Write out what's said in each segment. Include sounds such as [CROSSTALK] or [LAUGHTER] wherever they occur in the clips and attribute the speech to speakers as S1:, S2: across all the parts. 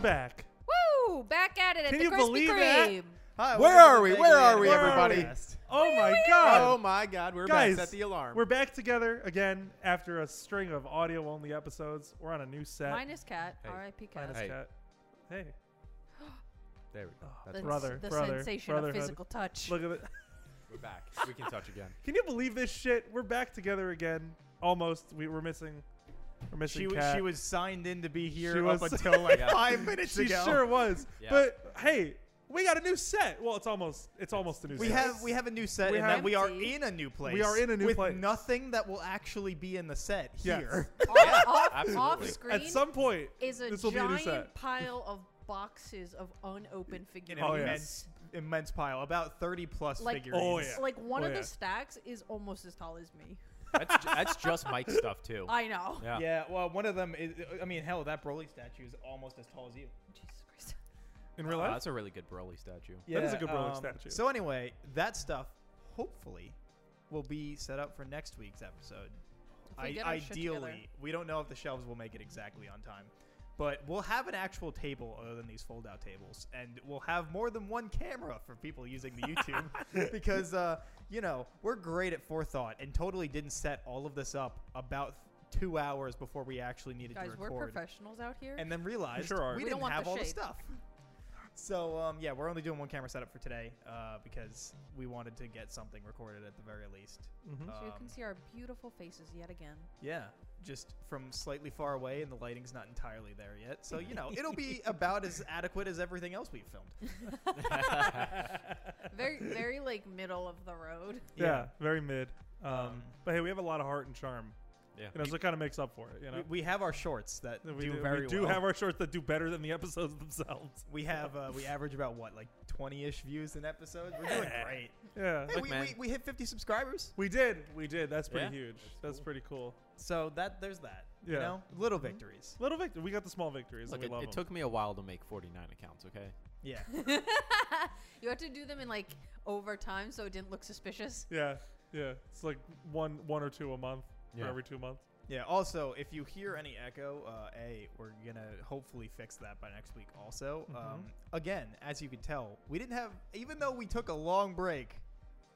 S1: back.
S2: Woo! Back at it at
S1: Can
S2: the
S1: you
S2: Krispy
S1: believe that?
S2: Kreme.
S3: Hi,
S4: Where
S3: welcome to
S4: are we?
S3: Thank
S4: Where
S3: You
S4: are
S3: Later.
S4: we,
S1: Where are
S4: everybody?
S1: we? Oh my
S3: Oh
S1: god.
S3: my God, we're
S1: Guys,
S3: back. Set the alarm.
S1: We're back together again after a string of audio only episodes. We're on a new set.
S2: Minus Cat.
S4: Hey.
S2: R.I.P. Cat.
S1: Minus
S4: Hey.
S1: Cat. Hey.
S4: There we go.
S2: The,
S4: That's
S2: s-
S4: what-
S1: brother,
S2: the
S1: brother,
S2: sensation of
S1: brotherhood.
S2: physical touch.
S1: Look at it. [LAUGHS]
S4: We're back. We can touch again.
S1: Can you believe this shit? We're back together again. Almost. We were missing. We're missing.
S5: She, w-
S1: Kat.
S5: she was signed in to be here
S1: She [LAUGHS]
S5: up
S1: was-
S5: until like
S4: Yeah.
S5: five minutes
S1: She
S5: ago.
S1: sure was.
S4: [LAUGHS] Yeah.
S1: But hey, we got a new set. Well, it's almost. It's almost a new
S5: [LAUGHS] we
S1: set.
S5: have we have a new set
S1: We
S5: and
S1: have-
S5: that we are
S2: Empty.
S5: in a new place.
S1: are in a new
S5: with
S1: place.
S5: nothing that will actually be in the set
S1: Yes.
S5: here.
S1: [LAUGHS]
S2: off, off,
S4: absolutely.
S2: off screen
S1: At some point,
S2: is a
S1: this will be a new
S2: giant
S1: set.
S2: pile of boxes of unopened
S5: In
S2: figurines.
S5: an
S1: Oh, yeah.
S5: immense immense pile, about thirty plus
S2: Like-
S5: figurines.
S1: Oh, yeah.
S2: Like one
S1: Oh,
S2: of
S1: yeah.
S2: the stacks is almost as tall as me.
S4: That's, ju- that's just Mike's stuff too.
S2: [LAUGHS] I know.
S4: Yeah.
S5: Yeah, well, one of them is. I mean, hell, that Broly statue is almost as tall as you.
S2: Jesus Christ.
S1: in real
S4: Wow,
S1: life.
S4: Uh, that's a really good Broly statue.
S1: That is a good Broly statue.
S5: um, So anyway, that stuff hopefully will be set up for next week's episode.
S2: If we
S5: I-
S2: get our shit together.
S5: ideally, we don't know if the shelves will make it exactly on time, but we'll have an actual table other than these fold-out tables, and we'll have more than one camera for people using the
S2: [LAUGHS]
S5: YouTube [LAUGHS] because uh, you know we're great at forethought and totally didn't set all of this up about two hours before we actually needed
S2: Guys,
S5: to
S2: we're
S5: record
S2: professionals out here.
S5: and then realized
S1: sure are.
S5: we,
S2: We don't
S5: didn't
S2: want
S5: have
S2: the
S5: all the
S2: shade.
S5: stuff. So um, yeah, we're only doing one camera setup for today uh, because we wanted to get something recorded at the very least.
S1: Mhm.
S2: so you
S5: Um,
S2: can see our beautiful faces yet
S5: [LAUGHS]
S2: again.
S5: yeah, just from slightly far away, and the lighting's not entirely there yet. So you know, it'll
S4: [LAUGHS]
S5: be about as adequate as everything else we've filmed.
S2: Very, very like middle of the road.
S1: yeah. very mid. Um,
S5: Um,
S1: but hey, we have a lot of heart and charm.
S4: Yeah.
S1: You know, so it kind of makes up for it. You know,
S5: We, we have our shorts that
S1: we
S5: do
S1: do,
S5: very
S1: we do
S5: well.
S1: have our shorts that do better than the episodes [LAUGHS] themselves.
S5: we have uh, we average about what like twenty ish views an episode. We're doing
S1: Yeah.
S5: great.
S1: Yeah,
S5: Hey,
S4: Look,
S5: we,
S4: man.
S5: we, we hit fifty subscribers,
S1: we did. We did. That's pretty
S4: Yeah.
S1: huge. That's,
S4: cool.
S1: pretty cool.
S5: so that there's that.
S1: Yeah.
S5: You know, little victories.
S1: Little victory. We got the small victories.
S4: Look,
S1: and
S4: it,
S1: we love
S4: it
S1: 'em.
S4: took me a while to make 49 accounts. Okay.
S5: Yeah.
S2: You had to do them in like overtime so it didn't look
S1: [LAUGHS]
S2: suspicious.
S1: Yeah, yeah. It's like one, one or two a month,
S4: Yeah.
S1: or every two
S2: [LAUGHS]
S1: months.
S5: Yeah. Also, if you hear any echo, uh, a we're gonna hopefully fix that by next week. Also,
S1: Mm-hmm.
S5: um, again, as you can tell, we didn't have even though we took a long break,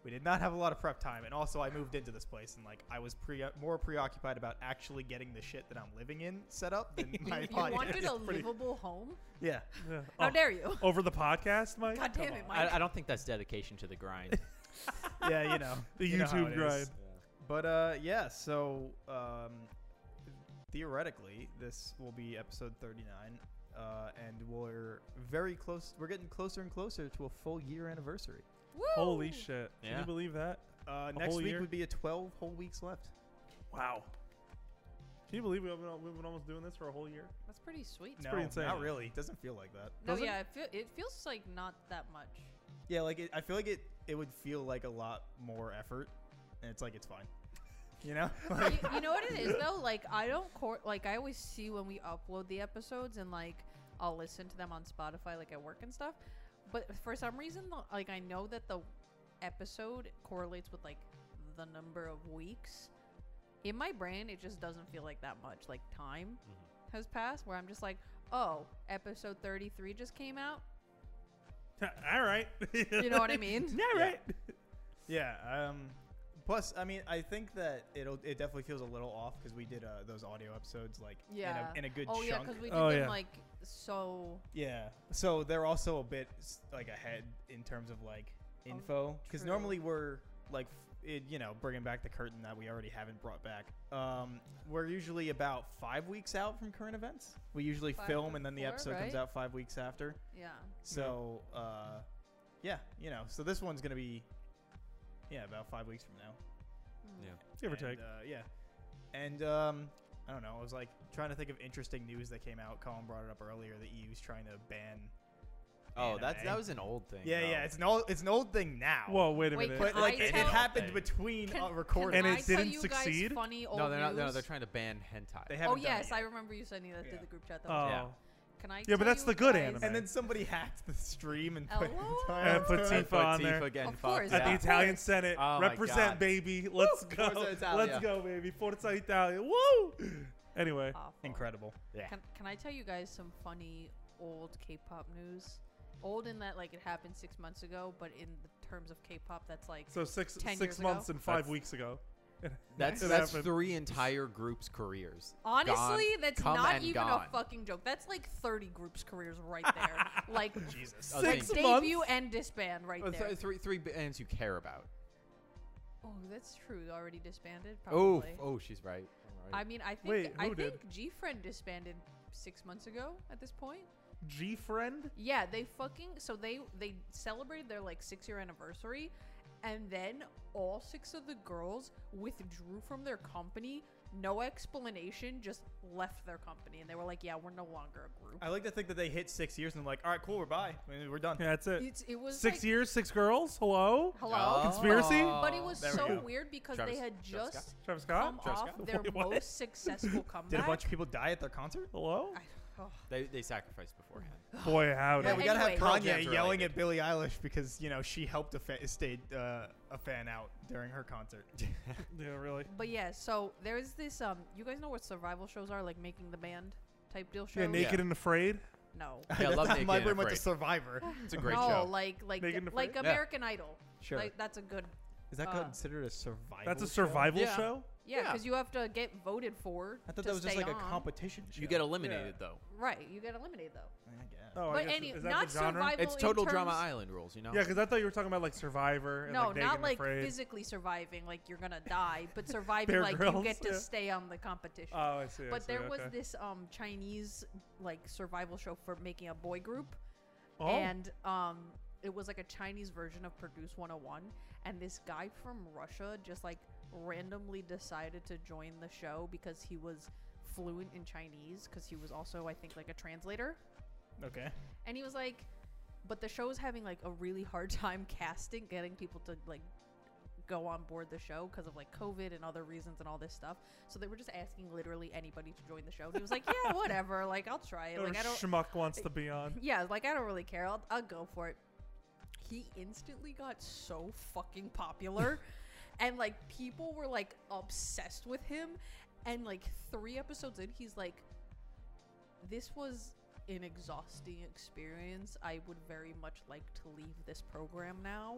S5: we did not have a lot of prep time. And also, I moved into this place and like I was pre- more preoccupied about actually getting the shit that I'm living in set
S2: [LAUGHS]
S5: up than
S2: You,
S5: my
S2: you
S5: podcast.
S2: wanted a
S1: pretty-
S2: livable home?
S5: [LAUGHS]
S1: [LAUGHS]
S5: yeah.
S1: Yeah.
S2: How
S1: Oh,
S2: dare you?
S1: [LAUGHS] over the podcast, Mike.
S2: God damn
S1: Come
S2: it,
S1: on.
S2: Mike.
S4: I, I don't think that's dedication to the grind.
S5: Yeah. You know
S1: [LAUGHS] The
S5: you know how
S1: YouTube
S5: it is.
S1: grind.
S5: But uh, yeah, so um, theoretically, this will be episode 39, uh, and we're very close. We're getting closer and closer to a full year anniversary.
S2: Woo!
S1: Holy shit! Can
S4: Yeah.
S1: you believe that?
S5: Uh,
S1: A
S5: next
S1: whole
S5: week
S1: year?
S5: would be a 12 whole weeks left.
S1: Wow. Can you believe we've been, we've been almost doing this for a whole year? [LAUGHS]
S2: That's pretty sweet.
S1: pretty insane.
S5: Not really. Doesn't feel like that.
S2: No,
S1: Does it?
S2: yeah, it, feel, it feels like not that much.
S5: Yeah, like it, I feel like it. It would feel like a lot more effort, and it's like it's fine. [LAUGHS] You know, [LAUGHS] Like,
S2: you, you know what it is though? Like I don't cor- like I always see when we upload the episodes and like I'll listen to them on Spotify like at work and stuff. But for some reason, the- like I know that the episode correlates with like the number of weeks. In my brain, it just doesn't feel like that much. Like time
S5: Mm-hmm.
S2: has passed, where I'm just like, oh, episode 33 just came out.
S1: All right.
S2: You know
S1: [LAUGHS]
S2: what I mean?
S1: All right.
S5: Yeah. Um, plus, I mean, I think that it'll it definitely feels a little off because we did uh, those audio episodes like
S2: Yeah.
S5: in, a, in a [LAUGHS] good
S2: oh
S5: chunk.
S2: yeah, because we did
S1: Oh,
S2: them
S1: yeah.
S2: like so.
S5: yeah. So they're also a bit s- like ahead in terms of like info because
S2: Oh, true.
S5: normally we're like f- it, you know bringing back the curtain that we already haven't brought back. Um, we're usually about five weeks out from current events. We usually
S2: Five
S5: film
S2: to
S5: and then the
S2: four,
S5: episode comes
S2: right? Hmm.
S5: out five weeks after.
S2: Yeah.
S5: So uh, yeah, you know, so this one's gonna be yeah about five weeks from now.
S2: Hmm.
S4: Yeah.
S1: Give or
S5: And,
S1: take.
S5: Uh, yeah. And um, I don't know. I was like trying to think of interesting news that came out. Colin brought it up earlier. The EU's trying to ban.
S4: Oh,
S5: anime.
S4: that's that was an old thing.
S5: Yeah,
S4: though.
S5: yeah. It's an old. It's an old thing now.
S1: Whoa, wait a
S2: Wait,
S1: minute.
S5: But
S2: Can
S5: like
S2: I
S5: it, it
S2: tell-
S5: happened between
S2: Can-
S5: uh,
S2: can
S5: recording.
S1: And
S2: I
S1: it
S2: tell
S1: didn't
S2: you
S1: succeed?
S2: Guys funny old
S4: no, they're not. No,
S2: news?
S4: they're trying to ban hentai.
S5: They
S2: Oh
S5: haven't done it
S2: yes,
S5: yet.
S2: I remember you sending that
S5: Yeah.
S2: to the group chat. That
S1: oh,
S2: was
S4: Yeah.
S2: Can I?
S1: Yeah, but
S2: tell
S1: that's
S2: you
S1: the good
S2: guys-
S1: anime.
S5: And then somebody hacked the stream and put.
S2: Hello?
S5: entire-
S1: And put
S4: Put
S1: Tifa on
S4: Tifa
S1: there.
S4: getting
S2: Of
S4: fucked.
S2: course.
S1: at the
S2: Yeah.
S1: Italian Senate.
S4: Oh my
S1: Represent,
S4: God.
S1: baby. Let's go.
S4: Forza Italia.
S1: Let's go, baby. Forza Italia. Woo. Anyway.
S2: Awful.
S5: Incredible.
S4: Yeah.
S2: Can, can I tell you guys some funny old K-pop news. Old in that like it happened six months ago, but in the terms of K-pop, that's like
S1: So six
S2: 10
S1: six
S2: years
S1: months
S2: ago?
S1: and five
S4: That's-
S1: weeks ago.
S4: That's
S1: It
S4: that's
S1: happened.
S4: three entire groups' careers. Gone,
S2: honestly that's
S4: come
S2: not
S4: and
S2: even
S4: gone.
S2: a fucking joke. That's like thirty groups' careers
S1: [LAUGHS]
S2: right there. like
S4: [LAUGHS]
S5: Jesus.
S4: Oh,
S1: Six
S4: thank
S1: months.
S2: debut and disband right
S4: Uh,
S2: there.
S4: th- three three bands you care about.
S2: oh, that's true. Already disbanded.
S4: Oh,
S2: Probably.
S4: f- oh, she's right. I'm right.
S2: I mean, I think
S1: Wait,
S2: I
S1: who did?
S2: think G Friend disbanded six months ago. At this point,
S1: G friend.
S2: yeah, they fucking so they they celebrated their like six year anniversary, and then all six of the girls withdrew from their company. No explanation, just left their company, and they were like, "Yeah, we're no longer a group."
S5: I like to think that they hit six years and I'm like, all right, cool, we're by. We're done.
S1: Yeah, that's it.
S2: It's, it was
S1: Six
S2: like-
S1: years, six girls. Hello.
S2: Hello,
S4: Oh.
S1: Conspiracy?
S2: but it was
S5: Oh. There we
S2: so
S5: go.
S2: weird because
S4: Travis-
S2: they had
S4: Travis
S2: just
S1: Travis
S2: come
S1: Scott.
S4: Travis
S2: off
S4: Scott?
S2: their
S5: [LAUGHS]
S1: Wait, what?
S2: most successful comeback.
S5: Did a bunch of people die at their concert?
S1: Hello.
S2: I- oh.
S4: they they sacrificed beforehand.
S1: Boy, howdy.
S5: Yeah, we gotta have
S2: Anyway. Pearl
S5: Kanye
S4: Jam's
S5: yelling
S4: related.
S5: at Billie Eilish because you know she helped a fa- stayed uh, a fan out during her concert. [LAUGHS]
S1: yeah, really.
S2: But yeah, so there's this um you guys know what survival shows are, like making the band type deal shows?
S1: Yeah, naked and afraid.
S2: No.
S4: Yeah, I love Naked
S5: my
S4: and
S5: brain went to
S4: Afraid.
S5: Survivor.
S2: [SIGHS]
S4: It's a great
S2: no,
S4: show.
S2: like like
S1: Naked and
S2: like
S1: Afraid?
S4: Yeah.
S2: American Idol.
S5: Sure.
S2: Like that's a good
S5: Is that
S2: uh,
S5: considered a survival?
S1: That's a
S5: show?
S1: survival
S4: Yeah.
S1: show.
S2: yeah,
S4: Yeah.
S2: because you have to get voted for.
S5: I
S2: to
S5: thought that was just
S2: stay
S5: like a
S2: on.
S5: competition. Show.
S4: you get eliminated though.
S2: Right, you get eliminated though.
S5: I guess.
S1: Oh, I
S2: but
S1: guess-
S2: any
S1: is that
S2: not
S1: the genre?
S2: survival.
S4: It's
S2: in
S4: total drama
S2: terms-
S4: island rules, you know.
S1: Yeah, because I thought you were talking about like Survivor. And,
S2: No,
S1: like, Naked
S2: not
S1: and
S2: like
S1: afraid.
S2: physically surviving, like you're gonna die,
S1: [LAUGHS]
S2: but surviving
S1: Bear
S2: like you
S1: Grylls,
S2: get to
S1: yeah.
S2: stay on the competition.
S1: Oh, I see. I
S2: but
S1: see,
S2: there was
S1: okay.
S2: this um Chinese like survival show for making a boy group.
S1: Oh,
S2: and um it was like a chinese version of produce 101 and this guy from russia just like randomly decided to join the show because he was fluent in chinese because he was also i think like a translator
S5: Okay.
S2: and he was like but the show's having like a really hard [LAUGHS] time casting getting people to like go on board the show because of like covid and other reasons and all this stuff so they were just asking literally anybody to join the show and he was like yeah [LAUGHS] whatever like i'll try it
S1: or
S2: like i don't
S1: schmuck wants to be on.
S2: [LAUGHS] yeah, like I don't really care. I'll, I'll go for it. He instantly got so fucking
S1: [LAUGHS]
S2: popular, and like people were like obsessed with him. And like three episodes in, he's like, "This was an exhausting experience. I would very much like to leave this program
S1: [LAUGHS]
S2: now.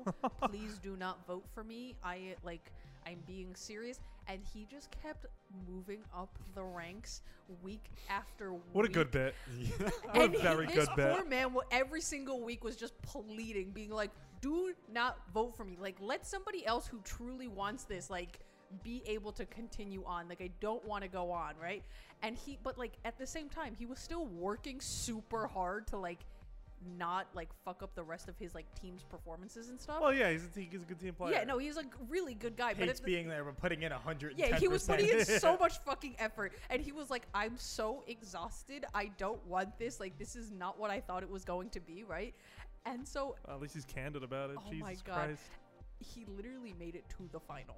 S2: Please do not vote for me. I like." I'm being serious, and he just kept moving up the ranks week after week.
S1: What a
S2: [LAUGHS]
S1: good bit.
S5: [LAUGHS]
S1: [LAUGHS] What
S2: And
S1: a
S2: he-
S1: very
S2: this
S1: good bit.
S2: poor man, wa- every single week, was just pleading, being like, "Do not vote for me. Like, let somebody else who truly wants this, like, be able to continue on. Like, I don't want to go on, right?" And he, but like at the same time, he was still working super hard to like not like fuck up the rest of his like team's performances and stuff.
S1: Well, yeah, he's a, te- he's a good team player.
S2: yeah, no, he's a g- really good guy, but
S5: Hates
S2: at the,
S5: being there, but putting in hundred.
S2: yeah, he was putting
S5: [LAUGHS]
S2: in so much fucking effort, and he was like, "I'm so exhausted. I don't want this. Like, this is not what I thought it was going to be, right?" And so
S1: At least he's candid about it.
S2: Oh
S1: Jesus
S2: my God.
S1: Christ.
S2: he literally made it to the final.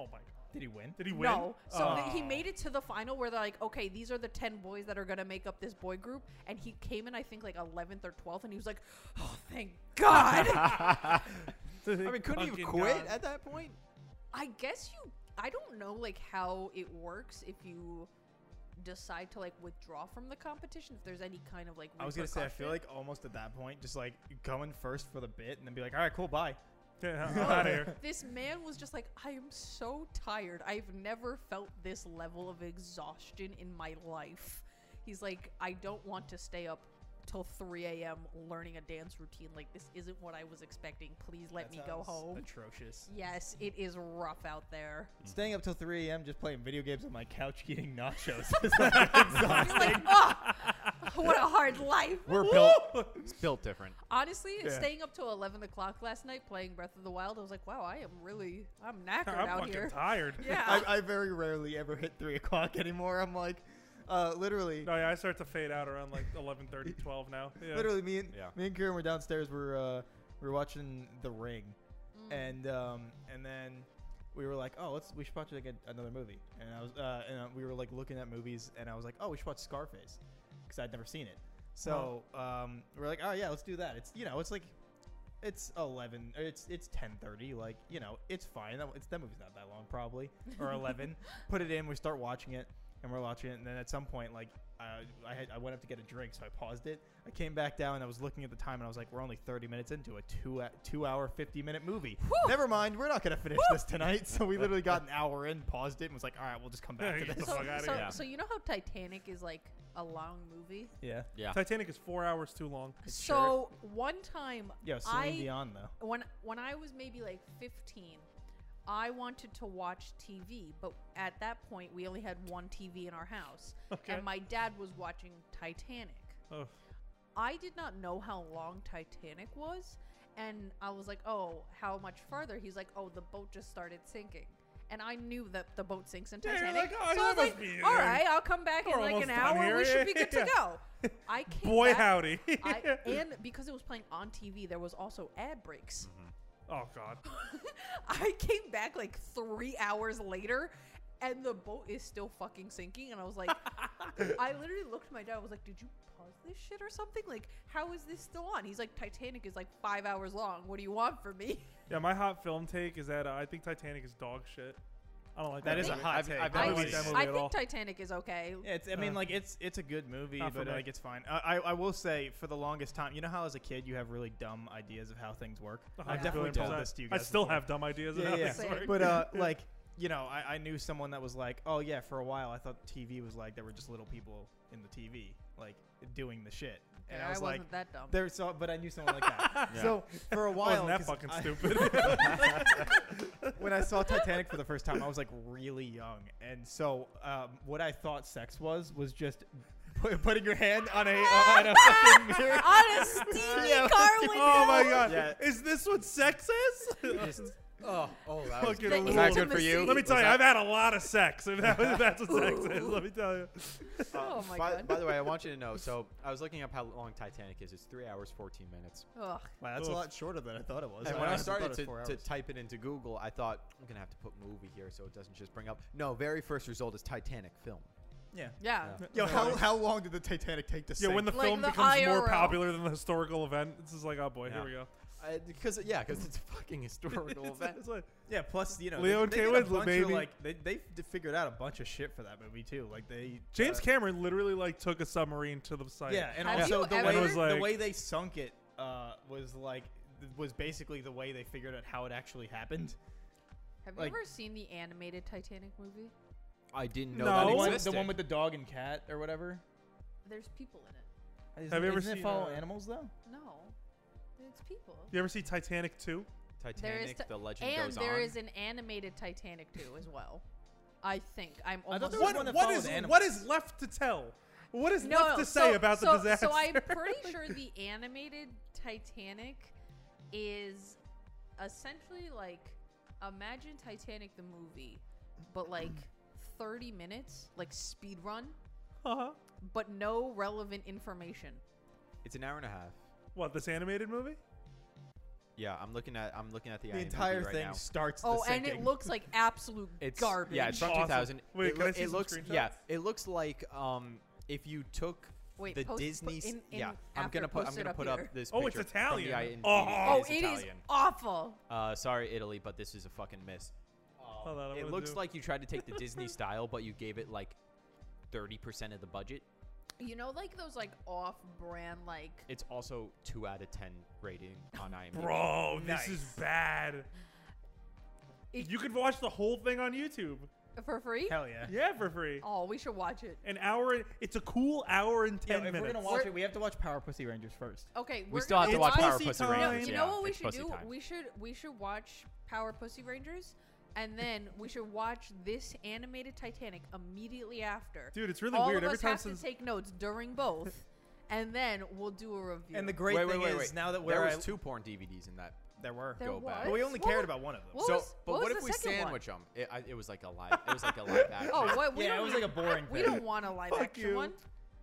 S1: Oh [LAUGHS] my god.
S5: Did he win?
S1: Did he win?
S2: No, so th- he
S1: Oh.
S2: made it to the final where they're like, "Okay, these are the ten boys that are gonna make up this boy group," and he came in, I think, like eleventh or twelfth, and he was like, "Oh, thank
S5: [LAUGHS]
S2: God."
S4: I mean, couldn't he
S1: Fucking
S4: have quit
S1: God.
S4: at that point?
S2: I guess you. I don't know like how it works if you decide to like withdraw from the competition if there's any kind of like
S5: I was gonna say, I feel
S2: repercussion.
S5: like almost at that point, just like going first for the bit, and then be like, all right, cool, bye.
S1: Yeah, I'm out
S2: [LAUGHS]
S1: of here.
S2: This man was just like, I am so tired. I've never felt this level of exhaustion in my life. He's like, I don't want to stay up till 3 a.m. learning a dance routine. Like, this isn't what I was expecting. Please let me go home.
S5: Atrocious.
S2: yes, it is rough
S1: [LAUGHS]
S2: out there.
S5: [LAUGHS] Staying up till 3 a.m. just playing video games on my couch eating nachos. [LAUGHS]
S2: You're like, oh, what a hard life.
S4: [LAUGHS] We're built. It's built different.
S2: Honestly,
S1: Yeah.
S2: staying up till 11 o'clock last night playing Breath of the Wild, I was like, wow, I am really, I'm knackered
S1: I'm
S2: out
S1: fucking
S2: here.
S1: tired.
S2: Yeah.
S5: [LAUGHS] I, I very rarely ever hit 3 o'clock anymore. I'm like, uh, literally,
S1: No, yeah, I start to fade out around like
S5: [LAUGHS]
S1: 11:30, 12 now. Yeah.
S5: literally, me and
S4: Yeah.
S5: me and Kieran were downstairs. We're uh, we were watching The Ring, and um, and then we were like, oh, let's we should watch like a, another movie. And I was uh, and uh, we were like looking at movies, and I was like, oh, we should watch Scarface because I'd never seen it. So um, we're like, oh yeah, let's do that. It's you know, it's like. It's eleven. or It's it's ten thirty. Like you know, it's fine. That, it's that movie's not that long, probably or eleven. Put it in. We start watching it, and we're watching it. And then at some point, like I I, had, I went up to get a drink, so I paused it. I came back down and I was looking at the time, and I was like, we're only 30 minutes into a two two hour 50 minute movie.
S2: Whew.
S5: Never mind, we're not gonna finish this tonight. So we literally got an hour in, paused it, and was like, all right, we'll just come back
S1: Yeah,
S5: to
S1: get the
S5: this.
S2: So,
S1: fuck outta
S2: so,
S4: here.
S2: so you know how Titanic is like a long movie.
S5: Yeah.
S4: Yeah.
S1: Titanic is four hours too long.
S2: so one time,
S5: Yo,
S2: I
S5: Celine Dion though.
S2: when when I was maybe like 15, I wanted to watch TV, but at that point we only had one TV in our house,
S1: [LAUGHS] Okay.
S2: and my dad was watching Titanic.
S1: Oh.
S2: I did not know how long Titanic was, and I was like, "Oh, how much further?" He's like, "Oh, the boat just started sinking." And I knew that the boat sinks in
S1: Yeah, you're
S2: Titanic.
S1: like, "Oh,
S2: so
S1: that
S2: I was
S1: must
S2: like,
S1: be-
S2: all right, I'll come back in
S1: We're
S2: like
S1: almost
S2: an
S1: done
S2: hour.
S1: here."
S2: We should be good to
S1: Yeah.
S2: go.
S1: [LAUGHS]
S2: I came
S1: Boy,
S2: back-
S1: howdy. [LAUGHS]
S2: I, and because it was playing on TV, there was also ad breaks.
S1: oh god.
S2: I came back like three hours later, and the boat is still fucking sinking. And I was like, I literally looked at my dad. I was like, Did you pause this shit or something? Like, how is this still on? He's like, Titanic is like five hours long. What do you want from me?
S1: Yeah, my hot film take is that uh, I think Titanic is dog shit. I don't like that.
S5: That is a
S1: movie.
S5: hot
S4: I've-
S5: take.
S4: I've
S1: I
S2: I,
S1: never
S4: never
S1: like
S4: seen
S1: that
S4: it.
S1: movie
S2: I
S1: at
S2: think
S1: all.
S2: Titanic is okay.
S5: Yeah, it's, I mean,
S1: Uh,
S5: like it's it's a good movie,
S1: not for
S5: but
S1: me.
S5: like it's fine. Uh, I, I I will say for the longest time, you know how as a kid you have really dumb ideas of how things work.
S1: A
S5: I've
S1: hundred
S5: definitely
S1: billion
S5: told
S1: percent.
S5: this to you
S1: I
S5: guys.
S1: still
S5: before.
S1: have dumb ideas.
S5: Yeah,
S1: about [LAUGHS]
S5: yeah.
S1: this
S2: Same.
S1: work.
S5: But uh, like you know, I, I knew someone that was like, oh yeah, for a while I thought TV was like there were just little people in the TV like doing the shit, and
S2: Yeah,
S5: I was
S2: wasn't
S5: like,
S2: that dumb. [LAUGHS]
S5: there's so, but I knew someone like that.
S4: Yeah.
S5: So for a while,
S1: wasn't that
S5: 'cause
S1: fucking
S5: I-
S1: stupid?
S5: [LAUGHS]
S1: [LAUGHS]
S5: when I saw Titanic for the first time, I was like really young, and so um, what I thought sex was was just [LAUGHS] pu- putting your hand on a uh, on a fucking [LAUGHS] mirror.
S2: on a steamy
S5: Yeah,
S2: car
S5: let's do-
S2: window.
S1: oh my god.
S5: Yeah.
S1: Is this what sex is?
S5: [LAUGHS]
S4: Just, [LAUGHS] oh, oh, that was
S1: Fucking
S2: The
S1: lord.
S4: Was that good for
S2: intimacy.
S4: you?
S1: Let me
S4: Was
S1: tell you,
S4: that-
S1: I've had a lot of sex. If, that, if that's what sex is, let me tell you.
S2: Oh
S4: Uh,
S2: my
S4: by,
S2: god.
S4: by the way, I want you to
S2: [LAUGHS]
S4: know. So I was looking up how long Titanic is. It's three hours fourteen minutes.
S2: Ugh.
S5: Wow, that's a
S1: Oof.
S5: lot shorter than I thought it was.
S4: And when I
S5: honestly thought
S4: started
S5: it was
S4: to,
S5: four
S4: to
S5: hours.
S4: type it into Google, I thought I'm gonna have to put movie here so it doesn't just bring up. No, very first result is Titanic film.
S5: yeah.
S2: Yeah.
S4: Yeah.
S5: Yo, how, how long did the Titanic take to
S1: Yeah,
S5: sink?
S1: when the
S2: Like
S1: film
S2: the
S1: becomes more
S2: IRL.
S1: popular than the historical event, it's just like, oh boy,
S4: Yeah.
S1: here we go.
S4: Because yeah, because it's a
S2: [LAUGHS]
S4: fucking [LAUGHS] historical
S1: It's-
S4: event.
S1: it's like-
S5: Yeah, plus you know,
S1: Leo
S5: they,
S1: and
S5: they
S1: Kay
S5: did a
S1: Winslet,
S5: bunch of,
S1: baby.
S5: like they they f- figured out a bunch of shit for that movie too. Like they
S1: James
S5: uh,
S1: Cameron literally like took a submarine to the site.
S5: yeah, and
S2: Have
S5: also
S2: you
S5: the
S2: ever-
S5: way
S1: And it was
S5: the
S1: like-
S5: way they sunk it uh, was like th- was basically the way they figured out how it actually happened.
S2: Have
S5: Like-
S2: you ever seen the animated Titanic movie?
S4: I didn't know
S1: No.
S5: the,
S1: Oh,
S4: that
S5: one,
S4: existed.
S5: the one with the dog and cat or whatever.
S2: There's people in it.
S5: Is
S1: Have
S5: it,
S1: you ever
S5: doesn't it
S1: seen,
S5: follow
S1: uh,
S5: animals though?
S2: No. It's people.
S1: You ever see Titanic 2?
S2: There is
S4: Titanic,
S2: t-
S4: the legend
S2: And
S4: goes on.
S2: there is an animated Titanic too, as well. I think I'm
S5: I
S2: almost.
S5: thought there was one that followed animals.
S1: what is left to tell? What is
S2: no,
S1: left
S2: no,
S1: to say
S2: so-
S1: about the
S2: so-
S1: disaster?
S2: So
S1: [LAUGHS]
S2: I'm pretty sure the animated Titanic is essentially like imagine Titanic the movie, but like 30 minutes, like speed run,
S1: uh-huh.
S2: but no relevant information.
S4: it's an hour and a half.
S1: What this animated movie?
S4: Yeah, I'm looking at I'm looking at the,
S5: The
S4: IMDb
S5: entire
S4: right
S5: thing
S4: now.
S5: starts.
S2: Oh,
S5: the
S2: and it
S5: sinking.
S2: looks like absolute
S4: It's
S2: garbage.
S4: Yeah, it's from
S1: Awesome.
S4: 2000.
S1: Wait,
S4: it,
S1: can I see
S4: it
S1: some
S4: looks yeah,
S1: screenshots?
S4: it looks like um if you took
S2: Wait,
S4: the
S2: post- put
S4: Disney s-
S2: in- in
S4: yeah, I'm
S2: after,
S4: gonna put I'm
S2: post it
S4: gonna
S2: up
S4: put up
S2: here.
S4: this
S1: Oh, it's
S4: picture from the
S1: Italian.
S4: IMDb.
S1: Oh,
S2: oh,
S4: It is
S2: it is
S4: Italian.
S2: awful.
S4: Uh, sorry, Italy, but this is a fucking miss. Uh,
S1: Hold on, I'm
S4: it
S1: gonna
S4: looks
S1: do-
S4: like you tried to take the
S1: [LAUGHS]
S4: Disney style, but you gave it like 30% of the budget.
S2: You know, like those like off-brand like.
S4: It's also 2 out of 10 rating on IMDb.
S1: Bro,
S5: Nice.
S1: this is bad.
S2: It-
S1: you could watch the whole thing on YouTube.
S2: For free?
S5: Hell yeah.
S1: Yeah, for free.
S2: Oh, we should watch it.
S1: An hour. and- It's a cool hour and
S5: Yo,
S1: ten
S5: if we're
S1: minutes.
S5: gonna watch
S2: We're-
S5: it, we have to watch Power Pussy Rangers first.
S2: Okay,
S4: We
S2: we're
S4: still have
S2: gonna
S4: to
S1: It's
S4: watch
S2: watch.
S4: Power
S1: pussy
S4: Pussy
S1: time.
S2: No,
S4: Rangers.
S2: you
S4: yeah,
S2: know what we
S4: it's
S2: should
S4: pussy
S2: do?
S4: time.
S2: We should we should watch Power Pussy Rangers, and then we should watch this animated Titanic immediately after.
S1: Dude, it's really
S2: All
S1: weird.
S2: Of
S1: Every
S2: us
S1: time
S2: have
S1: since-
S2: to take notes during both,
S5: [LAUGHS]
S2: and then we'll do a review.
S5: And the great
S4: wait,
S5: thing
S4: wait, wait,
S5: is
S4: wait.
S5: now that we're
S4: there was
S5: at-
S4: two porn DVDs in that.
S5: there were
S2: there
S4: go
S2: was?
S4: back.
S5: but we only
S2: What
S5: cared
S2: wa-
S5: about one of them.
S2: What
S4: so,
S2: was-
S4: but
S2: what
S4: what
S2: was
S4: if
S2: the
S4: we
S2: second one?
S4: sandwich them? It, I, it was like a live. It was like a live action.
S2: Oh, what? We
S5: Yeah,
S2: don't
S5: it was like a boring
S2: [LAUGHS] We
S5: thing.
S2: don't want a live
S1: Fuck
S2: action
S1: you.
S2: one.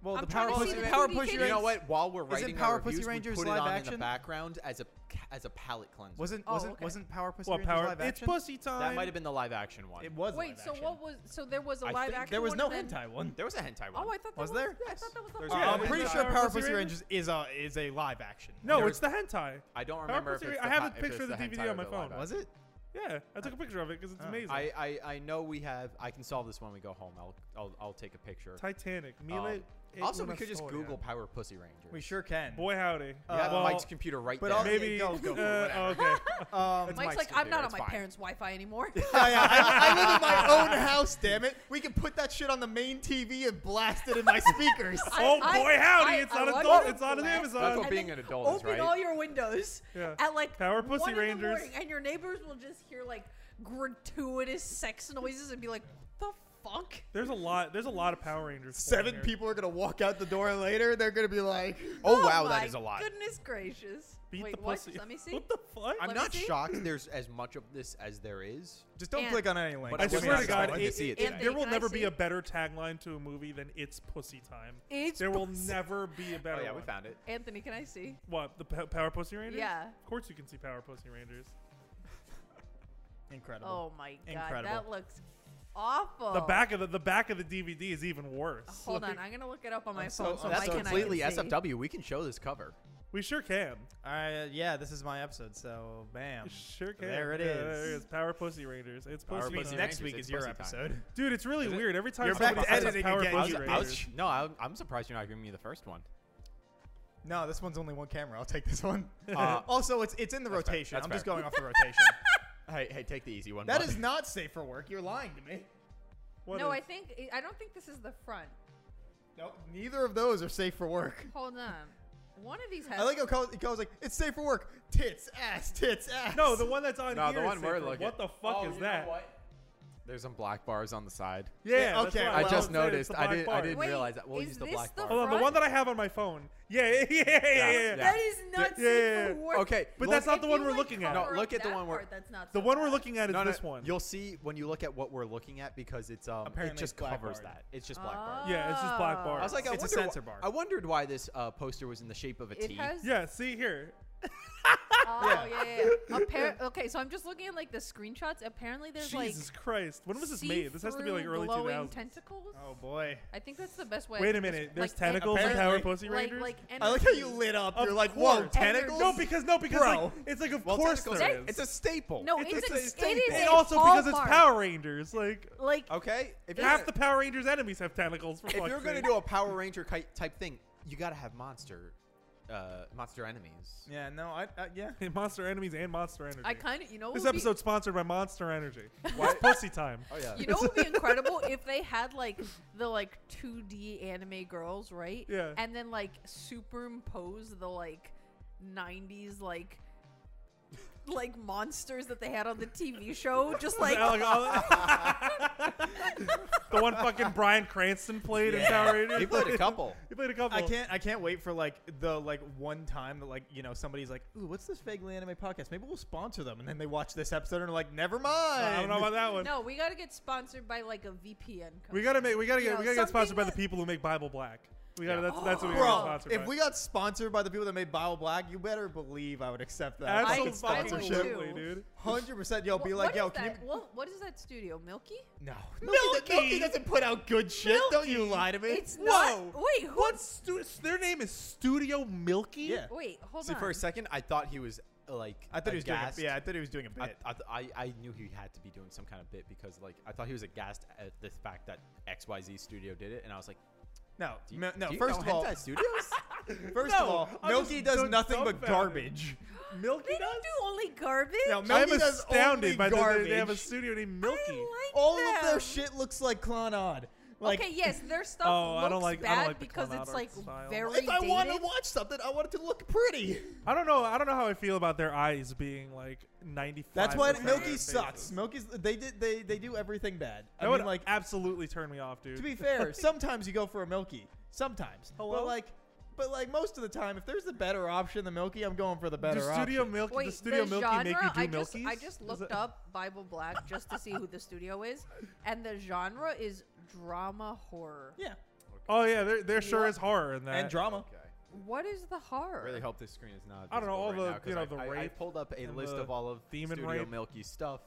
S5: Well,
S2: I'm
S5: the
S2: trying
S5: Power
S2: to
S5: Pussy,
S2: see the
S5: Power
S2: 2D
S5: Pussy
S2: kids.
S4: You know
S5: Rangers-
S4: what? While we're writing
S5: Power
S4: our reviews,
S5: Pussy Rangers
S4: we put
S5: live
S4: it on in
S5: action?
S4: the background as a as a palette cleanser.
S5: Wasn't
S2: Oh,
S5: wasn't
S2: okay.
S5: wasn't Power Pussy
S1: what
S5: Rangers
S1: power?
S5: live
S1: It's
S5: action?
S1: pussy time.
S4: that might have been the live action one.
S5: It was.
S2: Wait,
S5: live
S2: so
S5: action.
S2: what was? So there was a
S4: I
S2: live
S4: think
S2: action.
S5: There was
S2: one
S5: no
S2: and then-
S5: hentai one.
S4: there was a hentai one.
S2: Oh, I thought there
S5: Was there?
S2: I thought that was the first
S4: There's one.
S5: Uh, I'm
S2: one.
S1: there's
S5: pretty
S1: no
S5: sure
S1: Power
S5: Power
S1: Pussy
S5: Pussy
S1: Rangers?
S5: Rangers is a is a live action.
S1: no,
S4: There
S1: it's the hentai.
S4: I don't
S1: Power
S4: remember. If
S1: Pussy
S4: it's
S1: Ra- I have
S4: hi-
S1: a
S4: if
S1: picture
S4: it's
S1: of the DVD
S4: hentai or
S1: on my
S4: the
S1: phone.
S4: live
S5: was it?
S1: Yeah, I took a picture of it because it's
S5: Oh.
S1: amazing.
S4: Uh, I, I, I know we have. I can solve this when we go home. I'll I'll, I'll take a picture.
S1: Titanic.
S4: Um,
S1: Mila.
S4: also, we
S1: Iwana
S4: could just
S1: Stoyan.
S4: Google Power Pussy Ranger.
S5: We sure can.
S1: Boy howdy.
S4: You have
S1: well,
S4: Mike's computer right
S5: but
S4: there.
S5: I'll-
S1: maybe.
S5: Go- go for it,
S1: uh,
S5: whatever.
S1: okay.
S5: Um,
S2: Mike's
S4: Mike's
S2: like, I'm not
S4: computer,
S2: on
S4: it's
S2: my
S4: fine."
S2: parents'
S1: [LAUGHS]
S2: Wi-Fi anymore.
S5: yeah, yeah. I, I live in my own house, damn it. We can put that shit on the main TV and blast it in my speakers. [LAUGHS]
S2: I-
S1: oh
S2: I-
S1: boy howdy!
S2: I-
S1: it's
S2: I
S1: on
S2: want
S1: adult.
S2: you to
S1: It's on
S2: blast-
S4: That's
S1: Amazon.
S4: what
S2: and
S4: being
S2: then
S4: an adult is,
S2: Open
S4: right?
S2: all your windows
S1: Yeah.
S2: at like
S1: Power Pussy
S2: 1 in the
S1: Rangers.
S2: morning, and your neighbors will just hear like gratuitous sex noises and be like, "The fuck."
S1: There's a lot. There's a lot of Power Rangers. porn
S5: Seven
S1: here.
S5: people are gonna walk out the door later. They're gonna be like,
S4: oh wow,
S2: my
S4: that is a lot.
S2: Goodness gracious.
S1: Beat
S2: Wait,
S1: the
S2: what?
S1: pussy.
S2: Let me see.
S1: What the fuck?
S4: I'm
S2: Let me
S4: not
S2: see.
S4: shocked. There's as much of this as there is.
S5: "Just don't
S2: And-
S5: click on any link."
S4: But
S1: I
S4: I
S1: swear
S4: was
S1: to
S4: not
S1: God,
S4: expecting
S1: it-
S4: to see it
S2: it-
S4: today.
S2: Anthony,
S1: there will
S2: can I
S1: never be
S2: see?
S1: a better tagline to a movie than "It's pussy time."
S2: It's
S1: there will
S2: pussy.
S1: never be a better.
S4: Oh yeah, we
S1: one.
S4: found it.
S2: Anthony, can I see?
S1: What the P- Power Pussy Rangers?
S2: Yeah.
S1: Of course you can see Power Pussy Rangers.
S5: Incredible.
S2: Oh my god,
S5: Incredible.
S2: that looks awful.
S1: The back of the the back of the DVD is even worse.
S2: Hold on, I'm gonna look it up on my
S5: I'm so-
S2: phone. So,
S5: I'm
S2: Mike
S4: that's
S5: so
S2: and I
S4: completely
S2: can see.
S4: SFW. We can show this cover.
S1: We sure can.
S5: All right, uh, yeah, this is my episode, so bam.
S1: Sure can.
S5: There it
S1: Yeah,
S5: is.
S1: there it is. Power Pussy Rangers. It's
S4: Power
S1: pussy.
S4: Pussy
S1: time.
S4: Rangers.
S5: Next week
S4: it's
S5: is your
S4: pussy
S5: episode. [LAUGHS]
S1: Dude, it's really
S5: Is it?
S1: weird. Every time
S5: You're
S1: somebody
S5: back to
S1: says
S5: editing
S1: Power
S5: again.
S4: I
S1: Pussy
S4: was,
S5: Fuck you,
S1: Rangers.
S4: I was, no, I'm, I'm surprised you're not giving me the first one.
S5: No, this one's only one camera. I'll take this one.
S4: [LAUGHS] Uh,
S5: [LAUGHS] also, it's it's in the
S4: that's fair,
S5: rotation.
S4: that's
S5: I'm just
S4: fair.
S5: going
S4: [LAUGHS]
S5: off the rotation.
S4: Hey, hey, take the easy one.
S5: that
S4: bud.
S5: is not safe for work. You're lying to me.
S1: What
S2: No,
S1: is-
S2: I think I don't think this is the front.
S5: Nope. Neither of those are safe for work.
S2: Hold on. One of these has
S5: I like how Cole, Cole's like, it's safe for work. Tits, ass, tits, ass.
S1: no,
S5: [LAUGHS]
S1: the one that's on
S4: no,
S1: here.
S4: the
S1: is
S4: one we're
S1: safer.
S4: looking.
S1: What the fuck
S4: Oh,
S1: is
S4: you know
S1: that?
S4: what? There's some black bars on the side.
S1: Yeah.
S5: Okay,
S1: That's
S5: I
S1: what
S5: just
S1: was saying, it's the
S4: noticed. I
S1: black
S4: did- I
S1: bar.
S4: didn't
S2: Wait,
S4: realize that. We'll
S2: is
S4: use the
S2: this
S4: black
S2: the
S4: bar.
S1: Hold on, the
S2: front?
S1: one that I have on my phone. Yeah, [LAUGHS] yeah, yeah, yeah, yeah.
S4: Yeah,
S1: yeah.
S2: That is not
S1: Yeah,
S2: safe
S1: yeah, yeah.
S2: for work.
S4: Okay,
S1: But
S4: look-
S1: that's not
S2: If
S1: the one
S2: you,
S1: we're
S2: like,
S1: looking at.
S4: No,
S2: cover
S4: look
S2: up
S4: at the
S2: that
S4: one we're-
S2: part, that's not
S1: The
S2: so
S1: one we're
S2: bad.
S1: looking at is
S4: No, no,
S1: this one.
S4: You'll see when you look at what we're looking at because it's um,
S5: Apparently
S4: it just
S5: it's black
S4: covers
S5: barred.
S4: that. It's just black bar.
S1: Yeah, it's just black
S2: Oh.
S1: bar.
S4: I was like, I
S5: It's a
S4: wonder wh-
S5: censor bar.
S4: I wondered why this uh, poster was in the shape of a T.
S2: It has
S1: yeah, see here.
S2: Oh yeah, yeah. yeah. [LAUGHS] Appar- okay, so I'm just looking at like the screenshots. Apparently, there's
S1: Jesus Christ. When
S2: like
S1: was this made? This has to be like
S2: see-through
S1: early
S2: glowing
S1: 2000s.
S2: tentacles.
S5: Oh boy.
S2: I think that's the best way. I
S1: Wait a
S2: can
S1: minute.
S2: descri-
S1: There's
S2: like, en-
S1: tentacles in Power
S5: Apparently-
S1: Pussy
S2: Like,
S1: Rangers?
S2: like
S5: I like how
S2: energy.
S5: you lit up.
S1: Of
S5: You're like, whoa,
S1: course.
S5: tentacles?
S1: no, because no, because
S5: Bro.
S1: like it's like of
S4: Well,
S1: course
S4: tentacles-
S1: there is.
S4: It's a staple.
S2: No,
S1: It's
S2: it's,
S1: a
S2: a,
S1: staple.
S2: it is
S1: and
S2: a
S1: also because
S2: hallmark.
S1: it's Power Rangers. Like
S2: Like
S4: okay. If you're
S1: half the
S4: gonna,
S1: Power Rangers enemies have tentacles. For
S4: if you're
S1: going
S4: gonna do a Power Ranger ki- type thing, you gotta have monster, uh, monster enemies.
S5: Yeah, no, I, I yeah.
S1: monster enemies [LAUGHS] and monster energy.
S2: I kind of you know.
S1: this
S2: what would
S1: episode's sponsored by Monster Energy.
S4: Why-
S1: It's pussy time.
S4: Oh yeah.
S2: Be, you know, what would be incredible if they had like the like 2D anime girls, right?
S1: Yeah.
S2: And then like superimpose the like 90s like [LAUGHS] like monsters that they had on the TV show, just like
S1: [LAUGHS] the one fucking Brian Cranston played in Power Rangers.
S4: he played a couple.
S1: He played a couple.
S5: I can't I can't wait for like the like one time that like you know somebody's like, ooh, what's this vaguely anime podcast? Maybe we'll sponsor them, and then they watch this episode and are like, never mind.
S1: I don't know about that one.
S2: No, we gotta get sponsored by like a VPN. Company.
S1: We gotta make. We gotta
S2: You
S1: get.
S2: know,
S1: we gotta get sponsored
S2: something
S1: by the
S2: that-
S1: people who make Bible Black. We gotta.
S4: Yeah.
S1: That's that's what we gotta get
S5: Bro,
S1: sponsored
S5: if
S1: by.
S5: we got sponsored by the people that made Bio Black, you better believe I would accept that.
S2: I
S1: absolutely,
S2: would sponsorship. do.
S1: dude.
S5: Hundred percent, yo. Be
S2: Wha-
S5: like,
S2: what
S5: yo,
S2: is
S5: can
S2: that?
S5: you?
S2: Well, what is that studio? Milky?
S5: No,
S1: Milky!
S5: Milky doesn't put out good shit. Don't you
S1: Milky!
S5: lie to me.
S2: It's
S1: Whoa!
S2: not. Wait, who?
S1: What stu- Their name is Studio Milky.
S5: Yeah.
S2: Wait, [LAUGHS] hold
S4: See,
S2: on.
S4: for a second, I thought he was uh, like.
S5: I thought he was doing. A,
S4: aghast.
S5: yeah, I thought he was doing a
S4: I,
S5: bit.
S4: I, th- I, I knew he had to be doing some kind of bit because like I thought he was aghast at the fact that XYZ Studio did it, and I was like,
S5: no,
S4: do you,
S5: Mi- no.
S4: do you
S5: First
S4: know
S5: of all,
S4: Hentai Studios.
S5: [LAUGHS] first of
S1: No,
S5: all,
S1: I'm
S5: Milky
S1: just
S5: does
S1: dum-
S5: nothing but
S1: dumbfounded.
S5: garbage.
S1: Milky
S2: They don't
S1: does.
S2: do only garbage.
S5: No, Milky
S1: I'm
S5: does only
S1: astounded by
S5: garbage.
S1: that they have a studio named
S2: I
S1: Milky.
S2: like
S5: all of
S2: them.
S5: their shit looks like Clonod. Like,
S2: okay, yes, their stuff
S1: Oh,
S2: looks
S1: I don't like- I
S2: bad
S1: don't like the
S2: because
S1: Clown
S2: it's
S1: Art
S2: like
S1: style.
S2: very
S5: if I
S2: dated.
S5: want to watch something, I want it to look pretty.
S1: I don't know. I don't know how I feel about their eyes being like 95.
S5: That's why
S1: of their
S5: Milky
S1: faces.
S5: sucks. Milky's they did they they do everything bad.
S1: That
S5: I mean,
S1: would
S5: like
S1: like absolutely turn me off, dude.
S5: to be
S4: [LAUGHS]
S5: fair, sometimes you go for a Milky. Sometimes,
S1: Hello?
S5: but like, but like most of the time, if there's a better option than Milky, I'm going for the better
S1: Do Studio
S5: option.
S1: Milky,
S2: Wait,
S1: the Studio Milky
S2: genre,
S1: make you do
S2: I just,
S1: Milkies?
S2: I just
S1: Is
S2: looked
S1: that-
S2: up Bible Black just to see who the studio is, and the genre is drama horror.
S5: yeah,
S1: Oh yeah, there, there sure
S2: Yep.
S1: is horror in that.
S5: and drama.
S2: What is the horror?
S4: Really hope this screen is not.
S1: I don't know,
S4: visible
S1: all
S4: right
S1: the-
S4: now, 'cause
S1: you know,
S4: I-
S1: the
S4: I, I
S1: rape
S4: pulled up a
S1: and
S4: list
S1: the
S4: of all of
S1: demon
S4: Studio
S1: rape.
S4: Milky stuff.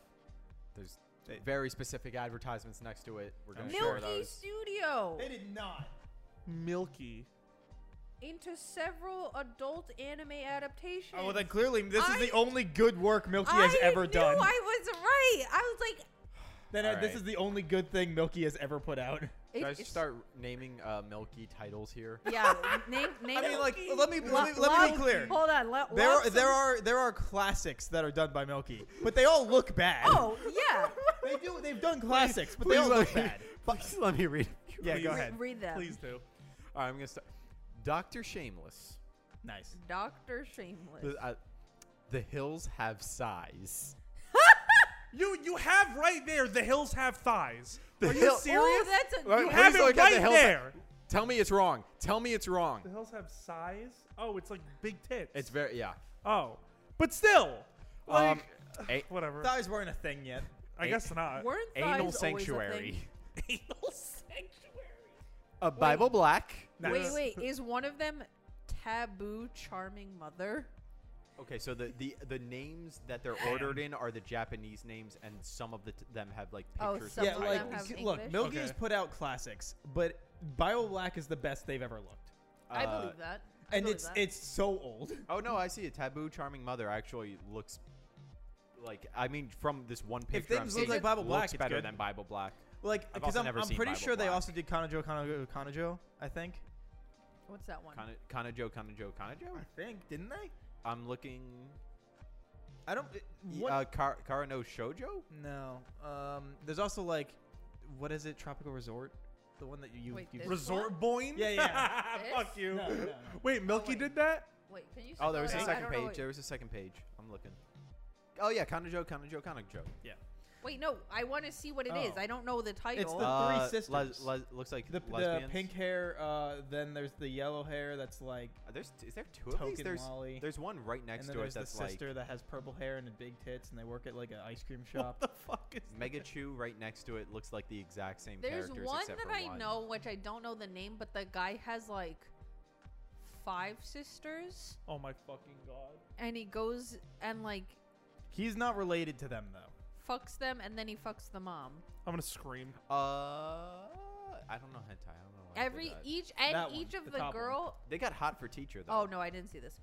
S4: There's
S5: They-
S4: very specific advertisements next to it. We're
S5: I'm
S4: gonna share
S2: Milky
S4: those.
S2: Studio.
S5: They did not.
S1: Milky.
S2: into several adult anime adaptations.
S5: Oh, well, then clearly this is the
S2: I-
S5: only good work Milky has
S2: I
S5: ever
S2: knew
S5: done.
S2: I was right. I was like,
S5: Then
S4: All
S5: uh, this
S4: right.
S5: is the only good thing Milky has ever put out.
S4: Should I
S2: it's-
S4: start naming uh, Milky titles
S1: [LAUGHS]
S4: here?
S2: Yeah, name, name.
S5: I mean, like,
S2: Loki.
S5: let me
S2: Lo-
S5: let me, let me be
S2: Loki.
S5: clear.
S2: Hold on. lo-
S5: There are,
S2: lots of-
S5: there are there are classics that are done by Milky, but they all look bad.
S2: Oh
S5: [LAUGHS]
S2: yeah.
S5: they do. They've done classics, but they all look bad.
S1: [LAUGHS]
S4: Please let me read.
S5: Yeah, go
S2: Re-
S5: ahead.
S2: Read them.
S1: Please do.
S4: All right, I'm gonna start. Doctor Shameless.
S5: Nice.
S2: Doctor Shameless.
S4: The, uh, the hills have size.
S1: You you have right there. The hills have thighs.
S4: The
S1: Are you
S4: hill-
S1: serious?
S2: Oh, that's a.
S4: Right,
S1: you
S4: please
S1: have
S4: look
S1: it
S4: at the
S1: right
S4: hills-
S1: there.
S4: Tell me it's wrong. Tell me it's wrong.
S1: The hills have size. Oh, it's like big tits.
S4: It's very yeah.
S1: oh, but still, like
S4: Um,
S2: [LAUGHS]
S4: a-
S1: whatever.
S5: Thighs weren't a thing yet.
S1: I guess not.
S2: Weren't thighs
S4: anal
S2: always a thing?
S4: [LAUGHS] sanctuary.
S1: Anal sanctuary.
S4: A Bible Black.
S1: Nice.
S2: Wait, wait. Is one of them taboo? Charming mother.
S4: Okay, so the, the the names that they're ordered in are the Japanese names, and some of the t- them have like
S2: Oh,
S4: pictures.
S2: some
S4: of
S5: yeah,
S2: of them
S5: like
S2: have
S5: s- look,
S2: English.
S5: Milky
S1: Okay.
S5: has put out classics, but Bio Black is the best they've ever looked,
S2: I
S4: Uh,
S2: believe that. I
S5: and
S2: believe
S5: it's
S2: that.
S5: it's so old.
S4: Oh no, I see it. Taboo, charming mother actually looks like I mean from this one picture. I'm
S5: things look
S4: seeing,
S5: like
S4: it
S5: Bible Black,
S4: looks
S5: it's
S4: better
S5: good.
S4: than Bible Black.
S5: Like,
S4: I've
S5: because
S4: also
S5: I'm,
S4: never
S5: I'm
S4: seen
S5: pretty
S4: Bible
S5: sure they
S4: Black.
S5: also did Kanajo, Kanajo, Kanajo. I think.
S2: What's that one?
S4: Kana- Kanajo, Kanajo,
S5: [LAUGHS]
S4: Kanajo.
S5: think didn't they?
S4: I'm looking.
S5: I don't. What?
S4: Uh, Kar- Karano Shoujo.
S5: no. Um. There's also like, what is it? Tropical Resort, the one that you you.
S2: Wait,
S5: you
S2: this-
S1: Resort boing.
S5: Yeah, yeah.
S1: [LAUGHS] Fuck
S2: This?
S1: you.
S5: No, no, no.
S1: Wait, Milky
S2: Oh, wait.
S1: did that.
S2: Wait, can you?
S4: Oh, there was
S2: spell
S4: a
S2: it? I
S4: second
S2: don't know
S4: page.
S2: what-
S4: There was a second page. I'm looking. Oh yeah, Kanajo, Kanajo, Kanajo.
S2: Wait, no. I want to see what it is.
S5: Oh.
S2: I don't know the title.
S5: The three sisters.
S4: Uh, Les- les- looks like
S5: the, the
S4: lesbians.
S5: pink hair. Uh. Then there's the yellow hair that's like
S4: Are Uh, There's is there two of
S5: token
S4: these? There's
S5: Wally.
S4: there's one right next
S5: and then
S4: to it
S5: there's the
S4: that's like
S5: sister that has purple hair and big tits, and they work at like an ice cream shop.
S1: The fuck is
S4: Mega Chew right next to it looks like the exact same
S2: There's
S4: characters
S2: one
S4: except
S2: that
S4: for
S2: I
S4: one.
S2: know, which I don't know the name, but the guy has like five sisters,
S1: Oh my fucking god.
S2: and he goes and like
S5: He's not related to them though.
S2: fucks them, and then he fucks the mom.
S1: I'm gonna scream.
S4: Uh, I don't know hentai. I don't know. Why I did
S2: Every
S4: that.
S2: each and
S5: Oh, That one,
S2: each of
S5: the
S2: the,
S5: top one.
S2: girl.
S4: they got hot for teacher though.
S2: Oh no, I didn't see this.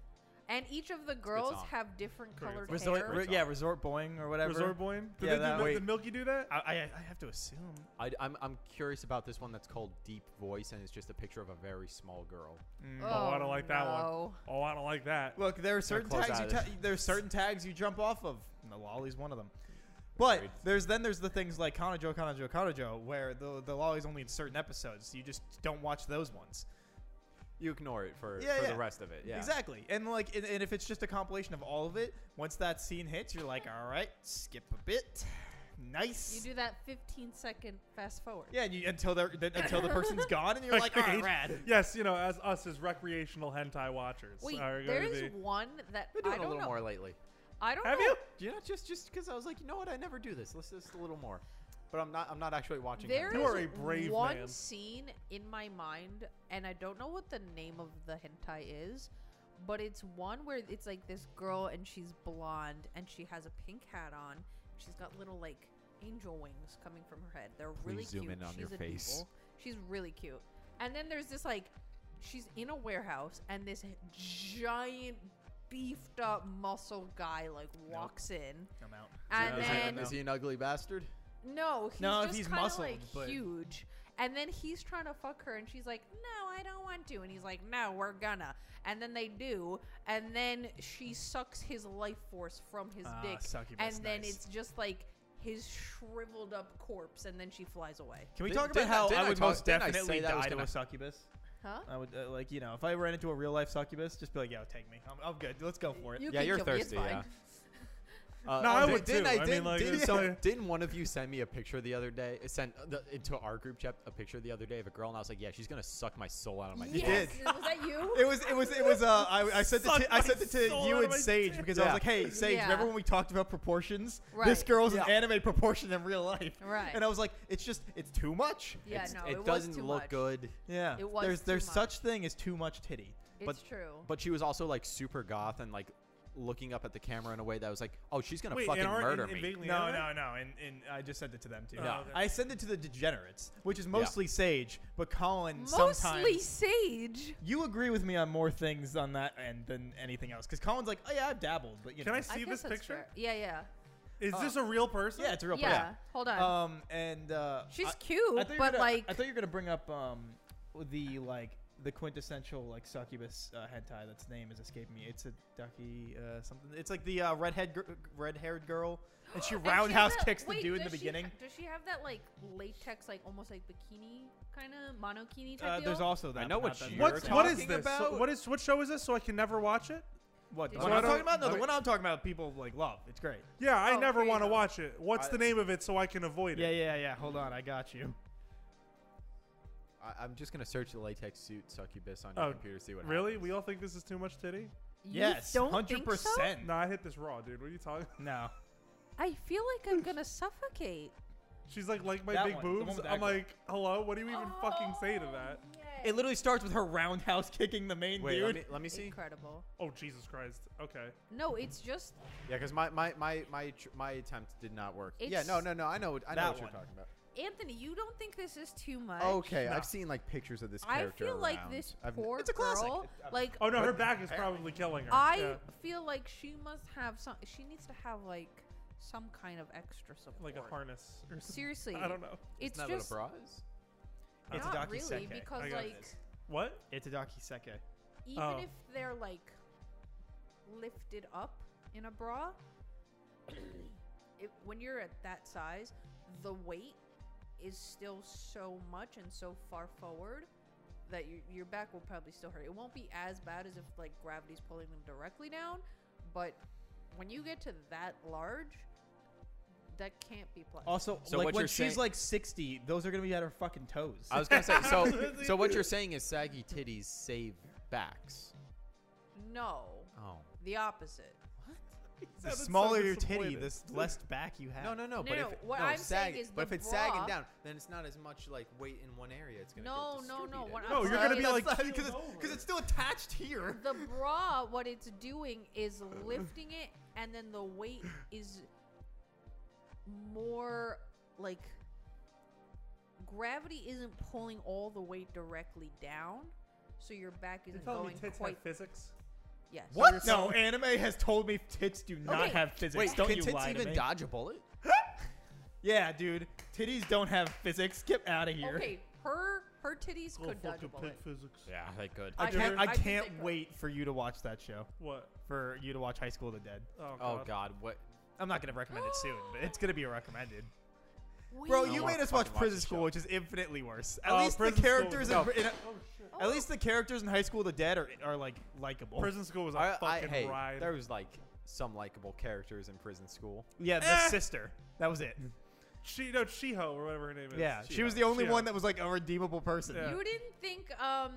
S2: And each of the girls
S4: song.
S2: have different
S1: Great
S2: colored
S1: song.
S2: hair.
S4: Resort-
S5: re- yeah, resort boing or whatever.
S1: Resort boing. Did
S5: Yeah,
S1: they
S5: that-
S1: do,
S4: wait.
S1: Did Milky do that?
S5: I, I I have to assume.
S4: I, I'm I'm curious about this one that's called Deep Voice and it's just a picture of a very small girl.
S5: Mm.
S1: Oh, I don't like that one.
S2: no.
S1: Oh, I don't like that.
S5: Look, there are certain
S4: close
S5: tags. You
S4: out
S5: ta-
S4: of
S5: there are certain tags you jump off of. And the lolly's one of them. But
S4: Agreed.
S5: there's then there's the things like Kanajo, Kanajo, Kanajo, where the the lolly's only in certain episodes. So you just don't watch those ones.
S4: You ignore it for,
S5: Yeah,
S4: for
S5: yeah.
S4: the rest of it. Yeah.
S5: Exactly. And like, and, and if it's just a compilation of all of it, once that scene hits, you're like, all right, skip a bit. Nice.
S2: You do that 15 second fast forward.
S5: yeah, and you, until they're, then- until the person's gone, and you're
S4: [LAUGHS]
S5: like, all right,
S1: Agreed.
S5: rad.
S1: Yes, you know, as us as recreational hentai watchers
S2: Wait,
S1: are
S2: there
S1: going to
S2: is
S1: be.
S2: one that
S4: We're
S2: I
S4: doing a
S2: don't
S4: little
S2: know.
S4: more lately.
S2: I don't
S1: Have
S2: know.
S1: you?
S4: Do you know just just because I was like, you know what, I never do this. Let's just a little more. But I'm not I'm not actually watching.
S2: There
S4: hentai.
S1: You
S2: is
S1: are a brave
S2: one
S1: man.
S2: scene in my mind, and I don't know what the name of the hentai is, but it's one where it's like this girl and she's blonde and she has a pink hat on. She's got little like angel wings coming from her head. They're really
S4: Please zoom
S2: cute.
S4: in on
S2: she's
S4: your face.
S2: adorable. She's really cute. And then there's this like, she's in a warehouse and this giant beefed up muscle guy like walks in
S5: I'm out.
S2: and
S1: Yeah.
S4: Is he-
S2: then
S4: is he an ugly bastard?
S2: no, he's
S5: No, if
S2: just
S5: he's
S2: kinda,
S5: muscled,
S2: like
S5: but-
S2: huge. And then he's trying to fuck her, and she's like, "No, I don't want to." And he's like, "No, we're gonna." And then they do, and then she sucks his life force from his
S5: Ah,
S2: dick,
S5: succubus,
S2: and then
S5: nice.
S2: it's just like his shriveled up corpse, and then she flies away.
S5: Can we
S4: Didn't-
S5: talk about
S4: didn't I-
S5: how
S4: didn't
S5: I
S4: I
S5: would
S4: talk-
S5: most
S4: didn't I say
S5: definitely
S4: that I was
S5: die to
S4: gonna-
S5: a succubus?
S2: Huh?
S5: I would uh, like, you know, if I ran into a real life succubus, just be like, "Yo, take me. I'm, I'm good. Let's go for it."
S2: You
S4: Yeah,
S2: can
S4: you're
S2: kill me, it's
S4: thirsty,
S2: fine.
S4: yeah. Uh,
S1: No, I
S4: di-
S1: would
S4: didn't
S1: too.
S4: I,
S1: I mean,
S4: didn't,
S1: like,
S4: didn't,
S1: it's
S4: some-
S1: like-
S4: [LAUGHS] didn't one of you send me a picture the other day? Sent uh, the, into our group chat a picture the other day of a girl, and I was like, "Yeah, she's gonna suck my soul out of my."
S2: yes,
S4: dick."
S5: did.
S2: was that you?
S5: Oh [LAUGHS] It was, it was, it was. Uh, I, I sent it
S1: Suck
S5: to, I
S1: my
S5: sent it to
S1: soul
S5: you
S1: out
S5: and
S1: of my
S5: Sage
S1: dick.
S5: because I
S4: Yeah.
S5: was like, "Hey, Sage,
S2: Yeah.
S5: remember when we talked about proportions? This
S2: Right.
S5: girl's
S4: Yeah.
S5: an anime proportion in real life."
S2: [LAUGHS] Right.
S5: And I was like, "It's just, it's too much."
S2: yeah,
S4: It's-
S2: no,
S4: it,
S2: was
S4: doesn't
S2: too
S4: look
S2: much.
S4: good.
S5: Yeah.
S2: It was
S5: there's
S2: too
S5: there's
S2: much.
S5: such thing as too much titty.
S2: It's
S4: but-
S2: true.
S4: But she was also like super goth and like looking up at the camera in a way that was like, oh, she's gonna
S1: Wait,
S4: fucking
S1: and aren't
S4: murder
S1: in,
S4: me.
S1: in vaguely
S5: No,
S1: animate?
S5: no, no. And, and I just sent it to them too.
S1: Oh, okay.
S5: I send it to the degenerates, which is mostly Sage, but Colin
S2: Mostly
S5: sometimes.
S2: Sage.
S5: You agree with me on more things on that end than anything else, because Colin's like, oh yeah, I've dabbled, but you
S1: Can
S5: know,
S1: I see
S2: guess
S1: this
S2: that's
S1: picture?
S2: fair. Yeah, yeah.
S1: Is
S5: Uh,
S1: this a real person?
S5: yeah, it's a real
S2: yeah. Hold on.
S5: person. Um, and uh,
S2: She's
S5: I-
S2: cute,
S5: I thought you were
S2: but
S5: gonna-
S2: like,
S5: I thought you were gonna bring up um the like the quintessential like succubus uh, hentai that's name is escaping me. It's a ducky uh, something. It's like the uh, redhead gr- red haired girl, and
S2: [GASPS]
S5: she
S2: And she has
S5: roundhouse
S2: that-
S5: kicks the
S2: wait,
S5: dude in the
S2: does she ha-
S5: beginning.
S2: does she have that like latex, like almost like bikini kind of monokini type
S5: Uh,
S2: deal?
S5: there's also that.
S4: I know
S5: but
S4: what
S5: not that
S4: you're
S1: What's, what is
S4: talking
S1: this? So
S4: about-
S1: what is what show is this? So I can never watch it?
S5: What the
S2: So
S5: one
S2: I
S5: I'm
S1: don't-
S5: talking about? No, the
S1: wait.
S5: one I'm talking about. People like love. It's great.
S1: Yeah, I
S2: Oh,
S1: never
S2: there you
S1: want to
S2: go.
S1: watch it. What's
S3: I-
S1: the name of it so I can avoid it?
S5: Yeah, yeah, yeah. Hold on, I got you.
S4: I, I'm just gonna search the latex suit succubus on your
S1: Oh,
S4: computer, see what
S1: Really?
S4: happens.
S1: We all think this is too much titty?
S2: You
S5: yes,
S2: don't
S5: hundred
S2: think so?
S5: percent.
S1: No, I hit this raw, dude. What are you talking? [LAUGHS]
S5: No,
S2: I feel like I'm gonna suffocate.
S1: She's like, like my
S5: That
S1: big
S5: one, the one
S1: boobs.
S5: with the
S1: I'm
S5: ankle.
S1: like, hello. What do you even fucking say to that?
S2: Oh,
S5: it literally starts with her roundhouse kicking the main
S4: Wait,
S5: dude.
S4: let me, let me see.
S2: incredible.
S1: Oh Jesus Christ. Okay.
S2: No, it's just
S4: Yeah, because my my my my tr- my attempt did not work. yeah,
S2: It's-
S4: no, no, no. I know, what- I know
S5: That
S4: what you're
S5: one.
S4: talking about.
S2: Anthony. You don't think this is too much?
S4: Okay,
S5: No.
S4: I've seen like pictures of this
S2: I
S4: character.
S2: feel like
S4: around.
S2: this
S4: I've n-
S2: poor
S5: It's a classic.
S2: girl, like
S1: Oh no, her
S4: But-
S1: back is probably killing her.
S2: I
S1: Yeah.
S2: feel like she must have some. She needs to have like some kind of extra support.
S1: like a harness or something.
S2: Seriously,
S1: I don't know.
S2: It's
S4: Isn't that
S2: just
S4: what a bra is?
S5: It's
S2: not
S5: a
S2: really
S5: docu-seke.
S2: because
S1: I got
S2: like
S5: this.
S1: What?
S5: It's a docu-seke.
S2: even
S1: Oh.
S2: if they're like lifted up in a bra, it, when you're at that size, the weight is still so much and so far forward that your your back will probably still hurt. It won't be as bad as if like gravity's pulling them directly down, but when you get to that large, that can't be pleasant.
S5: Also,
S4: So
S5: like
S4: what
S5: when
S4: you're
S5: she's
S4: saying-
S5: like 60, those are gonna be at her fucking toes.
S4: [LAUGHS] I was gonna say. So, so what you're saying is saggy titties save backs.
S2: no,
S4: Oh.
S2: the opposite.
S5: the
S1: [LAUGHS] sounded so
S5: smaller your titty,
S1: disappointed.
S5: the s- less back you have.
S4: No, no, no.
S2: No,
S4: But
S2: no,
S4: if it,
S2: what
S4: no,
S2: I'm
S4: sag,
S2: saying is
S4: but
S2: the
S4: if it's sagging
S2: bra-
S4: down, then it's not as much like weight in one area. It's gonna
S2: No,
S4: get
S2: no, no,
S4: distributed.
S2: what I'm
S1: No, you're gonna be
S2: saying-
S1: like
S4: [LAUGHS]
S5: because
S1: keeled
S5: because
S1: over.
S5: it's still attached here.
S2: the bra what it's doing is lifting it and then the weight is more like gravity isn't pulling all the weight directly down so your back
S1: You're
S2: isn't
S1: telling me
S2: going
S1: tits
S2: quite
S1: have physics?
S2: yes
S5: What? No, anime has told me tits do not
S2: Okay.
S5: have physics.
S4: Wait,
S5: don't
S4: can
S5: you
S4: tits
S5: lie
S4: even
S5: to me.
S4: dodge a bullet?
S5: Yeah, dude, titties don't have physics. Get out of here.
S2: okay her her titties could dodge a bullet
S1: physics.
S4: Yeah, they could.
S5: I
S2: I
S5: can't.
S2: think-
S5: I
S2: I think
S5: can't
S2: they could.
S5: wait for you to watch that show.
S1: What?
S5: For you to watch High School of the Dead.
S1: Oh god.
S4: Oh God, what?
S5: I'm not gonna recommend it soon, but it's gonna be
S2: [GASPS]
S5: recommended. Bro,
S2: Wait.
S5: you
S4: don't
S5: made
S4: wanna
S5: us watch
S4: fucking watch
S5: Prison
S4: this
S5: School,
S4: show.
S5: which is infinitely worse. At
S1: Oh,
S5: least the
S1: Prison School
S5: characters
S1: was
S5: in,
S1: dope.
S5: in a-
S1: Oh shit.
S5: At least the characters in High School of the Dead are, are like likable.
S1: Prison School was a
S4: I, I,
S1: fucking
S4: hey,
S1: ride.
S4: there was like some likable characters in prison school.
S5: yeah, the
S1: Eh.
S5: sister. That was it.
S1: She no Chiho or whatever her name is.
S5: Yeah,
S4: She-
S5: she was the only
S1: yeah.
S5: one that was like a redeemable person.
S1: Yeah.
S2: you didn't think um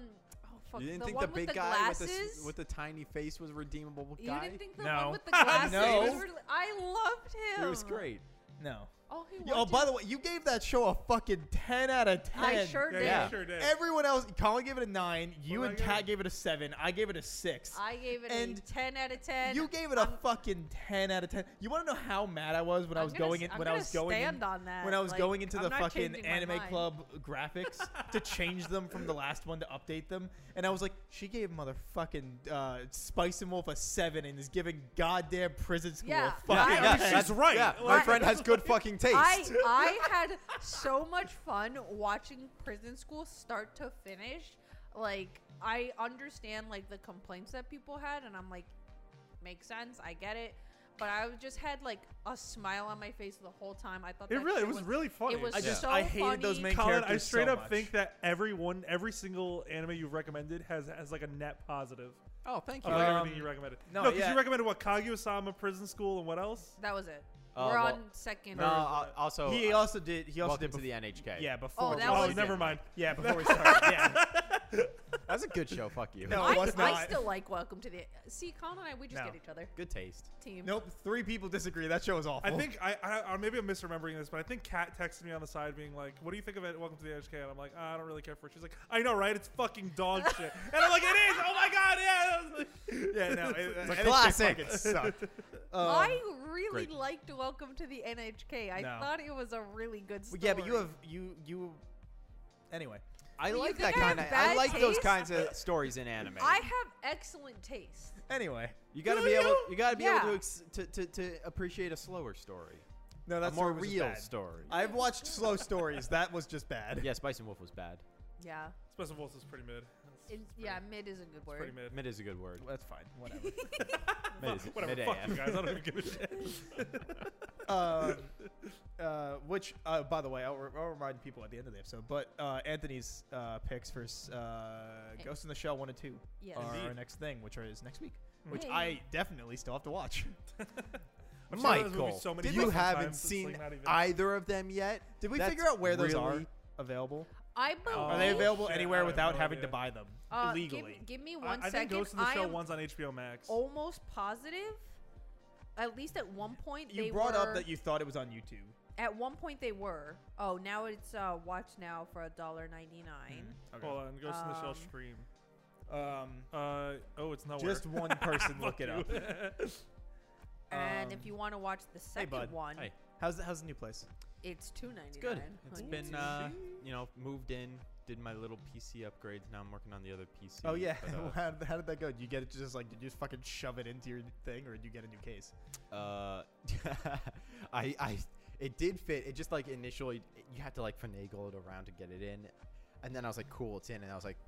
S2: oh fuck
S4: you didn't
S2: the
S4: think
S2: one
S4: the big
S2: with the
S4: guy
S2: glasses
S4: with the s- with the tiny face was a redeemable
S2: you
S4: guy?
S2: didn't think the
S5: No.
S2: one with the glasses
S5: No.
S2: was really- I loved him
S4: it was great.
S5: No.
S2: oh he
S5: oh,
S2: was
S5: by the way, you gave that show a fucking ten out of ten.
S2: I sure
S1: Yeah,
S2: did
S1: yeah,
S4: Yeah.
S1: sure did.
S5: Everyone else, Colin gave it a nine. You
S1: What
S5: and
S1: did I give
S5: Kat gave it a seven. I gave it a six.
S2: I gave it
S5: And
S2: a 10 out of 10.
S5: you gave it a fucking ten out of ten. You want to know how mad I was when i
S2: I'm
S5: was
S2: gonna
S5: going
S2: s-
S5: in
S2: I'm
S5: when I
S2: gonna
S5: was going in-
S2: stand on that.
S5: when I was
S2: Like,
S5: going into
S2: I'm
S5: the
S2: not
S5: fucking
S2: changing my
S5: anime
S2: mind.
S5: [LAUGHS] club graphics to change them from the last one to update them, and I was like, she gave motherfucking uh, Spice and Wolf a seven and is giving goddamn prison school
S2: Yeah,
S5: a fucking.
S2: I-
S1: Yeah,
S2: Yeah,
S1: she's
S4: that's-
S1: right.
S4: Yeah, my
S2: Like-
S4: friend has good fucking taste.
S2: I, [LAUGHS] I had so much fun watching prison school start to finish. Like I understand like the complaints that people had and I'm like makes sense. I get it. But I was- just had like a smile on my face the whole time. I thought
S1: It
S2: that
S1: really
S2: shit
S1: it was really funny.
S2: It was
S5: I
S2: so
S5: just- I hated
S2: funny.
S5: those main-
S1: Colin, I
S5: characters
S1: straight
S5: so
S1: up
S5: much.
S1: think that everyone, every single anime you've recommended has has like a net positive
S4: oh, thank you.
S1: of like
S5: Um,
S1: everything you recommended.
S5: no,
S1: No, because
S5: yeah.
S1: you recommended what Kaguya-sama, Prison School, and what else?
S2: That was it.
S4: Uh,
S2: We're
S4: well-
S2: on second.
S4: no, uh, also,
S5: he
S4: uh,
S5: also did. He also
S4: welcome
S5: did
S4: to
S5: before,
S4: the NHK.
S5: Yeah, before.
S2: that
S5: we
S1: oh,
S2: was-
S1: [LAUGHS]
S5: started.
S1: never mind.
S5: Yeah, before we started. Yeah.
S4: That's a good show. Fuck you.
S5: No,
S2: I,
S5: it was
S2: I
S5: not.
S2: still like Welcome to the. See, Colin and I, we just
S5: No.
S2: get each other.
S4: Good taste.
S2: Team.
S5: Nope, three people disagree. That show is awful.
S1: I think I, I, I maybe I'm misremembering this, but I think Kat texted me on the side being like, "What do you think of it? Welcome to the HK." And I'm like, "Ah, "I don't really care for it." She's like, "I know, right? It's fucking dog shit." And I'm like, "It is. Oh my god, yeah." [LAUGHS]
S5: yeah, no, it, uh,
S4: It's a
S5: NHK
S4: classic. Uh,
S5: fucking
S4: [LAUGHS]
S5: sucked. Um,
S2: I really
S4: great.
S2: liked Welcome to the NHK. I
S5: No.
S2: thought it was a really good story.
S5: yeah, but you have you you. Anyway,
S4: I
S2: You
S4: like
S2: think
S4: that
S2: I have
S4: kind of. I
S2: bad
S4: like those
S2: taste?
S4: kinds of stories in anime.
S2: I have excellent taste.
S5: anyway,
S4: you gotta
S1: Do
S4: be able.
S1: you?
S4: You gotta be able to,
S2: Yeah.
S4: ex- to, to to appreciate a slower story,
S5: no, that's
S4: a more real story.
S5: I've watched slow stories. That was just bad.
S4: [LAUGHS] yeah, Spice and Wolf was bad.
S2: Yeah.
S1: [LAUGHS] Special Wolves is pretty mid. It's,
S2: It,
S1: it's pretty,
S2: yeah, mid is a good
S1: it's pretty
S2: word.
S1: mid.
S4: [LAUGHS] Mid is a good word.
S5: that's fine. Whatever.
S4: Mid is,
S1: [LAUGHS] Whatever.
S4: mid
S1: fuck
S4: AF.
S1: you guys. I don't even give a shit.
S5: um, uh, which, uh, by the way, I'll, re- I'll remind people at the end of the episode. But uh, Anthony's uh, picks for s- uh,
S2: Hey.
S5: Ghost in the Shell one and two
S2: Yes.
S5: are our
S1: Indeed.
S5: next thing, which are, is next week. Uh, Which
S2: Hey.
S5: I definitely still have to watch.
S1: I've seen those movies
S4: Michael,
S1: so many
S4: you
S1: fucking
S4: haven't
S1: times, it's,
S4: seen
S1: like, not even-
S4: either of them yet.
S5: [LAUGHS] Did we
S4: That's
S5: figure out where those
S4: really-
S5: are available?
S2: I believe.
S1: Are
S5: are they
S1: Oh,
S5: available
S1: shit, I
S5: anywhere
S1: have
S5: without
S1: no
S5: having
S1: idea.
S5: to buy them
S2: uh, give-
S5: illegally?
S2: Give, me
S1: I,
S2: one
S1: I
S2: second.
S1: think Ghost in the
S2: I
S1: Shell
S2: am Oh,
S1: one's on HBO Max.
S2: almost positive. At least at one point they
S5: you brought
S2: were-
S5: up that you thought it was on YouTube.
S2: At one point they were. Oh, now it's uh, watch now for a dollar ninety nine.
S5: Mm, Okay.
S1: Hold on, Ghost in the Shell
S2: Um,
S1: stream.
S5: Um,
S1: Uh oh, it's nowhere.
S5: just one person
S1: [LAUGHS]
S5: [LAUGHS]
S1: Fuck
S5: look it up.
S1: you.
S2: And if
S5: Um,
S2: you want to watch the second
S5: bud.
S2: one,
S4: Hey,
S5: How's how's the new place?
S2: it's two ninety nine.
S4: it's good. It's been uh, you know moved in, did my little PC upgrades. Now I'm working on the other PC.
S5: Oh yeah,
S4: but,
S5: [LAUGHS]
S4: uh,
S5: how, how did that go? Did you get it just like did you just fucking shove it into your thing, or did you get a new case?
S4: Uh, [LAUGHS] I, I, it did fit. It just like initially, you had to like finagle it around to get it in, and then I was like, cool, it's in, and I was like,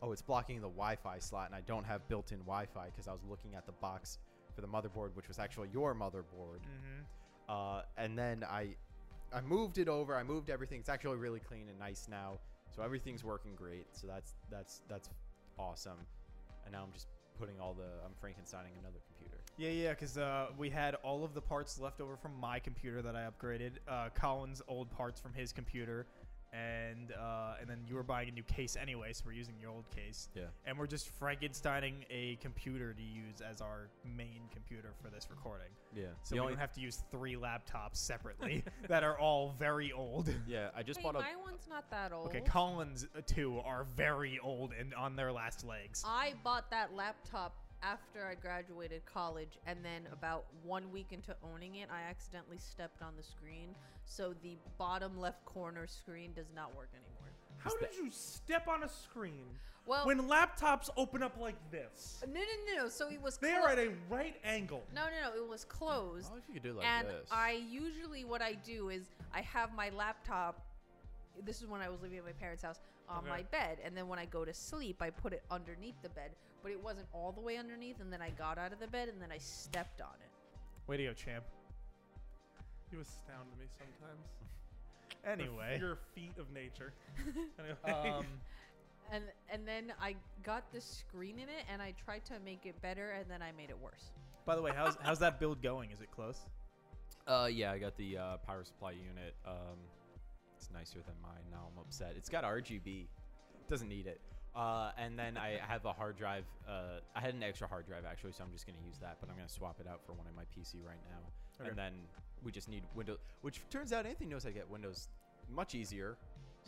S4: oh, it's blocking the Wi-Fi slot, and I don't have built-in Wi-Fi because I was looking at the box for the motherboard, which was actually your motherboard.
S5: Mm-hmm.
S4: Uh, and then I, I moved it over. I moved everything. It's actually really clean and nice now, so everything's working great. So that's that's that's awesome. And now I'm just putting all the I'm Frankensteining another computer.
S5: Yeah, yeah, because uh, we had all of the parts left over from my computer that I upgraded, uh, Colin's old parts from his computer, and uh, and then you were buying a new case anyway, so we're using your old case,
S4: Yeah.
S5: and we're just Frankensteining a computer to use as our main computer for this recording.
S4: Yeah.
S5: So we don't have to use three laptops separately [LAUGHS] that are all very old.
S4: Yeah, I just
S2: Hey,
S4: bought a.
S2: my one's not that old.
S5: Okay, Colin's uh, two are very old and on their last legs.
S2: I bought that laptop after I graduated college, and then about one week into owning it, I accidentally stepped on the screen, so the bottom left corner screen does not work anymore.
S1: [LAUGHS] How did you step on a screen
S2: Well,
S1: when laptops open up like this?
S2: no, no, no, no. So it was.
S1: They
S2: clo-
S1: are at a right angle.
S2: No, no, no. It was closed.
S4: if you could do like
S2: and
S4: [LAUGHS]
S2: I usually what I do is I have my laptop. This is when I was living at my parents' house on
S1: Okay.
S2: my bed, and then when I go to sleep, I put it underneath the bed, but it wasn't all the way underneath. And then I got out of the bed, and then I stepped on it.
S5: Way to go, champ.
S1: You astound me [LAUGHS] sometimes. Your-
S5: Anyway,
S1: your feet of
S2: [LAUGHS]
S1: nature. Anyway. uh,
S5: um,
S2: And and then I got this screen in it, and I tried to make it better, and then I made it worse.
S5: by the way, how's how's that build going? Is it close?
S4: Uh, yeah, I got the uh, power supply unit. Um, it's nicer than mine. Now I'm upset. It's got RGB. Doesn't need it. Uh, and then I have a hard drive. Uh, I had an extra hard drive actually, so I'm just gonna use that. But I'm gonna swap it out for one in my PC right now.
S5: Okay.
S4: And then we just need Windows, which turns out Anthony knows how to get Windows much easier.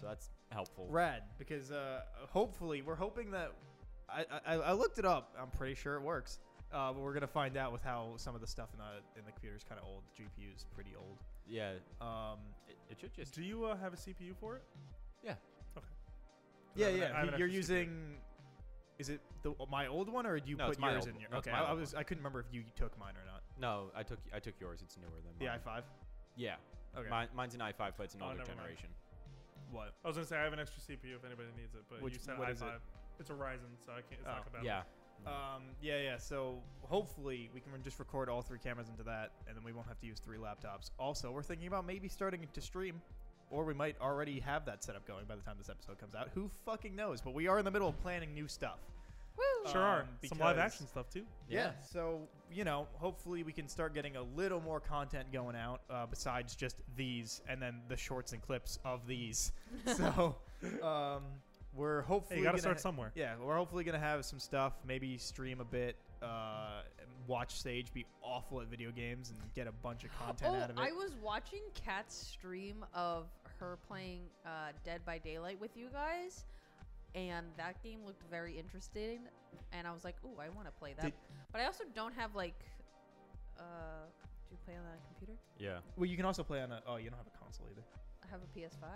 S4: So that's helpful.
S5: Rad, because uh, hopefully we're hoping that I, I I looked it up. I'm pretty sure it works. Uh, but we're gonna find out with how some of the stuff in the in the computer is kind of old. The GPU is pretty old.
S4: Yeah.
S5: Um,
S4: It, it should just.
S1: Do you uh, have a CPU for it?
S4: Yeah.
S1: Okay. 'Cause I
S5: yeah,
S1: have an- I
S5: yeah.
S1: have
S5: you-
S1: an
S5: You're
S1: extra
S5: using. Is it the, my old one or do you
S4: No,
S5: put
S4: it's my
S5: yours
S4: old
S5: in
S4: one.
S5: your?
S4: No, it's
S5: okay,
S4: my
S5: I, I
S4: old
S5: was I couldn't remember if you took mine or not.
S4: No, I took I took yours. It's newer than
S5: The
S4: mine.
S5: i5.
S4: Yeah.
S5: Okay.
S4: Mine, mine's an i5, but it's an
S1: Oh,
S4: older
S1: never mind.
S4: generation.
S5: What?
S1: CPU. I was gonna say I have an extra CPU if anybody needs it, but
S5: Which-
S1: you said
S5: what
S1: i5.
S5: is it?
S1: It's a Ryzen, so I can't. It's
S5: Oh.
S1: not compatible.
S4: Yeah.
S5: Um, yeah, yeah. So hopefully we can just record all three cameras into that, and then we won't have to use three laptops. Also, we're thinking about maybe starting to stream, or we might already have that setup going by the time this episode comes out. Who fucking knows? But we are in the middle of planning new stuff.
S2: Woo!
S5: Uh,
S1: Sure are.
S5: Um,
S1: Some live
S5: because-
S1: action stuff too.
S4: Yeah.
S5: So you know, hopefully we can start getting a little more content going out uh, besides
S1: [LAUGHS]
S2: [LAUGHS]
S5: just these, and then the shorts and clips of these. so, um, We're hopefully
S1: Hey, you got to
S5: gonna
S1: start
S5: ha-
S1: somewhere.
S5: Yeah, we're hopefully gonna have some stuff. Maybe stream a bit. Uh, watch Sage be awful at video games and get a bunch of content
S2: oh,
S5: out of it.
S2: I was watching Kat's stream of her playing uh, Dead by Daylight with you guys, and that game looked very interesting. And I was like, "Ooh, I want to play that,"
S5: Did-
S2: but I also don't have like. Uh, do you play on a computer?
S4: Yeah.
S5: well, you can also play on a. Oh, you don't have a console either.
S2: I have a PS5.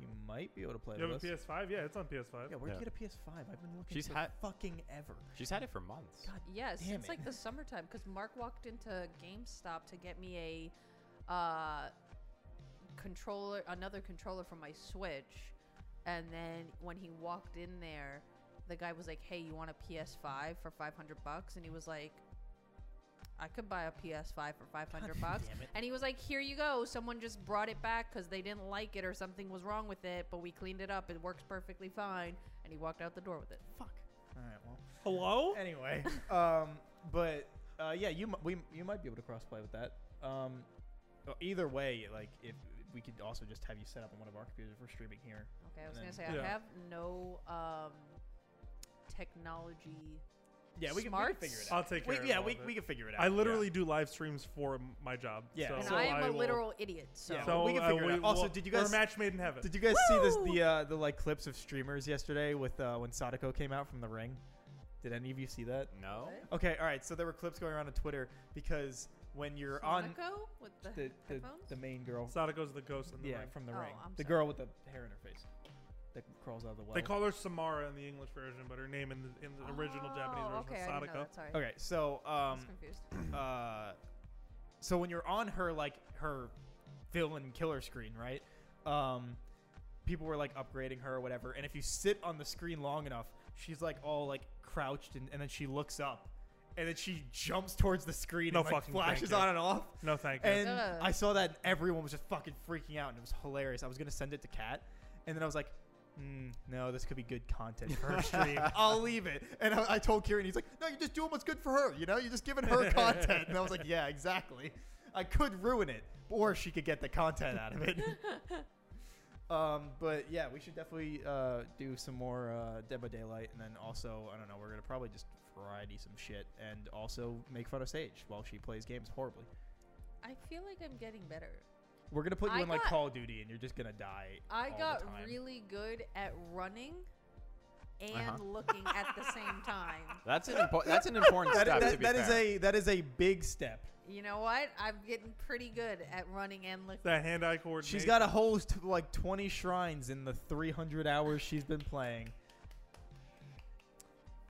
S5: You might be able to play
S1: You have
S5: with
S1: a
S5: us.
S1: PS5? Yeah, it's on PS5.
S5: Yeah, where'd
S4: Yeah.
S5: you get a PS5? I've been looking
S4: She's
S5: for
S4: had-
S5: fucking ever.
S4: She's had it for months.
S5: God
S2: Yeah,
S5: Damn
S2: since
S5: it.
S2: like the summertime, because Mark walked into GameStop to get me a uh, controller, another controller for my Switch, and then when he walked in there, the guy was like, "Hey, you want a PS5 for 500 bucks?" And he was like, "I could buy a PS5 for
S5: [LAUGHS]
S2: 500 bucks." [LAUGHS]
S5: Damn it.
S2: And he was like, "Here you go. Someone just brought it back because they didn't like it or something was wrong with it, but we cleaned it up. It works perfectly fine." And he walked out the door with it.
S5: Fuck. All right. Well.
S1: Hello?
S5: Anyway. [LAUGHS] um. But uh, yeah, you mi- we you might be able to crossplay with that. Um. uh, Either way, like if we could also just have you set up on one of our computers if we're streaming here.
S2: Okay, I was
S5: And
S2: gonna say
S1: then-
S2: I
S1: Yeah.
S2: have no um, technology.
S5: Yeah, we can, we can
S2: Smarts?
S5: figure it out.
S1: I'll take care
S5: We,
S1: of
S5: yeah,
S1: all
S5: we,
S1: of it.
S5: we can figure it out.
S1: I
S5: Yeah.
S1: literally do live streams for m- my job.
S5: Yeah.
S1: So
S2: And
S5: so
S2: I am
S1: a
S2: a literal idiot, so
S5: Yeah.
S1: So
S5: We can
S1: I
S5: figure it
S1: will-
S5: out. Also,
S1: we'll-
S5: did you
S1: we're
S5: guys-
S1: a match made in heaven?
S5: Did you guys see this
S2: Woo!
S5: the uh, the like clips of streamers yesterday with uh, when Sadako came out from the ring? Did any of you see that?
S4: No.
S2: What?
S5: Okay, all right. So there were clips going around on Twitter because when you're
S2: Monaco with the,
S5: on the, the,
S2: headphones.
S5: the main girl,
S1: Sadako's the ghost in the
S5: yeah,
S1: ring.
S5: from the
S2: Oh,
S5: ring,
S2: I'm
S5: the
S2: sorry.
S5: girl with the hair in her face that crawls out of the well.
S1: They call her Samara in the English version, but her name in the, in the original Japanese
S2: Oh,
S1: version
S2: okay,
S1: is
S2: I didn't know
S1: Sadako.
S2: that, sorry.
S5: okay, so
S2: I
S5: um,
S2: was confused.
S5: uh, so when you're on her like her villain killer screen, right? Um, people were like upgrading her or whatever, and if you sit on the screen long enough, she's like all like crouched, and, and then she looks up, and then she jumps towards the screen
S1: No
S5: and like,
S1: fucking thank
S5: flashes
S1: you.
S5: on and off.
S1: No, thank you.
S5: And
S2: Ugh.
S5: I saw that and everyone was just fucking freaking out, and it was hilarious. I was gonna send it to Kat, and then I was like, mm, "No, this could be good content for
S1: [LAUGHS]
S5: her [LAUGHS] stream. I'll leave it." And I, I told Kieran, he's like, "No, you're just doing what's good for her. You know, you're just giving her content." And I was like, "Yeah, exactly. I could ruin it, or she could get the content out of it." um, but yeah, we should definitely uh, do some more uh, Dead by Daylight, and then also, I don't know, we're gonna probably just variety some shit, and also make fun of Sage while she plays games horribly.
S2: I feel like I'm getting better.
S5: We're gonna put you
S2: I
S5: in like
S2: got-
S5: Call of Duty, and you're just gonna die.
S2: I
S5: all the
S2: got
S5: time.
S2: really good at running and
S4: Uh-huh.
S2: looking at the same [LAUGHS] time.
S5: [LAUGHS]
S4: That's an impo- that's an important
S5: That,
S4: step.
S5: that-
S4: to be
S5: that is
S4: fair.
S5: a that is a big step.
S2: You know what? I'm getting pretty good at running and looking.
S1: that hand-eye coordination.
S5: She's got a whole t- like 20 shrines in the 300 hours she's been playing.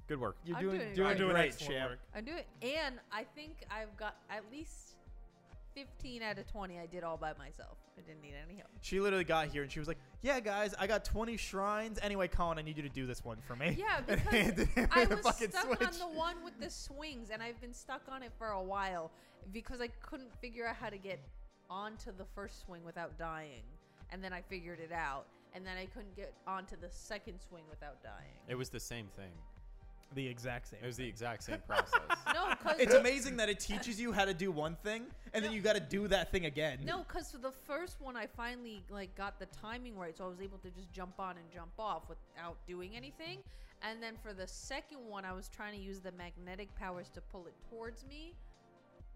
S4: good work.
S5: You're
S2: I'm
S5: doing
S2: doing
S5: doing,
S2: great.
S1: doing
S5: great,
S1: excellent
S5: champ.
S1: work.
S2: I do it, and I think I've got at least 15 out of 20. I did all by myself. I didn't need any
S5: [LAUGHS]
S2: help.
S5: She literally got here and she was like, "Yeah, guys, I got 20 shrines. Anyway, Colin, I need you to do this one for me."
S2: Yeah,
S5: [LAUGHS] And
S2: because
S5: handed him
S2: I
S5: [LAUGHS] the
S2: was
S5: fucking
S2: stuck on
S5: Switch.
S2: the one with the swings, and I've been stuck on it for a while because I couldn't figure out how to get onto the first swing without dying, and then I figured it out, and then I couldn't get onto the second swing without dying.
S4: It was the same thing.
S5: the exact same.
S4: It was the exact same process.
S5: [LAUGHS]
S2: No, [LAUGHS]
S5: it's
S2: because
S5: amazing that it teaches you how to do one thing, and then
S2: No.
S5: you got to do that thing again.
S2: no, because the first one I finally like got the timing right, so I was able to just jump on and jump off without doing anything. And then for the second one, I was trying to use the magnetic powers to pull it towards me,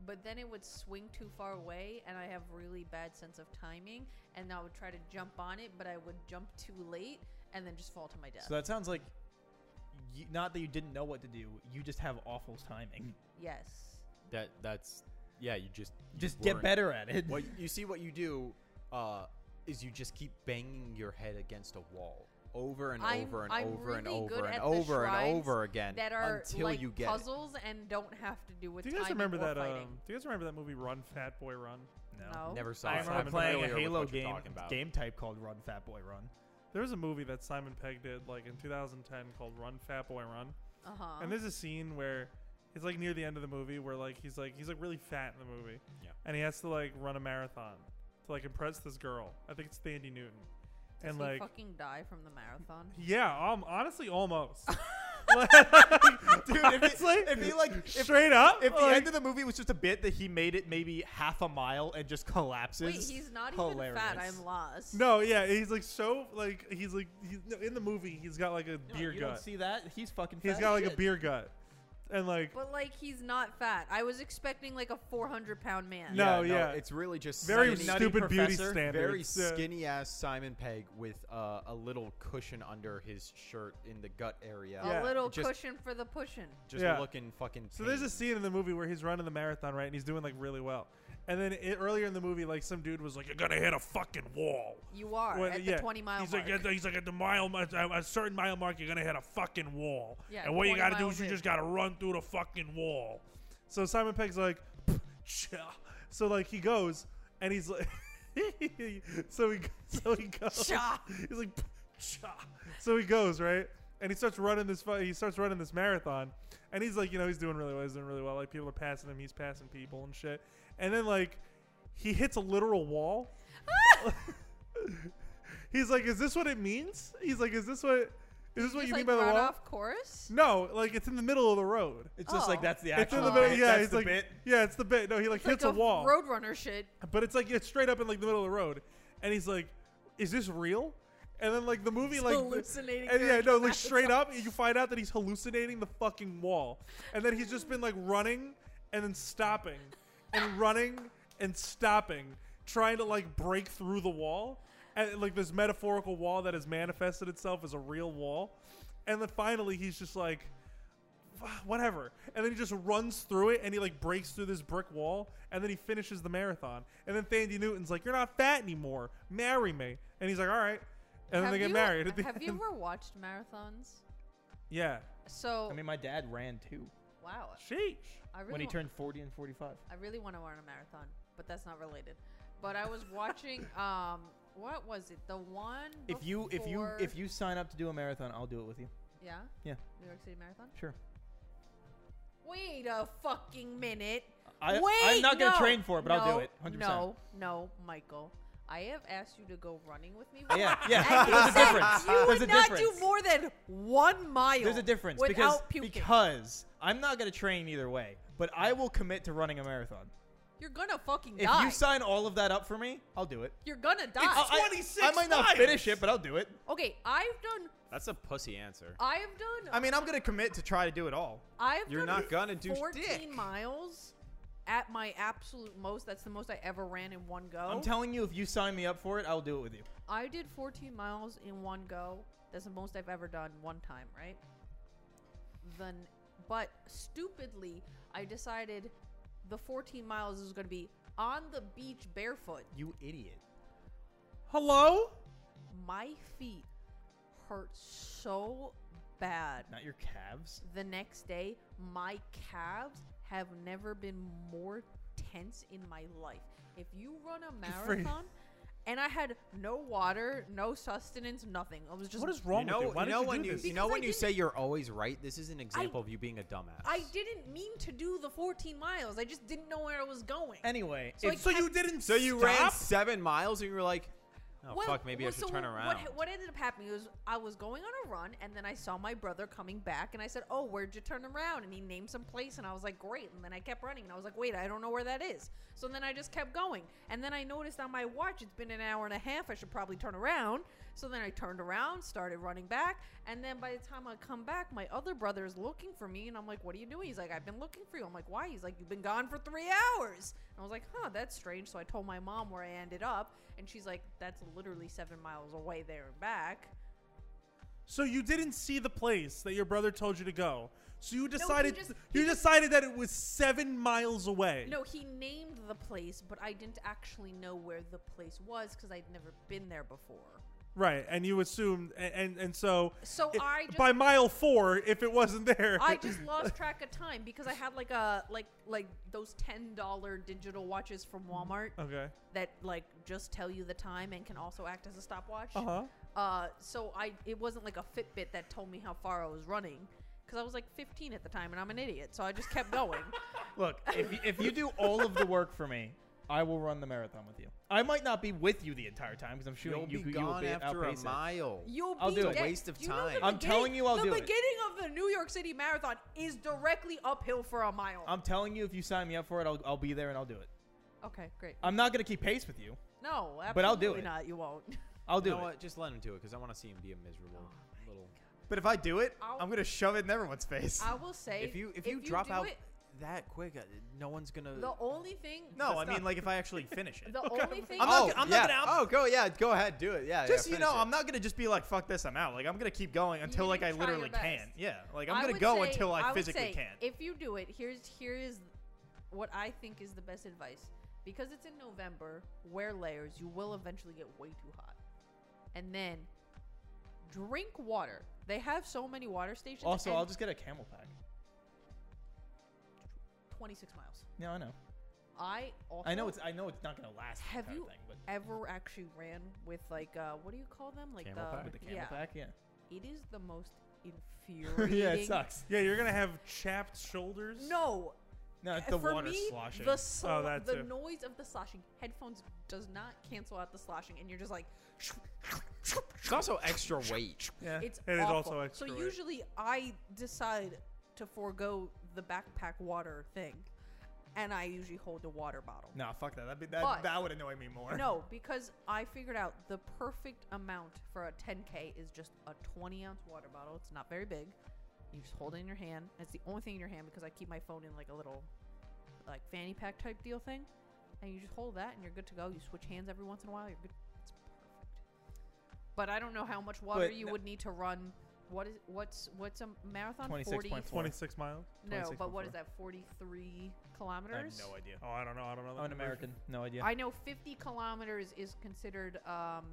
S2: but then it would swing too far away, and I have really bad sense of timing. And I would try to jump on it, but I would jump too late and then just fall to my death.
S5: So that sounds like, you, not that you didn't know what to do, you just have awful timing.
S2: yes.
S4: that that's yeah. You just you
S5: Just get
S4: weren't-
S5: better at it. [LAUGHS]
S4: What you see, what you do, uh, is you just keep banging your head against a wall over and
S2: I'm-
S4: over and
S2: I'm
S4: over and
S2: really good
S4: over and
S2: at the
S4: over and
S2: shrines
S4: over again
S2: That are
S4: until
S2: like
S4: you get. it.
S2: puzzles and don't have to do with
S1: Do you guys
S2: timing
S1: remember
S2: or
S1: that?
S2: fighting.
S1: Um, do you guys remember that movie Run Fat Boy Run?
S2: No.
S4: Never saw
S5: I
S4: it. so I'm
S5: remember playing a
S4: familiar with
S5: Halo
S4: what you're
S5: game
S4: talking about.
S5: game type called Run Fat Boy Run.
S1: There was a movie that Simon Pegg did like in 2010 called Run Fat Boy Run.
S2: Uh huh.
S1: And there's a scene where it's like near the end of the movie where like he's like he's like really fat in the movie.
S4: Yeah.
S1: And he has to like run a mthon to like impress this girl. I think it's Thandi Newton.
S2: Does
S1: and
S2: he
S1: like
S2: fucking die from the marathon. [LAUGHS]
S1: yeah, um, honestly almost. [LAUGHS]
S5: Dude, if he,
S1: Honestly?
S5: if he [LAUGHS] like if,
S1: Straight up,
S5: if the
S1: like,
S5: end of the movie was just a bit that he made it maybe half a mile and just [LAUGHS] collapses.
S2: Wait, he's not even fat.
S5: hilarious.
S2: I'm lost.
S1: no, yeah, he's like so like he's like he's, no, in the movie he's got like a
S5: No,
S1: beer
S5: you
S1: gut.
S5: don't see that? He's fucking.
S1: he's
S5: fat
S1: got
S5: as
S1: like a
S5: shit.
S1: beer gut, and like
S2: But like he's not fat. I was expecting like a 400 pound man.
S1: No, yeah.
S4: it's really just
S1: very
S5: Nutty
S4: skinny-
S1: stupid beauty
S5: Professor,
S1: standards.
S4: very
S1: yeah.
S4: skinny ass Simon Pegg with uh, a little cushion under his shirt in the gut area.
S2: A
S1: Yeah.
S2: little
S4: Just-
S2: cushion for the pushing.
S4: Just
S1: Yeah.
S4: looking fucking.
S1: So there's
S4: pain.
S1: a scene in the movie where he's running the marathon, right, and he's doing like really well. And then it, earlier in the movie, like some dude was like, "You're gonna hit a fucking wall."
S2: You are
S1: When-
S2: at
S1: yeah.
S2: the 20 mile
S1: he's
S2: mark.
S1: Like, at the- he's like at the mile, mi- at a certain mile mark, you're gonna hit a fucking wall.
S2: Yeah,
S1: and what you
S2: 20
S1: gotta do
S2: miles
S1: is you
S2: in.
S1: just gotta run through the fucking wall. So Simon Pegg's like, [LAUGHS] "Pff, cha." so like he goes and he's like, [LAUGHS] so he so he goes,
S2: Cha.
S1: he's like, "Pff, cha." so he goes right, and he starts running this fu- he starts running this marathon, and he's like, you know, he's doing really well, he's doing really well. Like people are passing him, he's passing people and shit, and then like he hits a literal wall. He's like, is this what it means? He's like, is this what is this what
S2: He's,
S1: you mean
S2: like,
S1: by the
S2: run
S1: wall?
S2: off course.
S1: No, like it's in the middle of the road.
S5: It's just like
S2: Oh.
S5: that's the
S1: It's
S5: actual.
S1: in the middle.
S5: bit.
S1: Yeah,
S5: that's
S1: it's
S5: the
S1: like
S5: bit.
S1: yeah, it's the bit. No, he like
S2: It's
S1: hits
S2: like
S1: a, wall,
S2: Roadrunner shit.
S1: but it's like it's straight up in like the middle of the road, and he's like, is this real? And then like the movie
S2: He's
S1: like
S2: hallucinating
S1: And yeah,
S2: during
S1: no,
S2: the
S1: like straight up, you find out that he's hallucinating the fucking wall, and then he's just been like running and then stopping, and running and stopping, trying to like break through the wall, and like this metaphorical wall that has manifested itself as a real wall, and then finally he's just like. "Wh- Whatever, and then he just runs through it, and he like breaks through this brick wall, and then he finishes the marathon. And then Thandi Newton's like, "You're not fat anymore. Marry me." And he's like, "All right." And then
S2: have
S1: they get
S2: you,
S1: married. At the
S2: have
S1: end.
S2: you ever watched marathons?
S1: [LAUGHS] Yeah.
S2: So
S5: I mean, my dad ran too
S2: wow,
S1: Sheesh.
S2: I really
S5: when he
S2: wa-
S5: turned 40 and 45.
S2: I really want to run a marathon, but that's not related. But I was watching [LAUGHS] um what was it? The one
S5: If you if you
S2: before-
S5: if you sign up to do a marathon, I'll do it with you.
S2: yeah
S5: Yeah.
S2: New York City Marathon.
S5: Sure.
S2: Wait a fucking minute.
S5: I,
S2: Wait,
S5: I'm not
S2: no,
S5: gonna train for it, but I'll
S2: no,
S5: do it. 100%.
S2: No, no, Michael. I have asked you to go running with me.
S5: Yeah,
S2: once,
S5: yeah.
S2: and
S5: [LAUGHS] There's
S2: you
S5: a
S2: said
S5: difference.
S2: You
S5: There's
S2: would
S5: a
S2: not
S5: difference.
S2: do more than one mile.
S5: There's a difference because
S2: without puking.
S5: because I'm not gonna train either way, but I will commit to running a marathon.
S2: you're gonna fucking
S5: If
S2: die.
S5: you sign all of that up for me, I'll do it.
S2: you're gonna die.
S5: I- I-
S1: 26
S5: I, might not
S1: miles.
S5: finish it, but I'll do it.
S2: okay, I've done.
S4: That's a pussy answer.
S2: I've done.
S5: I mean, I'm gonna commit to try to do it all.
S2: I've
S4: You're
S2: done
S4: not gonna do
S2: 14
S4: dick.
S2: miles at my absolute most. That's the most I ever ran in one go.
S5: I'm
S4: Oh.
S5: telling you, if you sign me up for it, I'll do it with you.
S2: I did 14 miles in one go. That's the most I've ever done one time, right? Then, but stupidly, I decided the 14 miles is going to be on the beach barefoot.
S5: You idiot.
S1: Hello?
S2: My feet hurt so bad.
S5: Not your calves.
S2: The next day, my calves have never been more tense in my life. If you run a
S1: [LAUGHS] Free-
S2: marathon, and I had no water, no sustenance, nothing. I was just
S1: What is wrong
S4: You know,
S1: with you? Why
S4: you know
S1: did you
S4: when
S1: do
S4: you,
S1: this?
S4: you know
S2: Because I
S4: when you
S2: didn't-
S4: say you're always right. This is an example of you being a dumbass.
S2: I didn't mean to do the 14 miles. I just didn't know where I was going.
S5: Anyway,
S2: So
S5: if-
S2: I
S1: so you
S2: kept-
S1: didn't
S4: So you
S1: stop?
S4: ran [LAUGHS] seven miles and you were like, "Oh
S2: Well,
S4: fuck, maybe I
S2: well,
S4: should
S2: so
S4: turn
S2: what-
S4: around."
S2: What, what ended up happening was I was going on a run, and then I saw my brother coming back, and I said, "Oh, where'd you turn around?" And he named some place, and I was like, "Great!" And then I kept running, and I was like, "Wait, I don't know where that is." So then I just kept going, and then I noticed on my watch it's been an hour and a half. I should probably turn around. So then I turned around, started running back, and then by the time I come back, my other brother is looking for me, and I'm like, "What are you doing?" He's like, "I've been looking for you." I'm like, "Why?" He's like, "You've been gone for three hours." And I was like, "Huh, that's strange." So I told my mom where I ended up, and she's like, "That's literally seven miles away there and back."
S1: So you didn't see the place that your brother told you to go. So you decided
S2: just-
S1: you
S2: he just-
S1: decided that it was seven miles away.
S2: No, he named the place, but I didn't actually know where the place was because I'd never been there before.
S1: Right, and you assumed, and and, and so.
S2: So
S1: it-
S2: I just
S1: by mile four, if it wasn't there,
S2: I just lost track of time because I had like a like like those ten dollar digital watches from Walmart
S1: Okay.
S2: that like just tell you the time and can also act as a stopwatch.
S1: Uh
S5: Uh-huh.
S1: huh.
S2: Uh, so I it wasn't like a Fitbit that told me how far I was running because I was like 15
S5: [LAUGHS]
S2: at the time and I'm an idiot, so I just kept going.
S5: look, if, y- if you do all of the work for me, I will run the marathon with you. I might not be with you the entire time because I'm shooting
S4: You'll
S5: you.
S4: be
S5: you
S4: gone
S5: outpa-
S4: after a
S5: outpace it.
S4: mile.
S2: You'll
S5: I'll
S2: be
S5: do it.
S2: dead.
S4: Waste of
S2: Do you know the
S4: time.
S5: I'm
S2: beginning-
S5: telling you, I'll
S2: the
S5: do it.
S2: beginning of the New York City Marathon is directly uphill for a mile.
S5: I'm telling you, if you sign me up for it, I'll, I'll be there and I'll do it.
S2: okay, great.
S5: I'm not gonna keep pace with you.
S2: no, absolutely
S5: but I'll do it.
S2: not. You won't. [LAUGHS]
S5: I'll
S4: You
S5: do
S4: know
S5: it.
S4: what? Just let him do it because I want to see him be a miserable little.
S5: But if I do it,
S2: Oh I'll-
S5: I'm gonna shove it in everyone's face.
S2: I will say
S4: If you if you drop out that quick, uh, no one's gonna.
S2: the only thing.
S5: no, I
S2: that's
S5: mean
S2: not-
S5: like if I actually finish it.
S2: the only thing.
S5: I'm not- I'm
S4: yeah.
S5: not gonna-
S4: Oh, go yeah, go ahead, do it. Yeah.
S5: Just so
S4: yeah,
S5: you know,
S4: finish it.
S5: I'm not gonna just be like, "Fuck this, I'm out." Like I'm gonna keep going until
S2: need
S5: like
S2: to
S5: I
S2: try your
S5: literally
S2: best.
S5: can. Yeah, like
S2: I
S5: I'm gonna
S2: would
S5: go
S2: say-
S5: until I,
S2: would
S5: physically
S2: say,
S5: can.
S2: If you do it, here's here is what I think is the best advice. Because it's in November, wear layers. You will eventually get way too hot. And then drink water. They have so many water stations.
S5: also,
S2: and
S5: I'll just get a camel pack.
S2: 26 miles.
S5: No, I know.
S2: I also
S5: I know it's I know it's not gonna last. the
S2: Have
S5: entire
S2: you
S5: thing, but
S2: ever actually ran with like uh what do you call them? Like
S4: Camel
S2: the,
S4: pack?
S5: with the camel
S2: Uh, yeah.
S5: pack? Yeah. [LAUGHS]
S2: It is the most infuriating.
S5: yeah, it sucks.
S1: [LAUGHS] Yeah, you're gonna have chapped shoulders.
S2: No,
S5: No, it's
S2: Uh,
S5: the
S2: for
S5: water
S2: me,
S5: sloshing.
S2: The, sl-
S1: Oh, that
S2: the
S1: too.
S2: noise of the sloshing. Headphones does not cancel out the sloshing, and you're
S1: [LAUGHS]
S2: just like,
S5: [LAUGHS]
S4: It's also extra weight.
S5: yeah.
S2: it's
S1: It is
S2: awful.
S1: also extra
S2: so
S1: weight.
S2: usually I decide to forego the backpack water thing, and I usually hold the water bottle.
S5: Nah, fuck that. That'd be, that
S2: But-
S5: that would annoy me [LAUGHS] more.
S2: No, because I figured out the perfect amount for a 10K is just a 20 ounce water bottle. It's not very big. You just hold it in your hand. It's the only thing in your hand because I keep my phone in like a little like fanny pack type deal thing. And you just hold that and you're good to go. You switch hands every once in a while. You're good. It's perfect. But I don't know how much water
S5: But
S2: you
S5: no-
S2: would need to run. What is what's what's a marathon? 40
S5: 26.4.
S1: 26 miles.
S2: No, but what
S5: 26.4.
S2: is that? 43 kilometers?
S5: I have no idea.
S1: Oh, I don't know. I don't know. that
S5: I'm an
S1: conversion.
S5: American. No idea.
S2: I know 50 kilometers is considered um,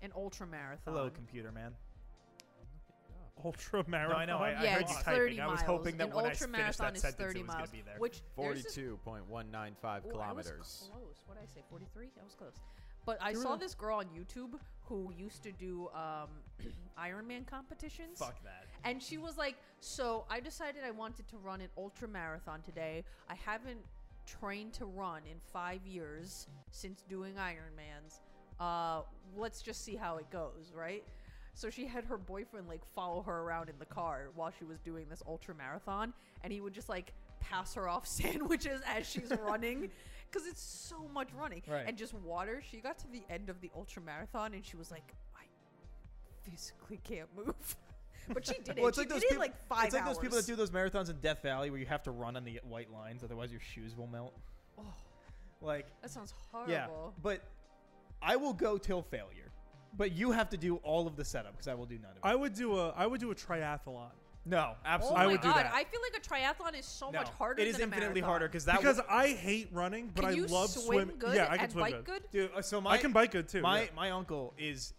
S2: an ultra marathon.
S5: Hello, computer man.
S1: Ultra marathon.
S5: I know, I-
S2: yeah,
S5: heard
S2: it's
S5: you typing.
S2: 30
S5: I was
S2: miles.
S5: hoping that
S2: an
S5: when I
S2: ultra
S5: finished that
S2: marathon is
S5: sentence, it
S2: 30
S5: was gonna
S2: miles,
S5: be there.
S2: which there's this-
S4: Forty-two point one nine five
S2: Ooh, I was
S4: kilometers.
S2: close. What did I say? 43? I was close. But I saw this girl on YouTube who used to do um, [CLEARS THROAT] Ironman competitions.
S5: Fuck that.
S2: And she was like, So I decided I wanted to run an ultra marathon today. I haven't trained to run in five years since doing Ironmans. Uh, let's just see how it goes, right? So she had her boyfriend like follow her around in the car while she was doing this ultra marathon, and he would just like pass her off [LAUGHS] sandwiches as she's running because it's so much running
S5: Right.
S2: and just water. She got to the end of the ultra marathon and she was like, I physically can't move. [LAUGHS] But she did it. she did it in, like five
S5: It's like
S2: hours.
S5: those people that do those marathons in Death Valley where you have to run on the white lines, otherwise your shoes will melt.
S2: Oh.
S5: Like,
S2: That sounds horrible.
S5: yeah. But I will go till failure. But you have to do all of the setup because I will do none of it.
S1: I would do a. I would do a triathlon
S5: no,
S2: Oh
S5: absolutely.
S2: my
S1: I would do
S2: god!
S1: that.
S2: I feel like a triathlon is so
S5: no.
S2: much harder.
S5: It is
S2: than a
S5: infinitely
S2: marathon.
S5: harder that
S1: because
S5: would-
S1: I hate running, but
S2: Can
S1: I
S2: you
S1: love
S2: swim
S1: swimming.
S2: good
S1: yeah, I can
S2: and
S1: swim
S2: bike
S1: good.
S2: good.
S5: Dude, uh, so my
S1: I can bike good too.
S5: My
S1: yeah.
S5: my uncle is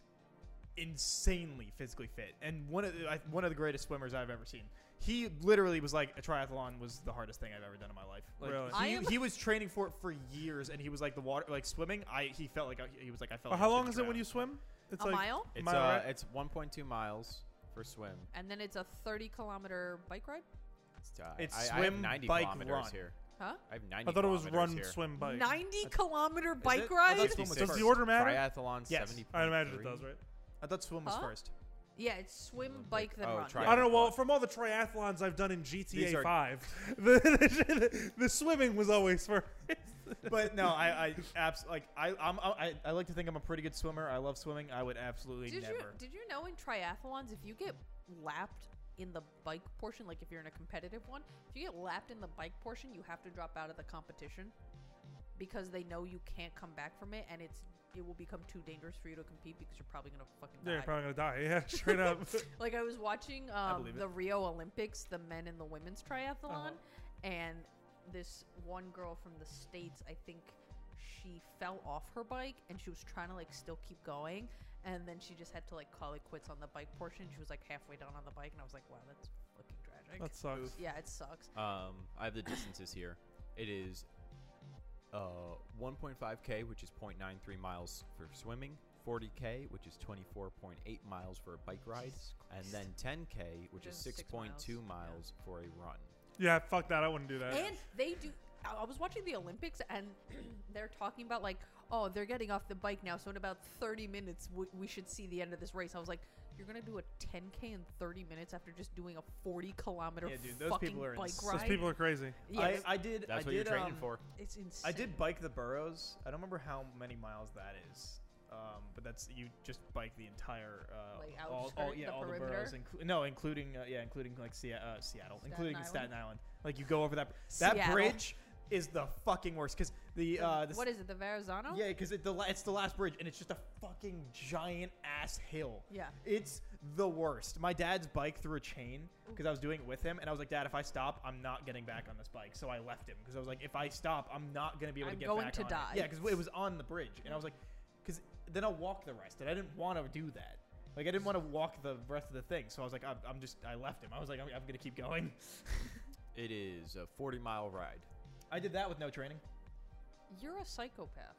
S5: insanely physically fit and one of the, I- one of the greatest swimmers I've ever seen. He literally was like a triathlon was the hardest thing I've ever done in my life. Like,
S1: Really?
S2: I
S5: He,
S2: am-
S5: he was training for it for years, and he was like the water, like swimming. I he felt like I, he was like I felt.
S1: Oh,
S5: like I
S1: how
S5: was
S1: long
S5: gonna
S1: is it when
S5: drown.
S1: you swim? It's
S2: A mile?
S4: It's
S1: mile,
S4: uh,
S1: right?
S4: it's one point two miles for swim.
S2: And then it's a 30 kilometer bike ride?
S4: It's, uh,
S5: It's
S4: I, I have
S5: swim,
S4: ninety
S5: bike,
S4: kilometers
S5: run.
S4: here.
S2: Huh?
S4: I have ninety.
S1: I thought it was
S4: kilometers
S1: run,
S4: here.
S1: swim, bike.
S2: 90 kilometer
S5: Is
S2: bike
S5: it? Oh, I
S2: ride?
S5: thought swim was
S1: Does
S5: first.
S1: the order matter?
S4: Triathlon
S5: Yes.
S4: seventy.
S1: I imagine it does, right?
S5: I thought swim was
S2: Huh?
S5: first.
S2: yeah, it's swim, bike, then
S4: Oh,
S2: run.
S4: tri-
S1: I don't know. Well, from all the triathlons I've done in GTA
S4: These are-
S1: 5, the, [LAUGHS] the, swimming was always first.
S4: [LAUGHS]
S5: but no, I I [LAUGHS] abs- like I I'm, I I like to think I'm a pretty good swimmer. I love swimming. I would absolutely
S2: Did
S5: never.
S2: you, did you know in triathlons, if you get lapped in the bike portion, like if you're in a competitive one, if you get lapped in the bike portion, you have to drop out of the competition because they know you can't come back from it and it's it will become too dangerous for you to compete because you're probably going to fucking die.
S1: They're probably gonna die. Yeah, straight
S4: [LAUGHS]
S1: up. [LAUGHS]
S2: Like I was watching um,
S5: believe it.
S2: the Rio Olympics, the men and the women's triathlon,
S1: Uh-huh.
S2: and this one girl from the states, I think she fell off her bike and she was trying to like still keep going, and then she just had to like call it quits on the bike portion. She was like halfway down on the bike, and I was like, wow, that's fucking tragic.
S1: that sucks.
S2: yeah, it sucks.
S4: Um, I have the distances here. It is uh 1.5k, which is 0.93 miles for swimming. 40k, which is 24.8 miles for a bike ride,
S2: Jesus
S4: and
S2: Christ.
S4: then 10k, which
S2: Just
S4: is
S2: six
S4: 6.2 miles,
S2: miles, yeah.
S4: for a run.
S1: Yeah, fuck that. I wouldn't do that.
S2: And they do. I I was watching the Olympics and [CLEARS THROAT] they're talking about like, oh, they're getting off the bike now. So in about 30 minutes, we, we should see the end of this race. I was like, you're gonna do a 10k in 30 minutes after just doing a 40 kilometer
S5: Yeah, dude, those
S2: fucking
S5: people are
S2: bike
S5: ins-
S2: ride.
S1: Those people are crazy.
S2: yeah,
S5: I,
S2: it's-
S5: I did.
S4: That's
S5: I
S4: what
S5: did,
S4: you're training
S5: um,
S4: for.
S2: it's insane.
S5: I did bike the Burrows. I don't remember how many miles that is, um, but that's you just bike the entire uh,
S2: Like,
S5: all, all
S2: outskirt,
S5: yeah
S2: the
S5: all the
S2: perimeter?
S5: Burrows, inclu- no, including uh, yeah, including like Se- uh, Seattle,
S2: Staten
S5: including
S2: Island?
S5: Staten Island. Like you go over that that
S2: Seattle.
S5: bridge is the fucking worst because the uh, the
S2: what is it? The Verrazano?
S5: yeah, because it, the la- it's the last bridge, and it's just a fucking giant ass hill.
S2: Yeah.
S5: It's the worst. My dad's bike threw a chain because I was doing it with him, and I was like, Dad, if I stop, I'm not getting back on this bike. So I left him because I was like, if I stop, I'm not going to be able
S2: I'm
S5: to get
S2: going
S5: back
S2: to
S5: on it."
S2: die.
S5: Yeah, because it was on the bridge, and I was like, because then I'll walk the rest, and I didn't want to do that. Like I didn't want to walk the rest of the thing, so I was like, I'm, I'm just, I left him. I was like, I'm, I'm gonna keep going.
S4: It is a 40 mile ride.
S5: I did that with no training.
S2: You're a psychopath.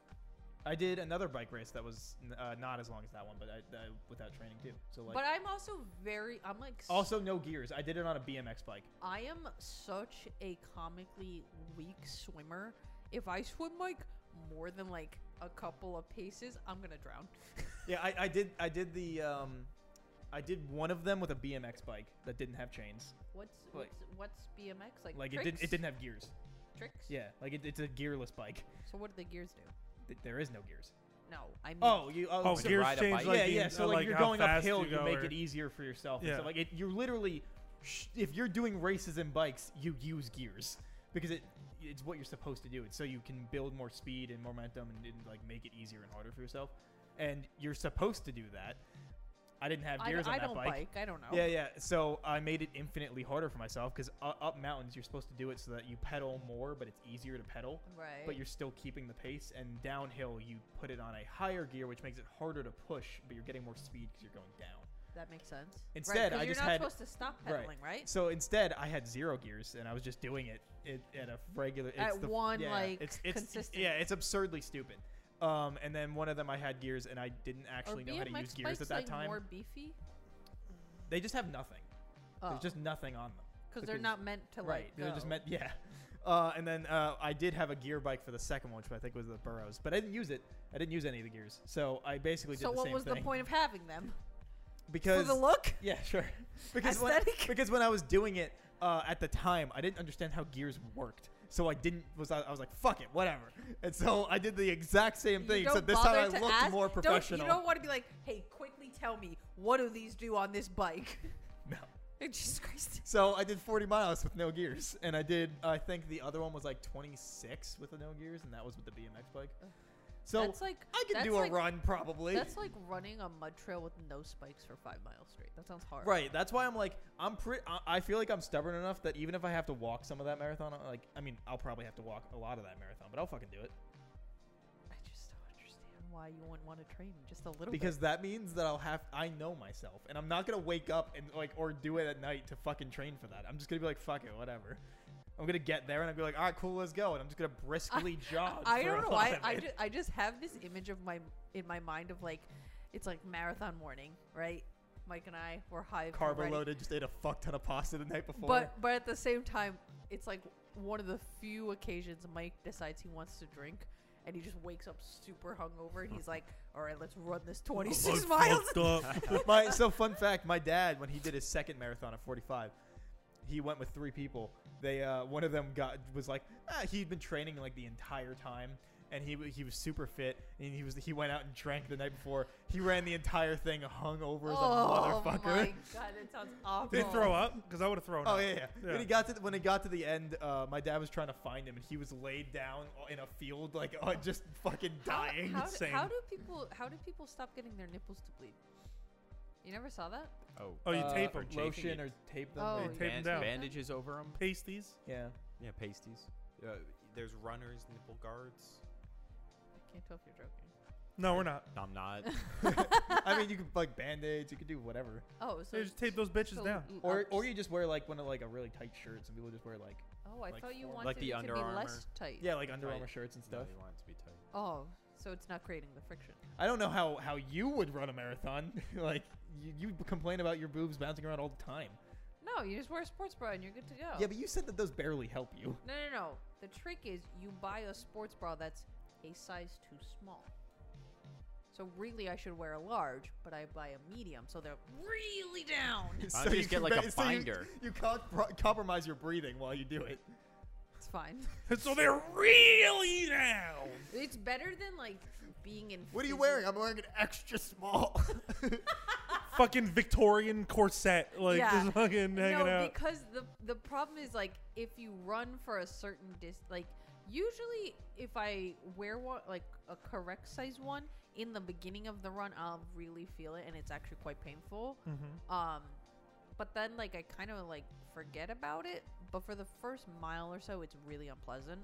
S5: I did another bike race that was n- uh, not as long as that one, but I, I, without training too. So like,
S2: but I'm also very. I'm like. s-
S5: also no gears. I did it on a BMX bike.
S2: I am such a comically weak swimmer. If I swim like more than like a couple of paces, I'm gonna drown.
S5: Yeah, I, I did. I did the. Um, I did one of them with a BMX bike that didn't have chains.
S2: What's
S5: Like-
S2: what's what's BMX like?
S5: Like it
S2: tricks?
S5: didn't. It didn't have gears.
S2: tricks.
S5: Yeah, like it, it's a gearless bike.
S2: So what do the gears do?
S5: Th- There is no gears.
S2: No, I mean.
S5: Oh, you. Oh,
S1: Oh,
S5: so-
S1: gears
S4: ride a
S1: change
S4: bike?
S1: like
S5: yeah,
S1: the-
S5: yeah. So
S1: uh,
S5: like, you're
S1: how
S5: going
S1: fast
S5: uphill, you,
S1: go
S5: make
S1: or- [LAUGHS]
S5: it easier for yourself. and
S1: Yeah.
S5: stuff. Like it, you're literally, sh- if you're doing races and bikes, you use gears because it it's what you're supposed to do. It's so you can build more speed and momentum and, and, like make it easier and harder for yourself. And you're supposed to do that. I didn't have
S2: I, d-
S5: gears
S2: I
S5: on that
S2: don't
S5: bike.
S2: I don't know.
S5: Yeah, yeah. So I made it infinitely harder for myself because up mountains you're supposed to do it so that you pedal more, but it's easier to pedal
S2: Right.
S5: but you're still keeping the pace. And downhill, you put it on a higher gear, which makes it harder to push, but you're getting more speed because you're going down.
S2: that makes sense.
S5: Instead,
S2: right, 'cause
S5: I
S2: you're
S5: just
S2: not
S5: had-
S2: supposed to stop pedaling, right?
S5: So instead, I had zero gears, and I was just doing it, it at a regular. It's
S2: At
S5: the,
S2: one,
S5: yeah,
S2: like,
S5: it's, it's,
S2: consistent-
S5: Yeah, it's absurdly stupid. Um, and then one of them I had gears, and I didn't actually
S2: Are
S5: know how to
S2: BMX
S5: use gears
S2: bikes,
S5: at that
S2: like,
S5: time.
S2: More beefy.
S5: They just have nothing.
S2: Oh,
S5: There's just nothing on them.
S2: because they're
S5: because-
S2: not meant to [LAUGHS]
S5: Right.
S2: like.
S5: They're just
S2: go.
S5: meant, yeah. Uh, and then uh, I did have a gear bike for the second one, which I think was the Burrows, but I didn't use it. I didn't use any of the gears, so I basically did
S2: So
S5: the
S2: what
S5: same
S2: was
S5: thing.
S2: the point of having them? For
S5: Because
S2: the look.
S5: yeah,
S2: [LAUGHS]
S5: sure. Because when,
S2: Aesthetic?
S5: because when I was doing it uh, at the time, I didn't understand how gears worked, so I didn't. Was I, I was like, fuck it, whatever. And so I did the exact same
S2: You
S5: thing,
S2: don't
S5: except this time
S2: bother
S5: I
S2: to
S5: looked
S2: ask-
S5: more
S2: don't-
S5: professional.
S2: you [LAUGHS] don't want to be like, hey, quickly tell me what do these do on this bike? [LAUGHS]
S5: no.
S2: And Jesus Christ.
S5: So I did 40 miles with no gears, and I did. I think the other one was like 26 with the no gears, and that was with the BMX bike. So
S2: that's like
S5: I could
S2: that's
S5: do
S2: like,
S5: a run probably.
S2: That's like running a mud trail with no spikes for five miles straight. That sounds hard.
S5: right. That's why I'm like I'm pretty. I feel like I'm stubborn enough that even if I have to walk some of that marathon, I- like I mean, I'll probably have to walk a lot of that marathon, but I'll fucking do it
S2: I just don't understand why you wouldn't want to train just a little
S5: because
S2: bit.
S5: that means that I'll have. I know myself, and I'm not gonna wake up and like or do it at night to fucking train for that. I'm just gonna be like, fuck it, whatever. I'm gonna get there and I'm gonna be like, all right, cool, let's go, and I'm just gonna briskly jog.
S2: [LAUGHS] I
S5: for a
S2: don't know
S5: lot
S2: why.
S5: of
S2: I
S5: it.
S2: just, I just have this image of my in my mind of like, it's like marathon morning, right? Mike and I were high
S5: carb loaded, just ate a fuck ton of pasta the night before.
S2: But but at the same time, it's like one of the few occasions Mike decides he wants to drink, and he just wakes up super hungover, and he's like, "All right, let's run
S5: [LAUGHS]
S2: this 26 miles."
S5: my so fun fact my dad when he did his second marathon at 45 he went with three people they uh, one of them got was like ah, he'd been training like the entire time and he, w- he was super fit and he was he went out and drank the night before he ran the entire thing hung over as a
S2: oh
S5: motherfucker
S2: my god, that sounds awful.
S1: Did throw up? Because I would have thrown
S5: [LAUGHS] Oh
S1: up.
S5: yeah, yeah.
S1: Yeah.
S5: When he got to the, when it got to the end, uh, my dad was trying to find him, and he was laid down in a field, like uh, just fucking
S2: How-
S5: dying.
S2: How, do,
S5: [LAUGHS] insane.
S2: how do people? How do people stop getting their nipples to bleed? You never saw that?
S4: Oh,
S1: Oh, you
S2: Uh,
S1: tape
S4: or
S1: them.
S4: chafing
S5: lotion
S4: it.
S5: or tape them?
S2: Oh,
S5: or-
S1: Tape 'em
S4: Band-
S1: down.
S4: bandages over them.
S1: Pasties.
S5: yeah.
S4: Yeah, pasties. Uh, there's runners, nipple guards.
S2: I can't tell if you're joking.
S1: No, we're not.
S4: I'm not.
S5: I mean, you could like band aids. You could do whatever,
S2: Oh, so
S1: They just tape those bitches
S2: so um,
S1: down. [LAUGHS]
S2: l-
S5: Uh, or
S2: up-
S5: or you just wear like one of like a really tight shirt. Some people just wear like
S2: Oh, I
S5: like
S2: thought you
S5: form-
S2: wanted
S4: Like the
S2: it to
S4: Under
S2: be
S4: Armour.
S2: less tight.
S5: yeah, like Under
S4: Tight.
S5: Armour shirts and
S4: no,
S5: stuff.
S4: you want it to be tight. [LAUGHS]
S2: Oh, so it's not creating the friction.
S5: I don't know how how you would run a marathon. [LAUGHS] like you, you complain about your boobs bouncing around all the time. Oh.
S2: No, you just wear a sports bra and you're good to go.
S5: Yeah, but you said that those barely help you.
S2: No, no, no. The trick is you buy a sports bra that's a size too small. So really, I should wear a large, but I buy a medium, so they're really down.
S5: [LAUGHS]
S3: Why don't you just get, like, a binder?
S5: You, can't pro- compromise your breathing while you do it.
S2: It's fine.
S1: so they're really down.
S2: It's better than like being in.
S5: What are you
S2: physi-
S5: wearing? I'm wearing an extra small. [LAUGHS]
S1: fucking Victorian corset, like
S2: Yeah.
S1: just fucking hanging
S2: no,
S1: out.
S2: because the the problem is like if you run for a certain dis like usually if I wear one like a correct size one in the beginning of the run, I'll really feel it, and it's actually quite painful.
S1: Mm-hmm.
S2: Um, but then like I kind of like forget about it. But for the first mile or so, it's really unpleasant.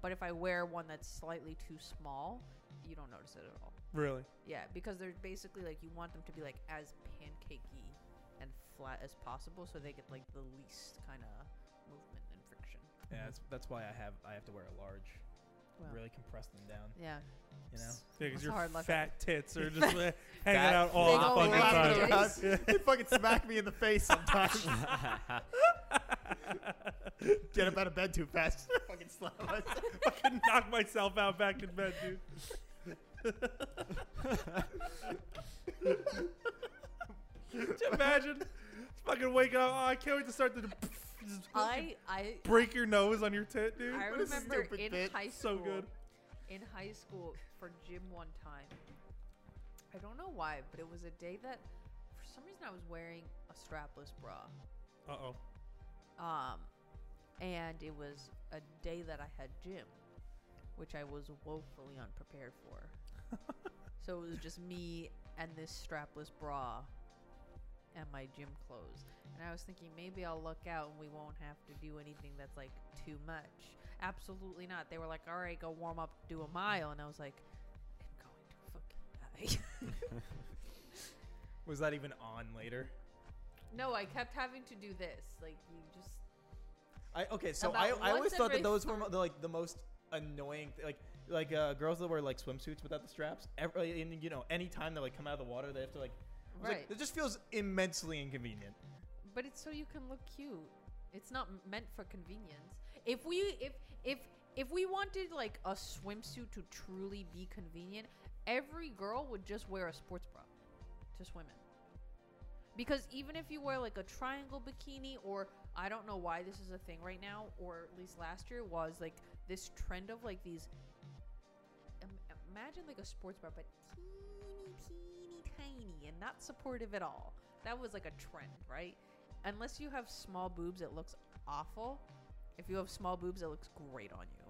S2: But if I wear one that's slightly too small, you don't notice it at all.
S1: Really?
S2: Yeah, because they're basically like you want them to be like as pancakey and flat as possible, so they get like the least kind of movement and friction.
S5: yeah, that's, that's why I have I have to wear a large.
S2: Well,
S5: Really compress them down.
S2: Yeah.
S5: You know.
S1: Yeah,
S2: It's
S1: because your
S2: hard luck.
S1: fat tits are just
S2: [LAUGHS]
S1: uh, hanging
S3: Fat
S1: out all
S2: Big
S1: the
S2: old
S1: fucking
S2: fat
S1: time. [LAUGHS]
S5: around. [LAUGHS] They fucking smack me in the face [LAUGHS] sometimes. Get up out of bed too fast. [LAUGHS] fucking slap myself.
S1: fucking knock myself out back in bed, dude. Could you imagine? Fucking waking up. Oh, I can't wait to start the. just
S2: I I
S1: break your nose on your tit, dude.
S2: I
S5: What a
S2: remember
S5: stupid
S2: in
S5: bit.
S2: high
S1: So
S2: school.
S1: good.
S2: In high school for gym one time. I don't know why, but it was a day that for some reason I was wearing a strapless bra.
S1: Uh oh.
S2: Um, and it was a day that I had gym, which I was woefully unprepared for. so it was just me and this strapless bra and my gym clothes. And I was thinking maybe I'll look out and we won't have to do anything that's like too much. Absolutely not. They were like, all right, go warm up, do a mile. And I was like, I'm going to fucking die. [LAUGHS]
S5: Was that even on later?
S2: no, I kept having to do this. Like, you just.
S5: I okay, so
S2: About
S5: I, I
S2: once
S5: always thought
S2: every
S5: that those were mo- the, like the most annoying, th- like like uh, girls that wear like swimsuits without the straps. Every and you know, any time they like come out of the water, they have to like. I was like,
S2: Right.
S5: it just feels immensely inconvenient.
S2: But it's so you can look cute. It's not m- meant for convenience. If we if if if we wanted like a swimsuit to truly be convenient, every girl would just wear a sports bra to swim in. Because even if you wear like a triangle bikini or I don't know why this is a thing right now or at least last year was like this trend of like these im- imagine like a sports bra but teeny teeny tiny and not supportive at all that was like a trend right unless you have small boobs it looks awful if you have small boobs it looks great on you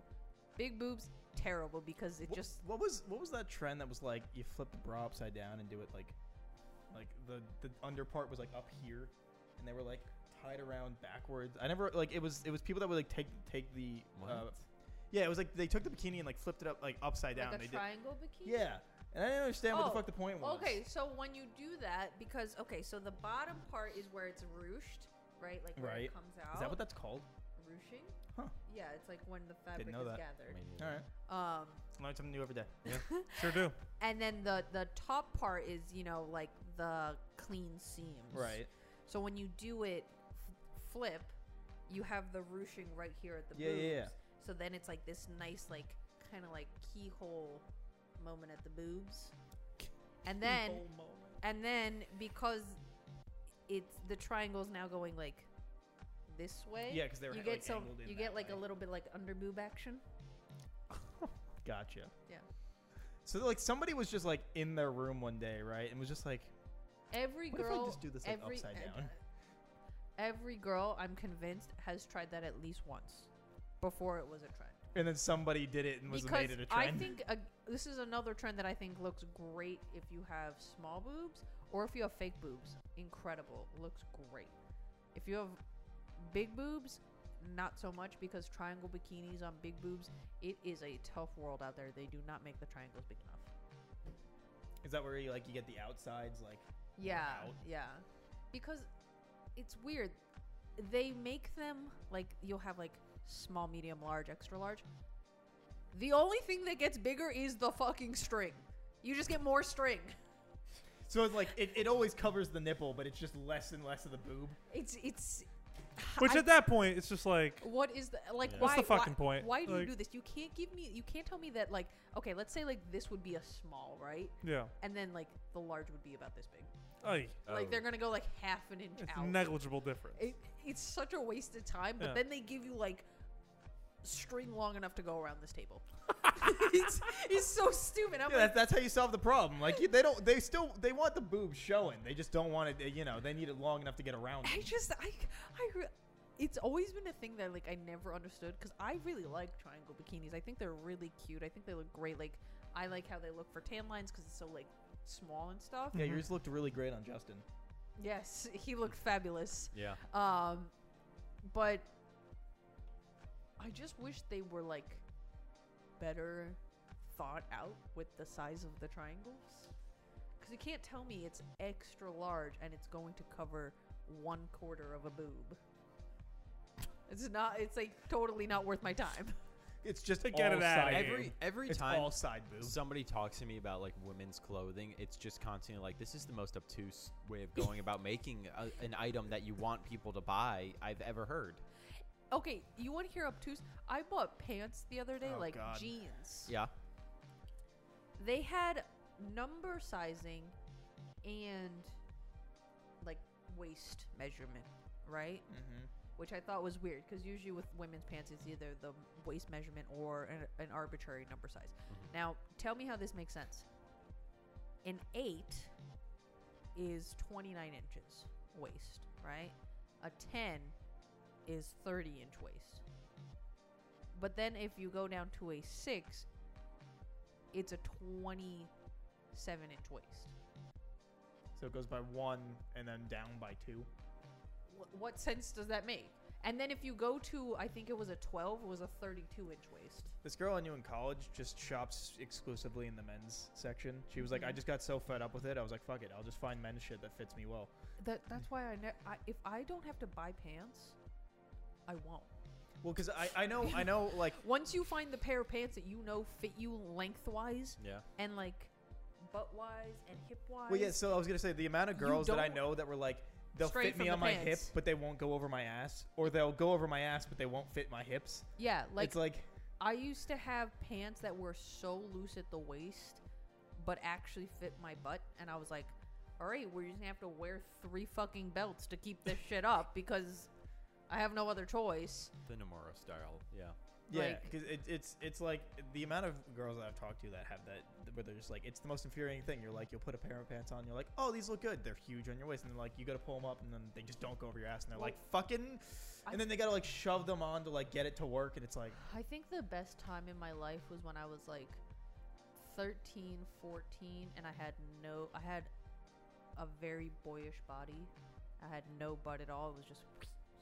S2: big boobs terrible because it
S5: Wh-
S2: just
S5: what was what was that trend that was like you flip the bra upside down and do it like like the the under part was like up here and they were like tied around backwards i never like it was it was people that would like take take the uh,
S3: What?
S5: yeah it was like they took the bikini and like flipped it up like upside down
S2: like a
S5: they
S2: triangle bikini
S5: did yeah and i didn't understand what
S2: Oh,
S5: the fuck the point was
S2: Okay, so when you do that, because okay, so the bottom part is where it's ruched, right? Like where
S5: Right.
S2: it comes out.
S5: is that what that's called
S2: ruching?
S5: Huh.
S2: Yeah, it's like when the fabric
S5: know
S2: is
S5: that.
S2: gathered.
S5: all right
S2: Um,
S5: learn something new every day
S1: Sure do.
S2: and then the the top part is you know like the clean seams.
S5: [LAUGHS] right
S2: So when you do it f- flip, you have the ruching right here at the
S5: Yeah,
S2: boobs.
S5: yeah, yeah.
S2: So then it's like this nice like kind of like keyhole moment at the boobs. And then And then because it's the triangle's now going like this way.
S5: Yeah, 'cause they were,
S2: you
S5: like,
S2: get some
S5: angled in
S2: you
S5: that
S2: get like a
S5: way.
S2: little bit like under boob action.
S5: gotcha
S2: Yeah.
S5: so like somebody was just like in their room one day right and was just like
S2: Every
S5: What if I
S2: girl
S5: just do this, like,
S2: every,
S5: upside
S2: uh,
S5: down?
S2: Every girl, I'm convinced, has tried that at least once before it was a trend.
S5: and then somebody did it and was
S2: because
S5: made it a trend
S2: I think uh this is another trend that I think looks great if you have small boobs or if you have fake boobs. Incredible, looks great. If you have big boobs, not so much because triangle bikinis on big boobs, it is a tough world out there. They do not make the triangles big enough.
S5: Is that where you like you get the outsides like
S2: Yeah,
S5: out?
S2: yeah. Because it's weird. They make them like you'll have like small, medium, large, extra large. The only thing that gets bigger is the fucking string. You just get more string.
S5: So it's like it, it always covers the nipple, but it's just less and less of the boob.
S2: It's it's
S1: Which
S2: I-
S1: at that point, it's just like
S2: What is the like?
S3: Yeah.
S2: Why,
S1: What's the fucking
S2: why,
S1: point?
S2: Why do
S1: Like-
S2: you do this? You can't give me. You can't tell me that like. Okay, let's say like this would be a small, right?
S1: yeah,
S2: And then like the large would be about this big.
S1: Ay,
S2: Like they're
S3: Oh.
S2: gonna go like half an inch
S1: it's
S2: out.
S1: negligible difference.
S2: It, it's such a waste of time. But
S1: Yeah.
S2: then they give you like string long enough to go around this table. [LAUGHS] it's, it's so stupid. I'm
S5: Yeah,
S2: like,
S5: that, that's how you solve the problem. Like you- they don't, they still, they want the boobs showing. They just don't want it. uh, You know, they need it long enough to get around.
S2: I
S5: them.
S2: just I I re- it's always been a thing that like I never understood because I really like triangle bikinis. I think they're really cute. I think they look great. Like I like how they look for tan lines because it's so like small and stuff. Mm-hmm.
S5: Yeah, yours looked really great on Justin.
S2: Yes, [LAUGHS] he looked
S4: Oh.
S2: fabulous.
S3: Yeah.
S2: Um, but I just wish they were like better thought out with the size of the triangles. Because you can't tell me it's extra large and it's going to cover one quarter of a boob. It's not. It's like totally not worth my time. [LAUGHS]
S5: It's just
S1: To get
S5: all
S1: it outta
S5: side-
S1: here.
S4: Every every
S5: It's
S4: time
S5: all side boobs.
S4: somebody
S3: talks to me about like women's clothing, it's just constantly like this is the most obtuse way of going
S4: [LAUGHS]
S3: about making a, an item that you want people to buy I've ever heard.
S2: Okay, you want to hear obtuse? I bought pants the other day,
S5: Oh,
S2: like
S5: God.
S2: jeans.
S3: Yeah.
S2: they had number sizing and like waist measurement, right?
S5: Mm-hmm.
S2: Which I thought was weird because usually with women's pants, it's either the waist measurement or an, an arbitrary number size. Now, tell me how this makes sense. An eight is 29 inches waist, right? A 10 is 30 inch waist. But then if you go down to a 6, it's a 27 inch waist.
S5: So it goes by one and then down by two.
S2: Wh- what sense does that make? And then if you go to, I think it was a 12, it was a 32 inch waist.
S5: This girl I knew in college just shops exclusively in the men's section. She was like, I
S2: Mhm.
S5: just got so fed up with it. I was like, fuck it, I'll just find men's shit that fits me well.
S2: That that's why I, ne- I if I don't have to buy pants, I won't.
S5: Well, because I, I know, I know, like,
S2: Once you find the pair of pants that you know fit you lengthwise
S3: Yeah.
S2: and like butt wise and hip wise.
S5: well, yeah. So I was gonna say the amount of
S2: You
S5: girls that I
S2: don't-
S5: know that were like, they'll
S2: Straight
S5: fit me
S2: from
S5: on
S2: the
S5: my hip,
S2: pants.
S5: but they won't go over my ass, or they'll go over my ass, but they won't fit my hips.
S2: yeah, like,
S5: it's like,
S2: I used to have pants that were so loose at the waist, but actually fit my butt, and I was like, all right, we're just gonna have to wear three fucking belts to keep this shit up because I have no other choice.
S3: The Nomura style. Yeah.
S5: yeah,
S2: like-
S5: because it, it's it's like the amount of girls that I've talked to that have that where they're just like, it's the most infuriating thing. You're like, you'll put a pair of pants on, you're like, oh, these look good. They're huge on your waist, and they're like, you gotta pull them up, and then they just don't go over your ass, and they're
S2: Well,
S5: like, fucking,
S2: I-
S5: and then they gotta like shove them on to like get it to work, and it's like,
S2: I think the best time in my life was when I was like 13, 14 and I had no I had a very boyish body. I had no butt at all. It was just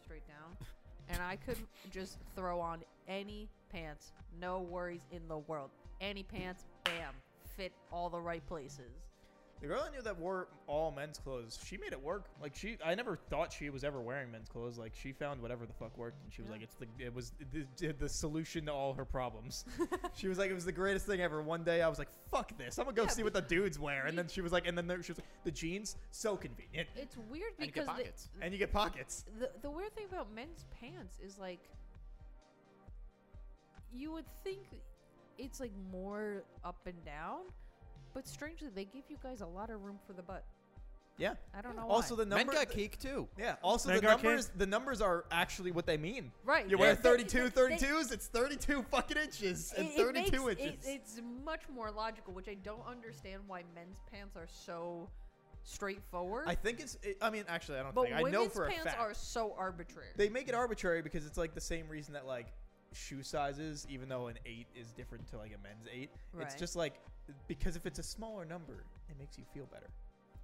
S2: straight down.
S3: [LAUGHS]
S2: And I could just throw on any pants, no worries in the world. Any pants, bam, fit all the right places.
S5: The girl I knew that wore all men's clothes, she made it work. Like she, I never thought she was ever wearing men's clothes. Like she found whatever the fuck worked, and she was
S2: Yeah.
S5: like, "It's the it was the, the solution to all
S2: [LAUGHS]
S5: her problems." she was like, "It was the greatest thing ever." One day, I was like, "Fuck this! I'm gonna go
S2: Yeah,
S5: see what the dudes wear." And
S2: you-
S5: then she was like, and then there, she was like, "The jeans, so convenient,
S2: It's weird
S3: And you get
S2: because the-
S3: pockets.
S5: and you get pockets."
S2: the the weird thing about men's pants is like you would think it's like more up and down, but strangely they give you guys a lot of room for the butt.
S5: Yeah.
S2: I don't know.
S5: Also,
S2: why.
S5: the number.
S3: cake too.
S5: yeah. Also, the
S1: Men got
S5: numbers. The numbers are actually what they mean.
S2: right?
S5: You wear
S2: they- they-
S5: 32
S2: they-
S5: 32s. It's 32 fucking inches
S2: it-
S5: and
S2: it
S5: 32
S2: makes- it-
S5: inches.
S2: it's much more logical, which I don't understand why men's pants are so straightforward.
S5: I think it's. It, I mean, actually, I don't
S2: but
S5: think. I
S2: women's
S5: know for a
S2: pants
S5: fact.
S2: are so arbitrary.
S5: they make it arbitrary because it's like the same reason that like shoe sizes, even though an eight is different to like a men's eight, it's
S2: Right.
S5: just like because if it's a smaller number, it makes you feel better.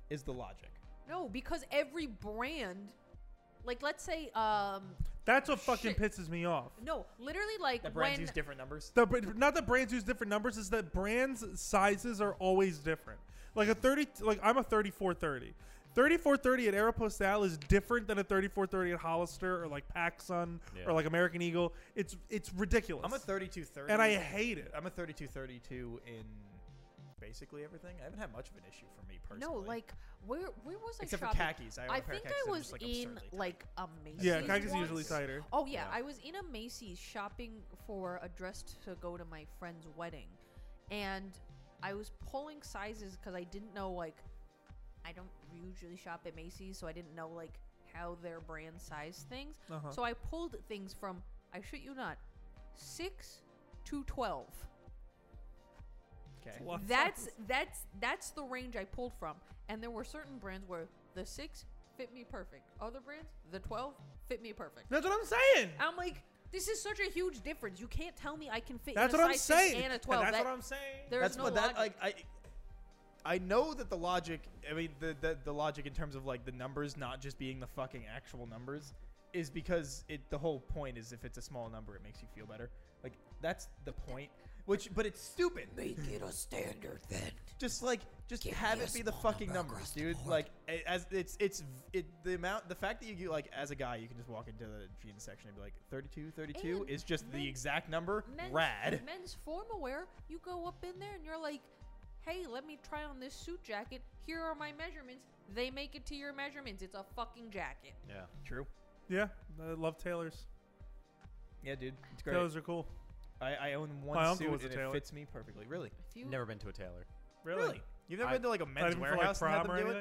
S5: Is the logic?
S2: no, because every brand, like let's say, um,
S1: That's what fucking
S2: Shit.
S1: pisses me off.
S2: no, literally like
S5: That brands
S2: when
S5: use different numbers.
S1: The, br- not that brands use different numbers, is that brands sizes are always different. Like a thirty, like I'm a thirty-four thirty. Thirty-four thirty at Aeropostale is different than a thirty-four thirty at Hollister or like PacSun
S3: Yeah.
S1: or like American Eagle. It's it's ridiculous.
S5: I'm a 32 30.
S1: and I hate it.
S5: I'm a 32 32 in basically everything. I haven't had much of an issue for me
S2: No,
S5: personally.
S2: like where where was I
S5: except for
S2: shopping?
S5: khakis. I, own a
S2: I
S5: pair of
S2: think
S5: khakis that
S2: I
S5: are
S2: was
S5: just, like,
S2: in
S5: absurdly tight.
S2: like a Macy's.
S1: Yeah, khakis
S2: once.
S1: usually tighter.
S2: Oh yeah,
S5: Yeah.
S2: I was in a Macy's shopping for a dress to go to my friend's wedding, and I was pulling sizes because I didn't know like I don't usually shop at Macy's, so I didn't know like how their brand size things.
S1: Uh-huh.
S2: So I pulled things from I shoot you not six to twelve.
S5: Okay.
S1: What?
S2: That's that's that's the range I pulled from, and there were certain brands where the six fit me perfect. Other brands, the twelve fit me perfect.
S1: That's what I'm saying.
S2: I'm like, this is such a huge difference. You can't tell me I can fit.
S1: That's
S2: in
S1: what
S2: a
S1: I'm
S2: size six
S1: saying.
S2: And a twelve.
S1: That's
S2: That-
S1: what I'm saying.
S2: there's
S5: That's
S2: no
S5: what that
S2: logic.
S5: like I. I know that the logic. I mean, the, the the logic in terms of like the numbers not just being the fucking actual numbers, is because it the whole point is if it's a small number, it makes you feel better. Like that's the point. Which, but it's stupid.
S6: Make it a standard then.
S5: Just like, just
S6: Give
S5: have
S6: me a
S5: it be the
S6: small
S5: fucking
S6: number across
S5: numbers,
S6: the
S5: dude.
S6: board.
S5: Like, a- as it's it's it the amount, the fact that you get, like as a guy, you can just walk into the jeans section and be like 32, 32
S2: And
S5: is just
S2: men-
S5: the exact number.
S2: men's,
S5: Rad.
S2: Men's formal wear, you go up in there and you're like, hey, let me try on this suit jacket. Here are my measurements. They make it to your measurements. It's a fucking jacket.
S4: Yeah.
S5: True.
S1: Yeah, I love tailors.
S5: Yeah, dude. It's great.
S1: Tailors are cool.
S5: I, I own one
S1: My uncle
S5: suit
S1: was a
S5: and
S1: tailor.
S5: it fits me perfectly. Really?
S2: If you
S4: Never been to a tailor.
S1: Really?
S5: You've
S3: I-
S5: never been to like a
S1: Not
S5: men's
S1: even for like
S5: warehouse
S1: prom
S5: and had
S1: or
S5: them do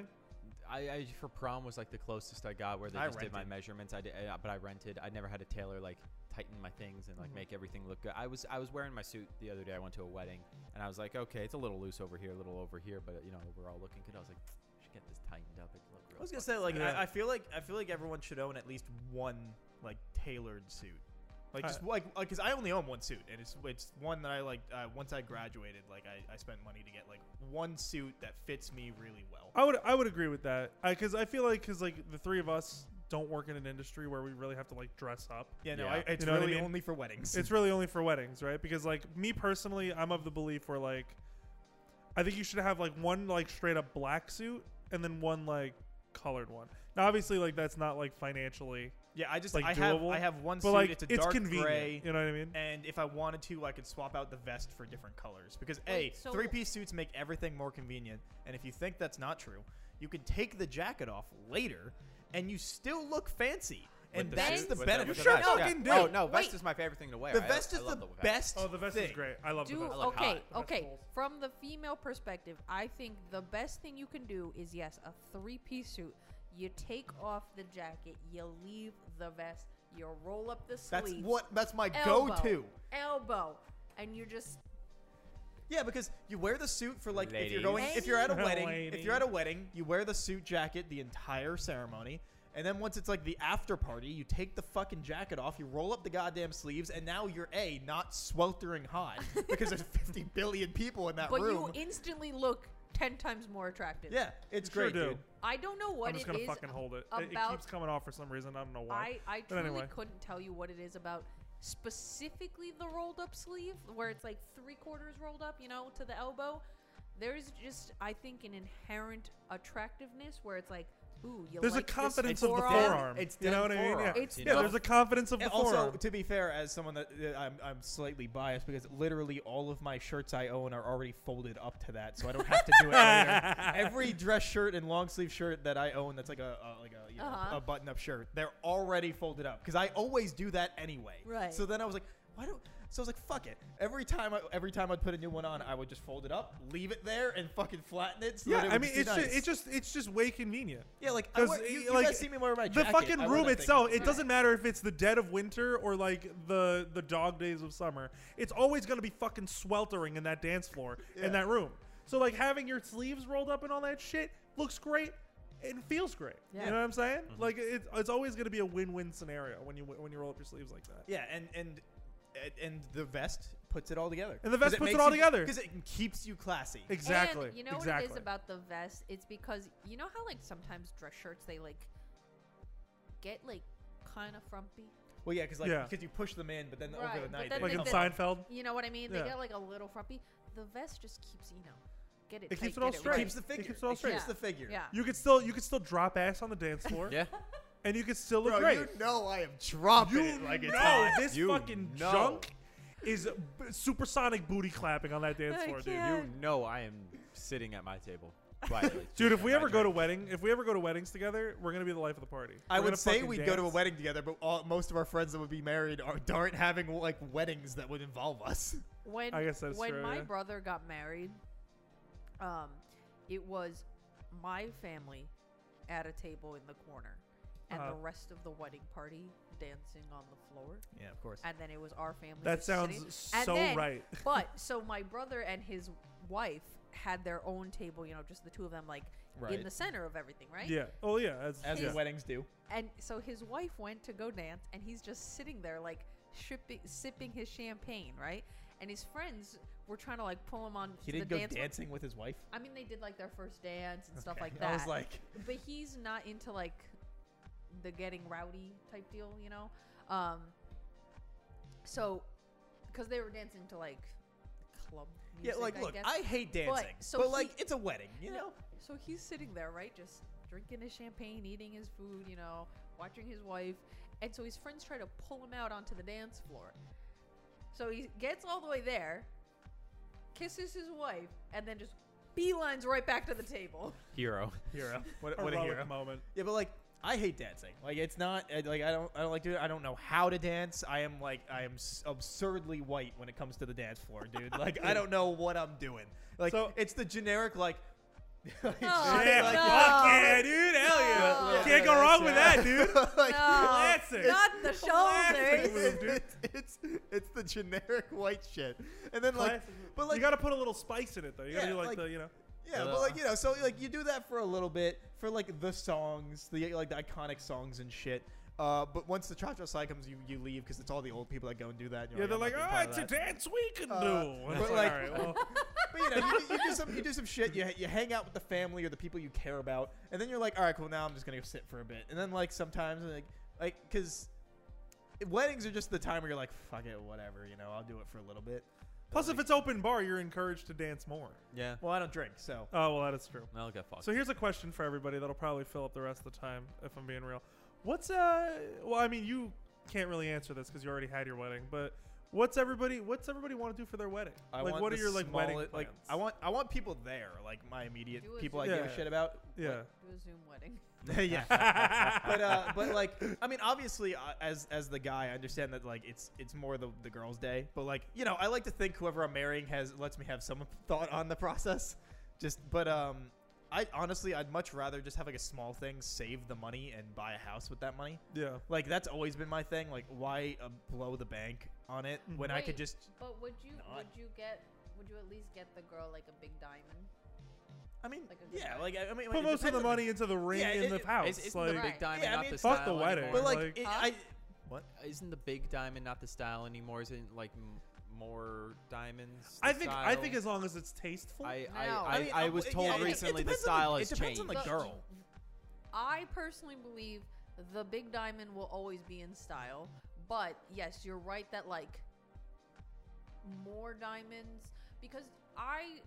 S1: anything.
S5: it?
S3: I, I for prom was like the closest I got where they
S5: I
S3: just did my
S5: rented.
S3: measurements. I did, uh, but I rented. I never had a tailor like tighten my things and like make everything look good. I was I was wearing my suit the other day. I went to a wedding and I was like, okay, it's a little loose over here, a little over here, but you know, overall looking good. I was like, should get this tightened up. It look real.
S5: I was gonna
S3: fucking
S5: say like
S1: Yeah.
S5: I, I feel like I feel like everyone should own at least one like tailored suit. Like
S1: I-
S5: just like like because I only own one suit and it's it's one that I like uh, once I graduated like I, I spent money to get like one suit that fits me really well.
S1: I would I would agree with that because I, feel like because like the three of us don't work in an industry where we really have to like dress up.
S5: Yeah, no,
S3: Yeah.
S5: I, it's
S1: You know what I
S5: really
S1: mean?
S5: only for weddings.
S1: It's really only for weddings, right? Because like me personally, I'm of the belief where like I think you should have like one like straight up black suit and then one like colored one. Now obviously like that's not like financially,
S5: [LAUGHS] yeah, I just
S1: like,
S5: I have
S1: doable,
S5: I have one
S1: but
S5: suit.
S1: like
S5: it's
S1: it's,
S5: a dark
S1: convenient.
S5: gray.
S1: You know what I mean?
S5: And if I wanted to, I could swap out the vest for different colors. Because
S2: Wait,
S5: a
S2: so-
S5: three-piece suits make everything more convenient. And if you think that's not true, you can take the jacket off later, and you still look fancy. And
S2: the
S5: that's
S2: suit-
S5: the
S2: with
S5: benefit.
S1: with the Sure vest,
S5: fucking
S4: Oh
S5: do.
S4: no, vest
S2: wait.
S4: is my favorite thing to wear.
S5: The
S4: I-
S5: vest
S4: I
S5: is
S4: love
S5: the
S4: vest.
S5: best.
S1: Oh, the vest
S5: thing.
S1: is great. I love
S2: do
S1: the vest.
S3: look
S2: okay,
S1: hot.
S2: okay.
S1: Vegetables.
S2: From the female perspective, I think the best thing you can do is yes, a three-piece suit. You take off the jacket, you leave the vest, you roll up the
S5: That's
S2: sleeves.
S5: what. That's my
S2: elbow,
S5: go-to.
S2: elbow, and you just
S5: Yeah, because you wear the suit for like if you're
S3: Ladies.
S5: going
S1: [LAUGHS]
S5: if you're at a
S1: Ladies.
S5: wedding, if you're at a
S1: Ladies.
S5: wedding, you wear the suit jacket the entire ceremony. And then once it's like the after party, you take the fucking jacket off, you roll up the goddamn sleeves, and now you're a not sweltering hot because there's [LAUGHS] 50 billion people in that
S2: but
S5: room.
S2: you instantly look ten times more attractive.
S5: yeah, it's
S1: Sure
S5: great,
S1: do.
S5: dude.
S2: I don't know what
S1: I'm just
S2: it
S1: gonna
S2: is
S1: fucking hold it. It-
S2: about-
S1: it keeps coming off for some reason. I don't know why.
S2: I I
S1: But
S2: truly
S1: anyway.
S2: couldn't tell you what it is about specifically the rolled up sleeve where it's like three quarters rolled up, you know, to the elbow. There's just I think an inherent attractiveness where it's like, ooh, you
S1: There's
S2: like
S1: a
S2: this
S1: confidence of the
S2: forearm.
S1: forearm.
S4: It's
S1: you know
S4: damn
S1: what I mean? Yeah,
S4: forearm.
S2: It's
S1: yeah
S2: the-
S1: there's a confidence of the
S5: And also,
S1: forearm.
S5: to be fair, as someone that uh, I'm, I'm slightly biased because literally all of my shirts I own are already folded up to that, so I don't have to do
S1: [LAUGHS]
S5: it later. Every dress shirt and long sleeve shirt that I own, that's like a uh, like a, you know,
S2: Uh-huh.
S5: a button up shirt. They're already folded up because I always do that anyway.
S2: Right.
S5: So then I was like, why do? So I was like, fuck it. Every time I every time I'd put a new one on, I would just fold it up, leave it there, and fucking flatten it. So that
S1: yeah,
S5: it
S1: I
S5: would
S1: mean,
S5: just be
S1: it's
S5: nice.
S1: just, it's just it's just way convenient.
S5: yeah, like I
S1: 'Cause,
S5: wear, you,
S1: uh,
S5: you
S1: like,
S5: guys see me wear my
S1: The
S5: jacket. I
S1: fucking
S5: wear
S1: room
S5: that thing
S1: itself,
S5: all the
S1: it doesn't matter if it's the dead of winter or like the the dog days of summer. It's always going to be fucking sweltering in that dance floor in that room. So like having your sleeves rolled up and all that shit looks great and feels great. You
S5: Yeah.
S1: know what I'm saying? Like it's it's always going to be a win-win scenario when you when you roll up your sleeves like that.
S5: Yeah, and and and- and the vest puts it all together.
S1: And the vest puts it all together.
S5: because it keeps you classy.
S1: Exactly.
S2: And you know
S1: exactly.
S2: what it is about the vest? It's because you know how like sometimes dress shirts they like get like kind of frumpy.
S5: Well, yeah, because like
S1: Yeah.
S5: because you push them in, but then
S2: Right,
S5: over the
S2: but
S5: night,
S2: then
S5: they
S1: like in
S5: come
S2: the-
S5: up.
S1: Seinfeld.
S2: You know what I mean? They
S1: Yeah.
S2: get like a little frumpy. The vest just keeps you know get it.
S1: It keeps
S2: tight,
S1: it all
S2: get
S1: straight.
S2: right.
S5: keeps the figure.
S1: keeps it all straight.
S5: the figure.
S2: Yeah.
S1: You could still you could still drop ass on the dance
S5: [LAUGHS]
S1: floor.
S3: Yeah.
S1: And you could still look
S5: Bro,
S1: great.
S5: you know I am dropping
S1: You
S5: it like it's
S1: know
S5: hot.
S1: this
S4: You
S1: fucking
S4: know.
S1: junk is b- supersonic booty clapping on that dance
S2: I
S1: floor, dude.
S2: can't.
S3: You know I am sitting at my table. Quietly,
S1: Dude, if
S3: drinking
S1: we
S3: my
S1: ever go to
S3: drink.
S1: wedding, if we ever go to weddings together, we're gonna be the life of the party. We're
S5: I
S1: gonna
S5: would say
S1: fucking
S5: we'd go to a
S1: dance.
S5: wedding together, but all, most of our friends that would be married are, aren't having like weddings that would involve us.
S2: when
S1: I guess that's
S2: when
S1: true,
S2: my
S1: yeah.
S2: brother got married, um, it was my family at a table in the corner, and
S1: Uh-huh.
S2: the rest of the wedding party dancing on the floor,
S5: Yeah, of course.
S2: and then it was our family.
S1: That
S2: just sitting-
S1: sounds
S2: and
S1: so
S2: then-
S1: right.
S2: but
S1: [LAUGHS]
S2: so my brother and his wife had their own table, you know, just the two of them, like in
S5: Right.
S2: the center of everything, right?
S1: [LAUGHS] Yeah. Oh yeah. That's,
S5: As
S1: yeah.
S5: weddings do.
S2: And so his wife went to go dance, and he's just sitting there, like shipping, sipping his champagne, right? And his friends were trying to like pull him on.
S5: He
S2: to
S5: didn't
S2: the
S5: go
S2: dance floor.
S5: dancing with his wife.
S2: I mean, they did like their first dance and stuff like that.
S5: [LAUGHS] I was like,
S2: but he's not into like the getting rowdy type deal, you know. Um, so because they were dancing to like club
S5: yeah,
S2: music,
S5: like,
S2: I
S5: look,
S2: guess.
S5: I hate dancing, but,
S2: so he-
S5: like, it's a wedding, you know.
S2: So he's sitting there, right, just drinking his champagne, eating his food, you know, watching his wife, and so his friends try to pull him out onto the dance floor. So he gets all the way there, kisses his wife, and then just beelines right back to the table.
S3: hero.
S5: Hero, what, what a
S1: Heroic
S5: hero!
S1: moment.
S5: Yeah, but like, I hate dancing. Like, it's not I- like I don't I don't like do it. I don't know how to dance. I am like I am s- absurdly white when it comes to the dance floor, dude. Like, I don't know what I'm doing. Like,
S1: So-
S5: it's the generic like. [LAUGHS] like,
S2: Oh,
S1: yeah,
S2: no.
S1: fuck yeah, dude. Hell yeah.
S2: No.
S5: Yeah,
S1: Can't go
S5: that's,
S1: wrong with
S5: uh,
S1: that, dude.
S5: [LAUGHS] like,
S1: Classic.
S2: Not the
S1: Classic
S2: shoulders.
S1: move, dude.
S5: it's, it's it's the generic white shit, and then like,
S1: Classic move.
S5: but like
S1: you gotta put a little spice in it though. You gotta
S5: Yeah,
S1: do like,
S5: like-
S1: the, you know.
S5: Yeah, but like you know, so like you do that for a little bit for like the songs, the like the iconic songs and shit. Uh, but once the cha cha slide comes, you you leave because it's all the old people that go and do that. and
S1: Yeah,
S5: you're
S1: they're
S5: like,
S1: like,
S5: "I'm
S1: oh,
S5: not
S1: it's
S5: being
S1: a
S5: part of that."
S1: dance we can do.
S5: Uh,
S1: And it's
S5: but
S1: like,
S5: like-
S1: all
S5: [LAUGHS]
S1: right, well,
S5: But you know, you, you do some you do some shit. You you hang out with the family or the people you care about, and then you're like, all right, cool. Now I'm just gonna go sit for a bit. And then like sometimes like like because weddings are just the time where you're like, fuck it, whatever. You know, I'll do it for a little bit.
S1: plus if it's open bar, you're encouraged to dance more.
S3: Yeah.
S5: Well, I don't drink, so
S1: Oh well, that is true.
S3: Well, got fucked.
S1: So here's a question for everybody that'll probably fill up the rest of the time if I'm being real. What's uh? Well, I mean, you can't really answer this because you already had your wedding, but what's everybody? What's everybody want to do for their wedding?
S5: I
S1: like,
S5: want
S1: what are
S5: the
S1: your like wedding
S5: smallest-
S1: plans?
S5: Like, I want I want people there, like my immediate
S2: Do a
S5: people I
S1: Zoom.
S5: give
S1: Yeah.
S5: a shit about.
S1: yeah.
S2: Do a Zoom wedding.
S5: [LAUGHS] yeah. [LAUGHS] but uh, but like I mean, obviously, uh, as as the guy, I understand that like it's it's more the the girl's day. But like you know, I like to think whoever I'm marrying has lets me have some [LAUGHS] thought on the process. Just but um, I honestly I'd much rather just have like a small thing, save the money, and buy a house with that money.
S1: yeah.
S5: Like that's always been my thing. Like why uh, blow the bank on it when I could
S2: Wait,
S5: just
S2: But would you
S5: Not.
S2: would you get would you at least get the girl like a big diamond?
S5: I mean
S2: Like a good
S5: yeah
S2: guy.
S5: like I I mean
S1: Put
S5: it
S1: most of
S5: depends
S1: the
S5: on
S1: money into the ring
S5: Yeah,
S1: in
S5: it-
S1: the
S5: it-
S1: house.
S3: Is, not the
S1: like,
S3: big
S2: Right.
S3: diamond
S5: Yeah, I
S3: not
S5: mean,
S3: the
S5: fuck
S3: style
S1: the wedding.
S3: anymore?
S5: But like,
S1: Like-
S5: it,
S2: Huh?
S5: I what?
S3: isn't the big diamond not the style anymore? Isn't like m- more diamonds?
S1: I
S3: the
S1: think I
S3: style?
S1: think as long as it's tasteful.
S3: I I,
S2: No.
S3: I,
S2: I
S5: mean,
S3: I
S5: uh,
S3: was
S5: it-
S3: told
S5: yeah, it- it
S3: recently the
S5: depends on the-
S3: style
S5: it
S3: has
S5: depends
S3: changed.
S5: on the
S2: Look,
S5: girl.
S2: I personally believe the big diamond will always be in style, but yes, you're right that like more diamonds because I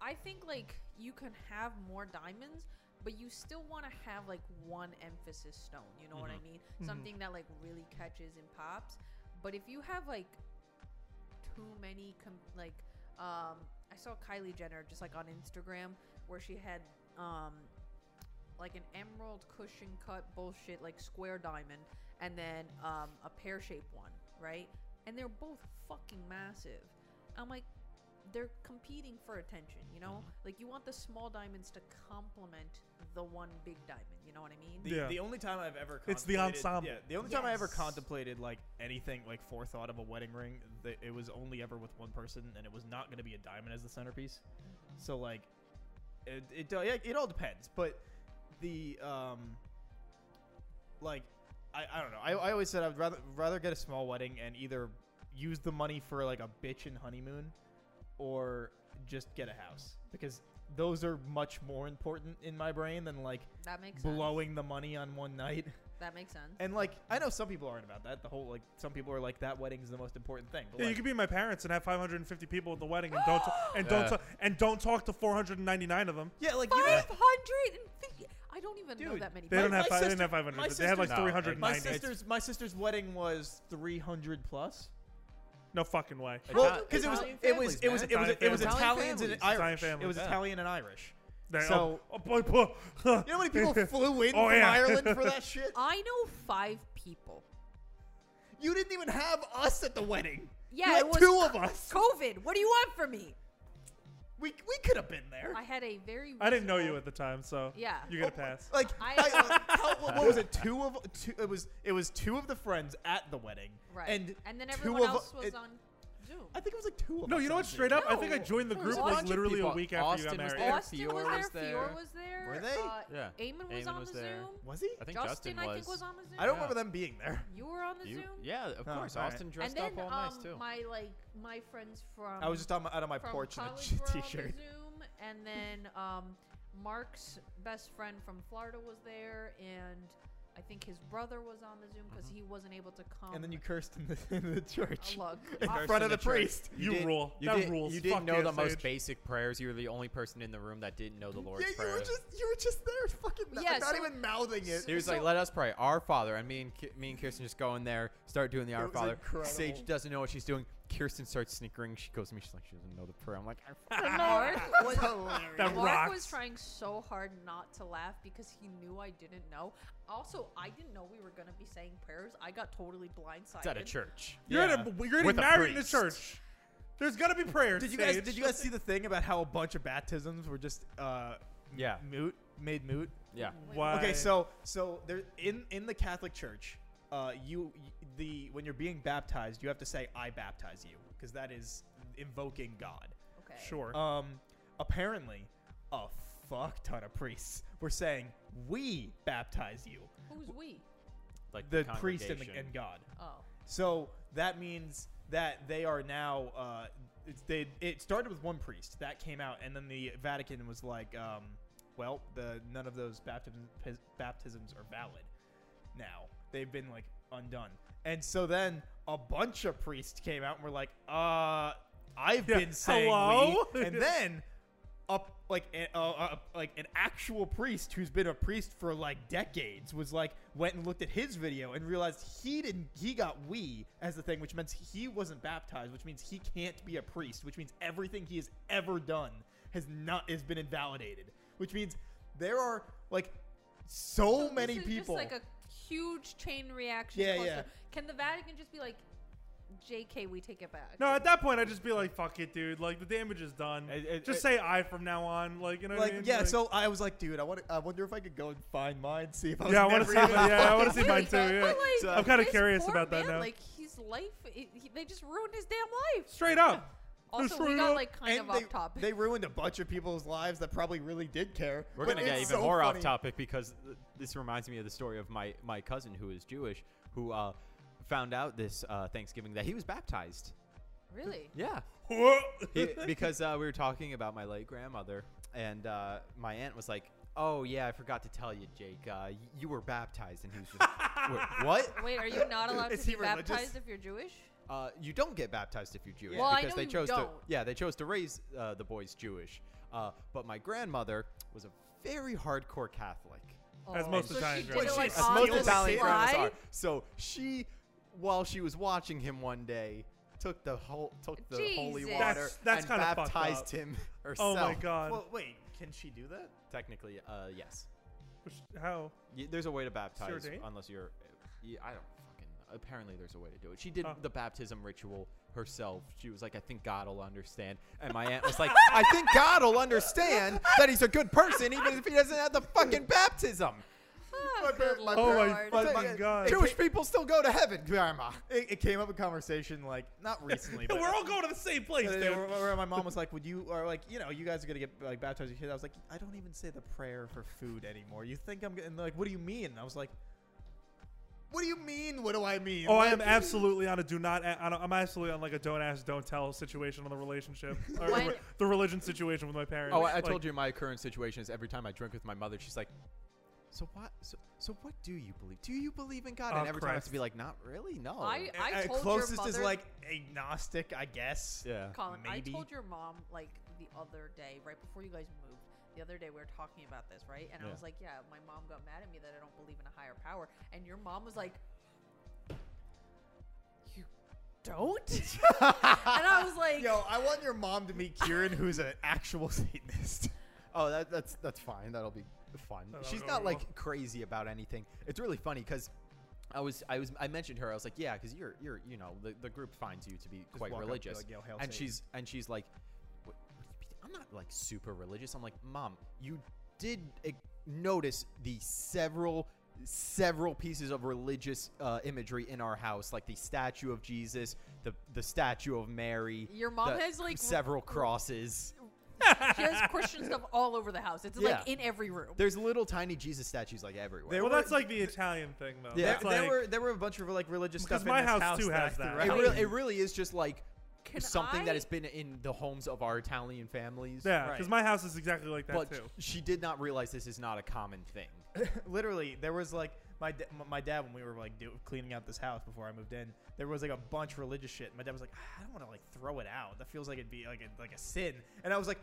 S2: I think like you can have more diamonds, but you still want to have like one emphasis stone, you know what
S5: Mm-hmm.
S2: I mean? Something that like really catches and pops. But if you have like too many com- like um I saw Kylie Jenner just like on Instagram where she had um like an emerald cushion cut bullshit like square diamond and then um a pear shaped one, right? And they're both fucking massive. I'm like they're competing for attention, you know? Like you want the small diamonds to complement the one big diamond, you know what I mean?
S5: The,
S1: Yeah.
S5: the only time I've ever
S1: It's the
S5: contemplated-
S1: ensemble.
S5: Yeah, the only time I ever
S2: Yes.
S5: contemplated like anything like forethought of a wedding ring, th- it was only ever with one person, and it was not going to be a diamond as the centerpiece. So like, it it, do- yeah, it all depends. But the um, like, I, I don't know. I, I always said I would rather rather get a small wedding and either use the money for like a bitch and honeymoon, or just get a house because those are much more important in my brain than like
S2: that makes sense.
S5: blowing the money on one night. [LAUGHS]
S2: That makes sense.
S5: And like, I know some people aren't about that. The whole like, some people are like, that wedding's the most important thing. But
S1: Yeah, you
S5: like,
S1: could be my parents and have 550 people at the wedding and
S5: [GASPS]
S1: don't ta- and don't
S3: Yeah.
S1: ta- and don't talk to 499 of them.
S5: yeah, like you know,
S2: Five hundred and fifty. I don't even know
S5: Dude,
S2: that many.
S1: They
S5: My-
S1: don't have
S5: my
S1: five, they didn't
S5: sister-
S1: have 500.
S5: my
S1: they had like
S5: sister-
S3: No,
S1: 390.
S5: my
S3: it's-
S5: sister's my sister's wedding was three hundred plus.
S1: No fucking way.
S5: Well,
S4: Itali-
S5: because it was
S7: Italian
S5: it was
S7: families, man.
S5: it was it was it was
S7: Italian
S5: Italians and
S7: families.
S5: Irish.
S1: Italian
S5: It was
S1: families.
S5: Italian and Irish.
S1: They-
S5: So-
S1: oh, oh, boy, boy.
S5: [LAUGHS] You know how
S1: [LAUGHS]
S5: many people flew in
S1: Oh,
S5: from
S1: yeah.
S5: Ireland for that shit?
S2: I know five people.
S5: You didn't even have us at the wedding.
S2: Yeah,
S5: you had
S2: it was
S5: two of us.
S2: COVID. What do you want from me?
S5: We, we could have been there.
S2: I had a very.
S1: [LAUGHS] I didn't know
S2: reasonable-
S1: you at the time, so
S2: Yeah.
S1: you get a
S5: [LAUGHS]
S1: pass.
S5: Like
S2: I-
S5: I- how- what was it? Two of two. It was it was two of the friends at the wedding.
S2: Right.
S5: And
S2: then
S5: two
S2: everyone
S5: of-
S2: else was
S5: it-
S2: on Zoom.
S5: I think it was like two of
S1: No,
S5: us
S1: you know
S5: on
S1: what?
S5: Zoom.
S1: Straight up, I think I
S2: No.
S1: joined the
S2: There
S1: group
S2: was a
S1: like
S2: bunch of
S1: literally a
S4: people.
S1: week after you
S4: Austin was
S1: got
S4: there.
S1: married.
S2: Austin
S4: Fior
S2: was
S4: was
S2: there.
S4: there.
S2: Fior was there.
S5: Were they?
S2: Uh,
S4: Yeah.
S2: Eamon was
S4: Eamon
S2: on
S4: was
S2: the
S4: there.
S2: Zoom.
S5: Was he?
S4: I think
S2: Justin,
S4: Justin,
S2: I think, was on the Zoom.
S5: I don't
S4: Yeah.
S5: remember them being there.
S2: You were on the
S4: You,
S2: Zoom.
S4: yeah, of
S5: Oh,
S4: course.
S5: alright.
S4: Austin dressed
S2: And then
S4: up all
S2: um,
S4: nice too.
S2: my like my friends from
S5: I was just on my, out on my
S2: from
S5: porch in a [LAUGHS]
S2: college
S5: t-
S2: were on the
S5: t-shirt.
S2: Zoom, and then um, Mark's best friend from Florida was there, and I think his brother was on the Zoom because he wasn't able to come.
S5: Mm-hmm. And then you cursed in the, [LAUGHS] in the
S2: uh, [LAUGHS]
S5: church. [LAUGHS]
S2: look.
S5: In
S2: I-
S5: front of the
S7: the church.
S5: priest.
S1: You,
S4: did-
S1: rule.
S4: You
S1: that
S4: did,
S1: rules.
S4: You didn't
S1: Fuck
S4: know
S1: yeah,
S4: the most
S1: Sage.
S4: basic prayers. You were the only person in the room that didn't know the Lord's
S5: Yeah, you
S4: prayer.
S5: were just you were just there, fucking not,
S2: Yeah,
S5: not
S2: so-
S5: even mouthing it.
S2: [LAUGHS]
S4: he was like,
S2: so-
S4: "Let us pray, Our Father." And me and Ki- me and Kirsten just go in there, start doing the Our
S5: was
S4: Father.
S5: incredible.
S4: Sage doesn't know what she's doing. Kirsten starts snickering. She goes to me. She's like, "She doesn't know the prayer." I'm like,
S2: Mark was
S1: That
S2: Mark
S1: rocks.
S2: was trying so hard not to laugh because he knew I didn't know. Also, I didn't know we were gonna be saying prayers. I got totally blindsided.
S4: "It's at a church."
S1: You're
S5: Yeah.
S1: at a, you're getting
S4: With a
S1: married in the
S4: priest.
S1: church. There's gonna be prayers.
S5: Did you guys
S1: Sage.
S5: did you guys see the thing about how a bunch of baptisms were just uh
S4: Yeah.
S5: moot made moot?
S4: Yeah.
S2: Mm-hmm.
S1: Why?
S5: Okay, so so there in in the Catholic Church, uh you the when you're being baptized, you have to say I baptize you because that is invoking God.
S2: Okay.
S1: sure.
S5: Um apparently a fuck ton of priests were saying we baptize you.
S2: Who's we?
S4: Like
S5: The priest and, the,
S4: congregation.
S5: and God.
S2: Oh.
S5: So that means that they are now. Uh, it's, they it started with one priest that came out, and then the Vatican was like, um, "Well, the none of those baptisms baptisms are valid now. They've been like undone." And so then a bunch of priests came out and were like, "Uh, I've
S1: Yeah,
S5: been saying
S1: hello?
S5: we," [LAUGHS] and then. Up like a, uh, uh, like an actual priest who's been a priest for like decades was like went and looked at his video and realized he didn't he got we as the thing which means he wasn't baptized which means he can't be a priest which means everything he has ever done has not has been invalidated which means there are like so,
S2: So
S5: many
S2: this is
S5: people
S2: Just like a huge chain reaction.
S5: Yeah,
S2: cluster.
S5: yeah.
S2: Can the Vatican just be like, "J.K., we take it back"?
S1: no, at that point, I'd just be like, "Fuck it, dude. Like the damage is done.
S5: It- it-
S1: just
S5: it-
S1: say I from now on. Like you know what I
S5: like
S1: mean?
S5: yeah
S1: Like-
S5: so i was like dude i want i wonder if i could go and find mine see if i
S1: [LAUGHS]
S5: was
S1: yeah, I want to
S5: never
S1: see. my-
S5: even-
S1: Yeah, I want to see mine too.
S2: But,
S1: Yeah.
S2: like,
S1: I'm kind of
S2: this
S1: curious
S2: poor
S1: about that
S2: man,
S1: now.
S2: Like his life, it, he, they just ruined his damn life.
S1: Straight up.
S2: [LAUGHS] Also, we
S1: straight
S2: got
S1: up.
S2: like kind
S5: And
S2: of
S5: they,
S2: off topic.
S5: they ruined a bunch of people's lives that probably really did care.
S4: We're
S5: But
S4: gonna get
S5: it's
S4: even
S5: so
S4: more off
S5: funny.
S4: topic because th- this reminds me of the story of my my cousin who is Jewish, who uh, found out this uh, Thanksgiving that he was baptized.
S5: [LAUGHS]
S2: really?
S4: Yeah,
S2: [LAUGHS]
S4: He- because uh, we were talking about my late grandmother, and uh, my aunt was like, "Oh yeah, I forgot to tell you, Jake, uh, y- you were baptized." And he was just,
S5: [LAUGHS]
S4: Wait, "What?
S2: Wait, are you not allowed
S5: Is
S2: to be
S5: he religious?
S2: baptized if you're Jewish?
S4: Uh, you don't get baptized if you're Jewish
S2: Well, I
S4: because
S2: know
S4: they
S2: you
S4: chose to.
S2: don't.
S4: Yeah, they chose to raise uh, the boys Jewish. Uh, but my grandmother was a very hardcore Catholic.
S1: As
S2: Oh.
S1: most
S2: so
S1: Italian
S2: she did
S1: girls
S2: it,
S1: are.
S2: like,
S1: As
S2: on
S5: most
S2: the
S5: Italian girls
S2: fly?
S4: are. So she, while she was watching him one day, took the whole took the holy
S2: Jesus.
S4: water
S1: That's- that's
S4: and
S1: kinda fucked up.
S4: baptized him
S1: [LAUGHS] Oh
S4: herself.
S1: my god.
S5: Well, wait, can she do that?
S4: Technically, uh, yes.
S1: How?
S4: Y- there's a way to baptize
S1: date?
S4: unless you're. y- I don't fucking. Apparently, there's a way to do it. She did
S1: Huh.
S4: the baptism ritual herself. She was like, "I think God will understand," and my aunt
S1: [LAUGHS]
S4: was like, "I think God will understand that he's a good person, even if he doesn't have the fucking baptism."
S2: Oh,
S5: My
S2: good
S5: par- my
S1: Oh my
S2: lord.
S1: fucking
S5: Like, uh,
S1: god.
S5: it-
S4: Jewish people still go to heaven, Grandma.
S5: It, it came up in conversation, like
S4: [LAUGHS]
S5: not recently. but
S1: We're all going to the same place,
S5: Uh,
S1: dude.
S5: where- where my mom was like, "Would you or like you know you guys are gonna get like baptized?" as kids." I was like, "I don't even say the prayer for food anymore." You think I'm getting like, what do you mean? And I was like, "What do you mean? What do I mean?"
S1: Oh, I
S5: Like-
S1: am
S5: [LAUGHS]
S1: absolutely on a do not. a- on a- I'm absolutely on like a don't ask, don't tell situation on the relationship, or
S2: When-
S1: the- [LAUGHS] the religion situation with my parents.
S4: Oh, I, I
S1: Like,
S4: told you my current situation is every time I drink with my mother, she's like, "So what? So, so what do you believe? Do you believe in God?"
S1: Oh,
S4: and every time I have
S1: Christ.
S4: to be like, "Not really, no."
S2: I, I
S5: Uh,
S2: told
S5: closest
S2: your mother,
S5: is like agnostic, I guess.
S4: yeah.
S2: Colin,
S5: Maybe.
S2: I told your mom like the other day, right before you guys moved. The other day we were talking about this, right? And I
S4: Yeah.
S2: was like, "Yeah, my mom got mad at me that I don't believe in a higher power," and your mom was like, "You don't. [LAUGHS] and I was like,
S5: Yo, I want your mom to meet Kieran, who's an actual [LAUGHS] Satanist.
S4: Oh, that, that's that's fine. That'll be fun.
S1: That'll
S4: She's
S1: go
S4: not
S1: well.
S4: like crazy about anything. It's really funny because I was I was I mentioned her. I was like, yeah, because you're you're you know the, the group finds you to be quite
S5: walk up, be
S4: religious,
S5: like, "Yo, hail Satan."
S4: and she's and she's like, "What- what do you mean? I'm not like super religious. I'm like, mom, you did eh, notice the several several pieces of religious uh, imagery in our house, like the statue of Jesus, the the statue of Mary.
S2: Your mom
S4: the
S2: has, like,
S4: several crosses.
S2: she has Christian stuff all over the house. It's like
S4: Yeah.
S2: in every room.
S4: There's little tiny Jesus statues like everywhere.
S5: They
S1: Well,
S5: were-
S1: that's like the Italian thing, though.
S4: Yeah.
S1: That's
S5: there, there
S1: like-
S5: were there were a bunch of like religious
S1: [LAUGHS] Because
S5: stuff. in
S1: my
S5: this
S1: house,
S5: house
S1: too,
S5: that I
S1: has that.
S5: threw
S4: It
S5: out.
S4: really, it really is just like
S2: Can
S4: something
S2: I-
S4: that has been in the homes of our Italian families.
S1: yeah, because
S5: Right.
S1: my house is exactly like that
S4: but
S1: too.
S4: she did not realize this is not a common thing.
S5: literally there was like my da- m- my dad when we were like do- cleaning out this house before I moved in there was like a bunch of religious shit my dad was like "Ah, I don't want to like throw it out that feels like it'd be like a, like a sin and I was like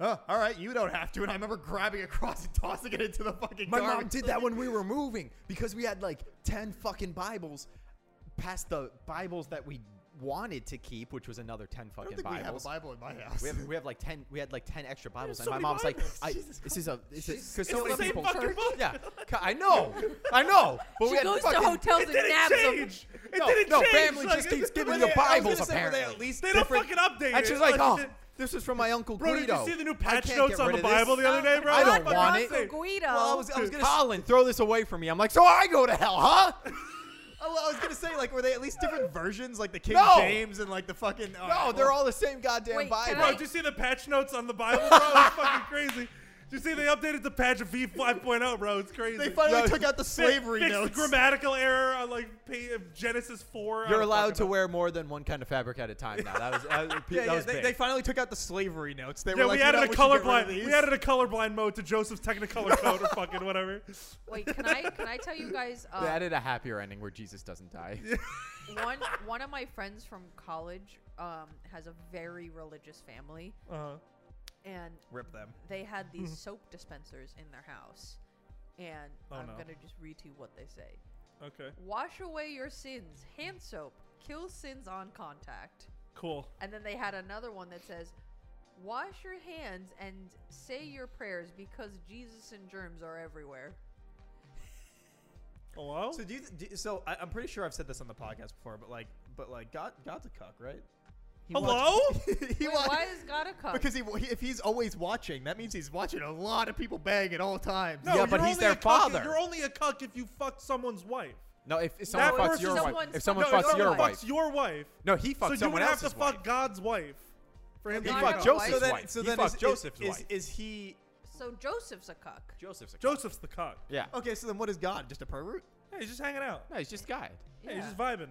S5: oh all right you don't have to and I remember grabbing a cross and tossing it into the fucking
S4: My mom
S5: garbage.
S4: did that when we were moving because we had like ten fucking Bibles, past the Bibles that we wanted to keep, which was another
S5: I
S4: ten
S5: don't
S4: fucking
S5: think we have a
S4: Bibles.
S5: Bible in my house [LAUGHS]
S4: We have, we have like ten. We had like ten extra Bibles, and
S1: so
S4: my
S1: many
S4: mom's
S1: Bibles.
S4: like, I, "This is a this is because
S1: it's
S4: so
S1: the
S4: many
S1: same
S4: people."
S1: fucking book.
S4: Yeah, I know, I know. But we
S2: she
S4: had
S2: goes
S4: fucking,
S2: to hotels
S1: It
S2: and nabs
S1: didn't
S2: them.
S1: change. It
S4: No,
S1: didn't
S4: no,
S1: change.
S4: family
S1: like,
S4: just
S1: it-
S4: keeps
S1: it-
S4: giving
S1: it-
S4: you
S1: it-
S4: Bibles,
S5: say, were they at
S4: apparently.
S5: least
S1: They don't
S5: different-
S1: fucking update
S4: And
S1: it.
S4: she's like,
S1: Like,
S4: oh,
S1: they-
S4: this is from my uncle
S1: Bro,
S4: Guido.
S1: did you see the new patch
S4: can't
S1: notes
S4: get
S1: on
S4: rid
S1: the
S4: of this.
S1: Bible the other day, bro?
S4: I don't
S1: Fucking
S4: want it.
S1: insane.
S2: Uncle Guido.
S5: Well, I was, I was gonna
S4: Colin, throw this away from me. I'm like, so I go to hell, huh? [LAUGHS]
S5: Oh, well, I was gonna say, like, were they at least different [LAUGHS] versions, like the King
S4: No.
S5: James and like the fucking? Oh,
S4: No, they're all the same goddamn
S2: Wait, can
S4: Bible.
S1: Bro, Oh, did you see the patch notes on the Bible, bro? It's fucking crazy. Did you see they updated the patch of V5.0, oh, bro? It's crazy.
S5: They finally
S4: Yo,
S5: took out the
S1: Fi-
S5: slavery
S1: fixed
S5: notes.
S1: grammatical error on like pay of Genesis 4. I
S4: You're
S1: don't
S4: allowed to
S1: fucking know.
S4: wear more than one kind of fabric at a time now. That was, that
S5: [LAUGHS]
S4: was,
S5: yeah,
S4: that
S5: yeah,
S4: was
S5: they,
S4: big.
S5: they finally took out the slavery notes. They
S1: Yeah,
S5: were like,
S1: we added
S5: you know,
S1: a
S5: should get rid of
S1: colorblind.
S5: these.
S1: We
S2: [LAUGHS]
S1: added a colorblind mode to Joseph's Technicolor code or fucking whatever.
S2: Wait, can I can I tell you guys uh,
S4: They added a happier ending where Jesus doesn't die.
S2: one one of my friends from college um, has a very religious family
S1: Uh-huh.
S2: and
S5: Rip them.
S2: they had
S1: Hmm.
S2: these soap dispensers in their house. And
S1: Oh,
S2: I'm
S1: no.
S2: going to just read to you what they say.
S1: Okay,
S2: Wash away your sins. Hand soap. Kill sins on contact.
S1: cool.
S2: And then they had another one that says, Wash your hands and say your prayers because Jesus and germs are everywhere.
S1: Hello?
S5: So do you? Do, so I, I'm pretty sure I've said this on the podcast before, but like, but like, God, God's a cuck, right? He
S1: Hello?
S5: [LAUGHS] he
S2: Wait,
S5: wa-
S2: why is God a cuck?
S5: [LAUGHS] because he, he, if he's always watching, that means he's watching a lot of people bang at all times.
S1: No,
S4: Yeah, but
S1: you're
S4: he's
S1: only
S4: their
S1: a cuck if-
S4: father.
S1: You're only a cuck if you fuck someone's wife.
S4: No, if, if someone fucks
S1: person-
S4: your wife,
S2: someone's
S4: if someone
S1: no,
S2: fucking
S1: if
S4: fucks your
S1: someone
S2: wife.
S4: wife,
S1: fucks your wife.
S4: no, he
S1: So
S4: fucks
S1: you would
S4: someone
S1: have to
S4: else's wife.
S1: fuck God's wife for him
S4: He
S1: to
S2: God
S1: cuck.
S2: got
S4: fucked
S2: Joseph.
S4: Joseph's
S2: So then-
S4: wife.
S5: so
S4: He
S5: then is,
S4: fucked Joseph's
S5: is,
S4: wife.
S5: Is, is he?
S2: so Joseph's a cuck.
S4: Joseph's a
S1: Joseph's the cuck.
S4: Yeah.
S5: Okay, so then what is God? Just a pervert?
S1: Yeah, he's just hanging out.
S4: No, he's just guy.
S1: Yeah, he's
S2: Yeah.
S1: just vibing.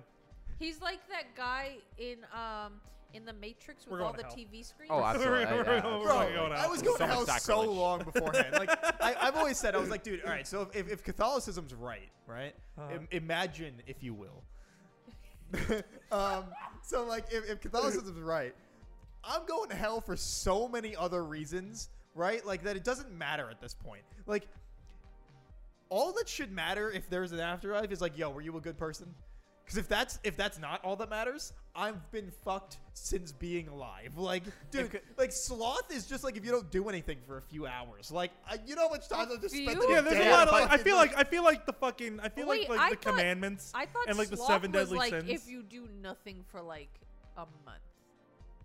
S2: He's like that guy in um in the Matrix with
S1: We're
S2: all
S1: going
S2: the
S1: to hell.
S2: TV
S1: [LAUGHS]
S2: screens.
S4: Oh, absolutely.
S1: We're-
S4: yeah,
S1: we're- we're
S4: absolutely.
S1: fucking going out.
S5: I was going
S4: So
S5: to hell
S4: much
S5: so
S4: sacrilege.
S5: long beforehand. Like I, I've always said, I was like, dude, all right. So if, if Catholicism's right, right?
S1: Uh-huh.
S5: Im- imagine, if you
S4: [LAUGHS]
S5: will. um, so like, if, if Catholicism's right, I'm going to hell for so many other reasons, right? Like that it doesn't matter at this point. Like all that should matter if there's an afterlife is like, yo, were you a good person? Because if that's if that's not all that matters, I've been fucked since being alive. [LAUGHS] Like, dude, like sloth is just like if you don't do anything for a few hours. Like, I, you know how much time I just
S2: Few?
S5: spent.
S1: Yeah, there's
S4: Yeah,
S1: a lot of like. I
S5: fucking-
S1: feel like I feel like the fucking. I feel
S2: Wait,
S1: like like
S2: I
S1: the
S2: thought-
S1: commandments
S2: I thought
S1: and like the
S2: sloth
S1: seven
S2: was
S1: deadly
S2: like
S1: sins.
S2: if you do nothing for like a month.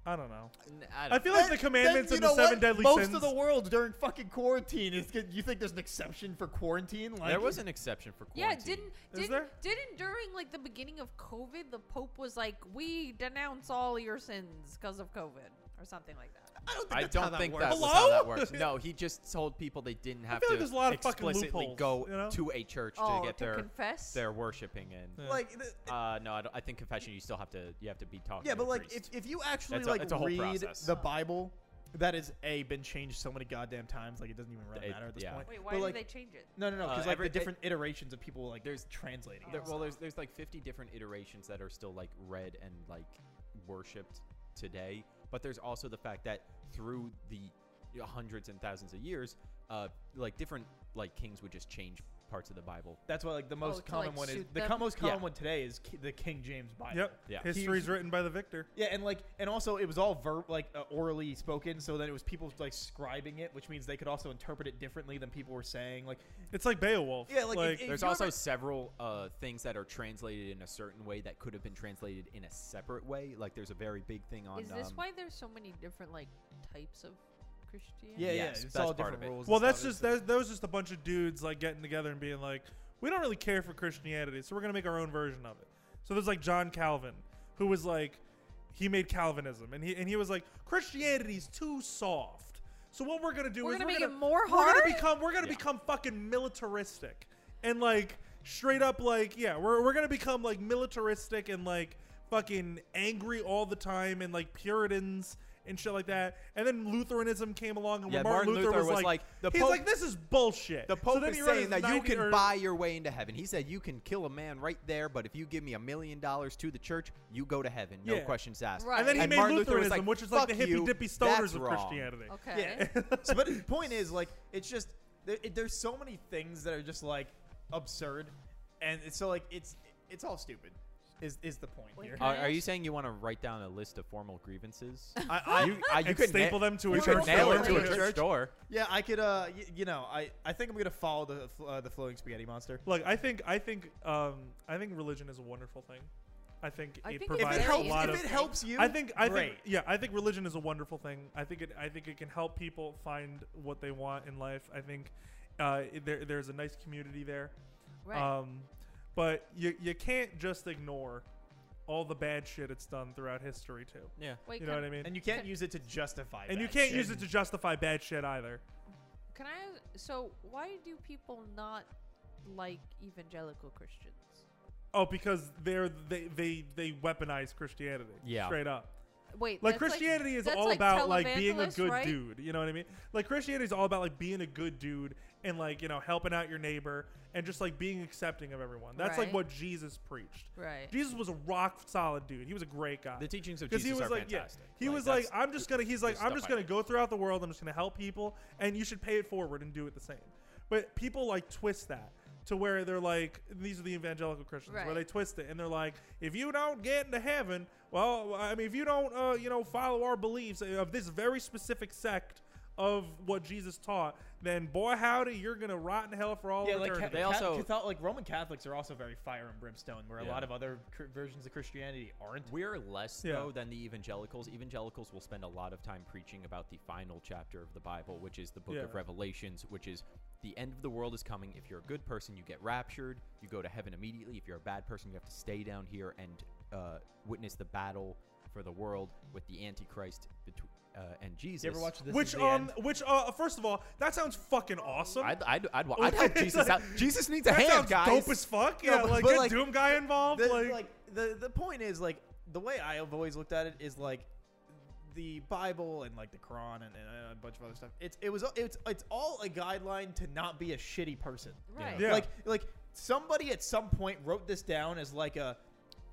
S1: I don't know.
S4: N- I
S1: I
S4: don't
S1: feel like
S5: Then-
S1: the commandments
S5: then
S1: and the
S5: you know
S1: seven
S5: what?
S1: deadly
S5: Most
S1: sins.
S5: of the world during fucking quarantine is. good- You think there's an exception for quarantine? Like,
S4: There was an exception for
S2: Yeah,
S4: quarantine.
S2: didn't
S1: Is
S2: didn't
S1: there?
S2: didn't during like the beginning of COVID, the Pope was like, "We denounce all your sins because of COVID" or something like that.
S5: I don't think
S4: I
S5: that's how
S4: don't
S5: that
S4: think
S5: works.
S4: that was
S1: Hello?
S4: how
S1: [LAUGHS]
S4: that works. No, he just told people they didn't have
S1: feel
S4: to
S1: like there's a lot of fucking
S4: explicitly
S1: loopholes,
S4: go
S1: you know?
S4: to a church
S2: oh,
S4: to get
S2: to
S4: their
S2: confess.
S4: their worshiping in.
S1: Yeah.
S5: Like, th-
S3: Uh, no, I, don't, I think confession. You still have to. You have to be talking.
S5: Yeah,
S3: to
S5: but
S3: a
S5: like
S3: priest.
S5: if, if you actually
S3: That's a-
S5: like
S3: it's a whole
S5: read
S3: process.
S5: the Bible, that is a been changed so many goddamn times, like it doesn't even really
S3: It-
S5: matter at this
S3: yeah.
S5: point.
S2: Wait,
S5: But,
S2: why
S5: like-
S2: did they change it?
S5: No, no, no,
S3: Uh,
S5: because like
S3: every-
S5: the different iterations of people like
S3: There's-
S5: there's translating.
S3: There-
S5: it.
S3: well, there's there's like 50 different iterations that are still like read and like worshipped today, but there's also the fact that through the you know, hundreds and thousands of years, uh, like different like kings would just change parts of the Bible.
S5: That's why like the most
S2: Oh, to,
S5: common
S2: like,
S5: one is
S2: suit
S5: the
S2: them?
S5: co- most common
S3: Yeah.
S5: one today is ki- the King James Bible.
S1: Yep.
S3: Yeah.
S1: History's written by the victor.
S5: Yeah, and like, and also it was all verb like uh, orally spoken, so then it was people like scribing it, which means they could also interpret it differently than people were saying. Like,
S1: It's like Beowulf.
S5: Yeah, like,
S1: like
S5: it- If
S3: There's
S5: you
S3: also
S5: ever-
S3: several uh, things that are translated in a certain way that could have been translated in a separate way. Like there's a very big thing on.
S2: Is this
S3: um,
S2: why there's so many different like types of Christianity?
S5: yeah,
S3: Yes,
S5: yeah, it's
S3: that's
S5: all
S3: part
S5: different
S3: of it.
S5: rules. and
S1: well,
S5: stuff.
S1: that's just that, that was just a bunch of dudes like getting together and being like, we don't really care for Christianity, so we're gonna make our own version of it. So there's like John Calvin, who was like, he made Calvinism, and he and he was like, Christianity's too soft. So what we're gonna do
S2: We're
S1: is
S2: gonna
S1: we're
S2: make
S1: gonna
S2: it more
S1: We're
S2: hard?"
S1: gonna become we're gonna
S3: Yeah.
S1: become fucking militaristic and like straight up like yeah we're we're gonna become like militaristic and like fucking angry all the time and like Puritans. And shit like that, and then Lutheranism came along, and
S3: Yeah,
S1: Martin, Luther, was, like,
S3: the
S1: he's
S3: Pope-
S1: like, this is bullshit.
S3: The Pope
S1: so then
S3: is
S1: he wrote
S3: saying
S1: his
S3: that you
S1: 90
S3: can
S1: or-
S3: buy your way into heaven. He said you can kill a man right there, but if you give me a million dollars to the church, you go to heaven. No
S1: Yeah.
S3: questions asked.
S2: Right.
S1: And then he
S2: And
S1: made
S3: Martin Luther
S1: Lutheranism,
S3: was like,
S1: which is like the
S3: "Fuck
S1: hippy
S3: you,
S1: dippy
S3: that's
S1: stoners of
S3: wrong."
S1: Christianity. [LAUGHS]
S2: Okay.
S5: So, but the point is, like, it's just there, it, there's so many things that are just like absurd, and it's, so like it's it's all stupid. Is is the point
S2: Wait,
S5: here?
S2: can I
S3: Are, are you
S2: ask-
S3: saying you want to write down a list of formal grievances?
S5: I, I,
S3: you, I, you
S1: And
S3: could
S1: staple them to a
S3: you could
S1: church
S3: nail
S2: door.
S3: it to a
S2: Yeah.
S3: church door.
S5: yeah, I could. Uh, y- you know, I I think I'm gonna follow the fl- uh, the floating spaghetti monster.
S1: Look, I think I think um, I think religion is a wonderful thing. I think
S2: I
S1: it
S2: think it
S1: provides
S5: If it
S2: Very
S1: a
S5: helps,
S1: lot
S5: if
S1: of.
S5: it helps you,
S1: I think I
S5: great.
S1: think yeah, I think religion is a wonderful thing. I think it I think it can help people find what they want in life. I think uh, it- there there's a nice community there.
S2: Right.
S1: Um, but you you can't just ignore all the bad shit it's done throughout history too.
S3: Yeah.
S2: Wait,
S1: You
S2: can,
S1: know what I mean?
S5: and you can't use it to justify.
S1: And you
S5: bad
S1: can't
S5: shit.
S1: use it to justify bad shit either.
S2: can I? So why do people not like evangelical Christians?
S1: Oh, because they're they they they weaponize Christianity.
S3: Yeah.
S1: straight up.
S2: Wait,
S1: Like
S2: that's
S1: Christianity is
S2: that's
S1: all
S2: like
S1: about like being a
S2: televangelists,
S1: good
S2: right?
S1: dude. You know what I mean? Like Christianity is all about like being a good dude and like you know helping out your neighbor and just like being accepting of everyone. That's like
S2: Right.
S1: what Jesus preached.
S2: Right.
S1: Jesus was a rock solid dude. He was a great guy.
S3: The teachings of
S1: 'Cause
S3: Jesus
S1: he was
S3: are
S1: like,
S3: fantastic.
S1: yeah, he was like,
S3: that's-
S1: I'm just gonna. He's like,
S3: the
S1: I'm
S3: stuff
S1: just
S3: I
S1: gonna
S3: read.
S1: go throughout the world. I'm just gonna help people, and you should pay it forward and do it the same. But people like twist that to where they're like, these are the evangelical Christians where
S2: Right.
S1: they twist it and they're like, if you don't get into heaven, well, I mean, if you don't, uh, you know, follow our beliefs of this very specific sect of what Jesus taught, then boy howdy, you're gonna rot in hell for all
S5: Yeah, like
S1: eternity.
S5: ca-
S3: They
S5: ca-
S3: also-
S5: Cathol- like Roman Catholics are also very fire and brimstone, where a
S3: Yeah.
S5: lot of other cr- versions of Christianity aren't.
S3: We're less
S1: Yeah.
S3: though than the evangelicals. Evangelicals will spend a lot of time preaching about the final chapter of the Bible, which is the book
S1: Yeah.
S3: of Revelations, which is the end of the world is coming. If you're a good person, you get raptured, you go to heaven immediately. If you're a bad person, you have to stay down here and uh, witness the battle for the world with the Antichrist betw- uh, and Jesus.
S5: You ever watch this? Is
S1: which
S5: the
S1: um,
S5: End?
S1: which uh, first of all, that sounds fucking awesome.
S3: I'd, I'd, I'd, wa-
S1: [LAUGHS]
S3: I'd help
S1: It's
S3: Jesus out.
S1: like-
S3: Jesus needs a
S1: that
S3: hand,
S1: sounds
S3: guys.
S1: dope as fuck.
S5: No,
S1: Yeah,
S5: but-
S1: like
S5: but,
S1: get
S5: like,
S1: Doom guy involved.
S5: the,
S1: like,
S5: like the the point is like the way I have always looked at it is like the Bible and like the Quran and, and a bunch of other stuff. It's it was it's it's all a guideline to not be a shitty person.
S2: Right.
S1: Yeah.
S5: Like like somebody at some point wrote this down as like a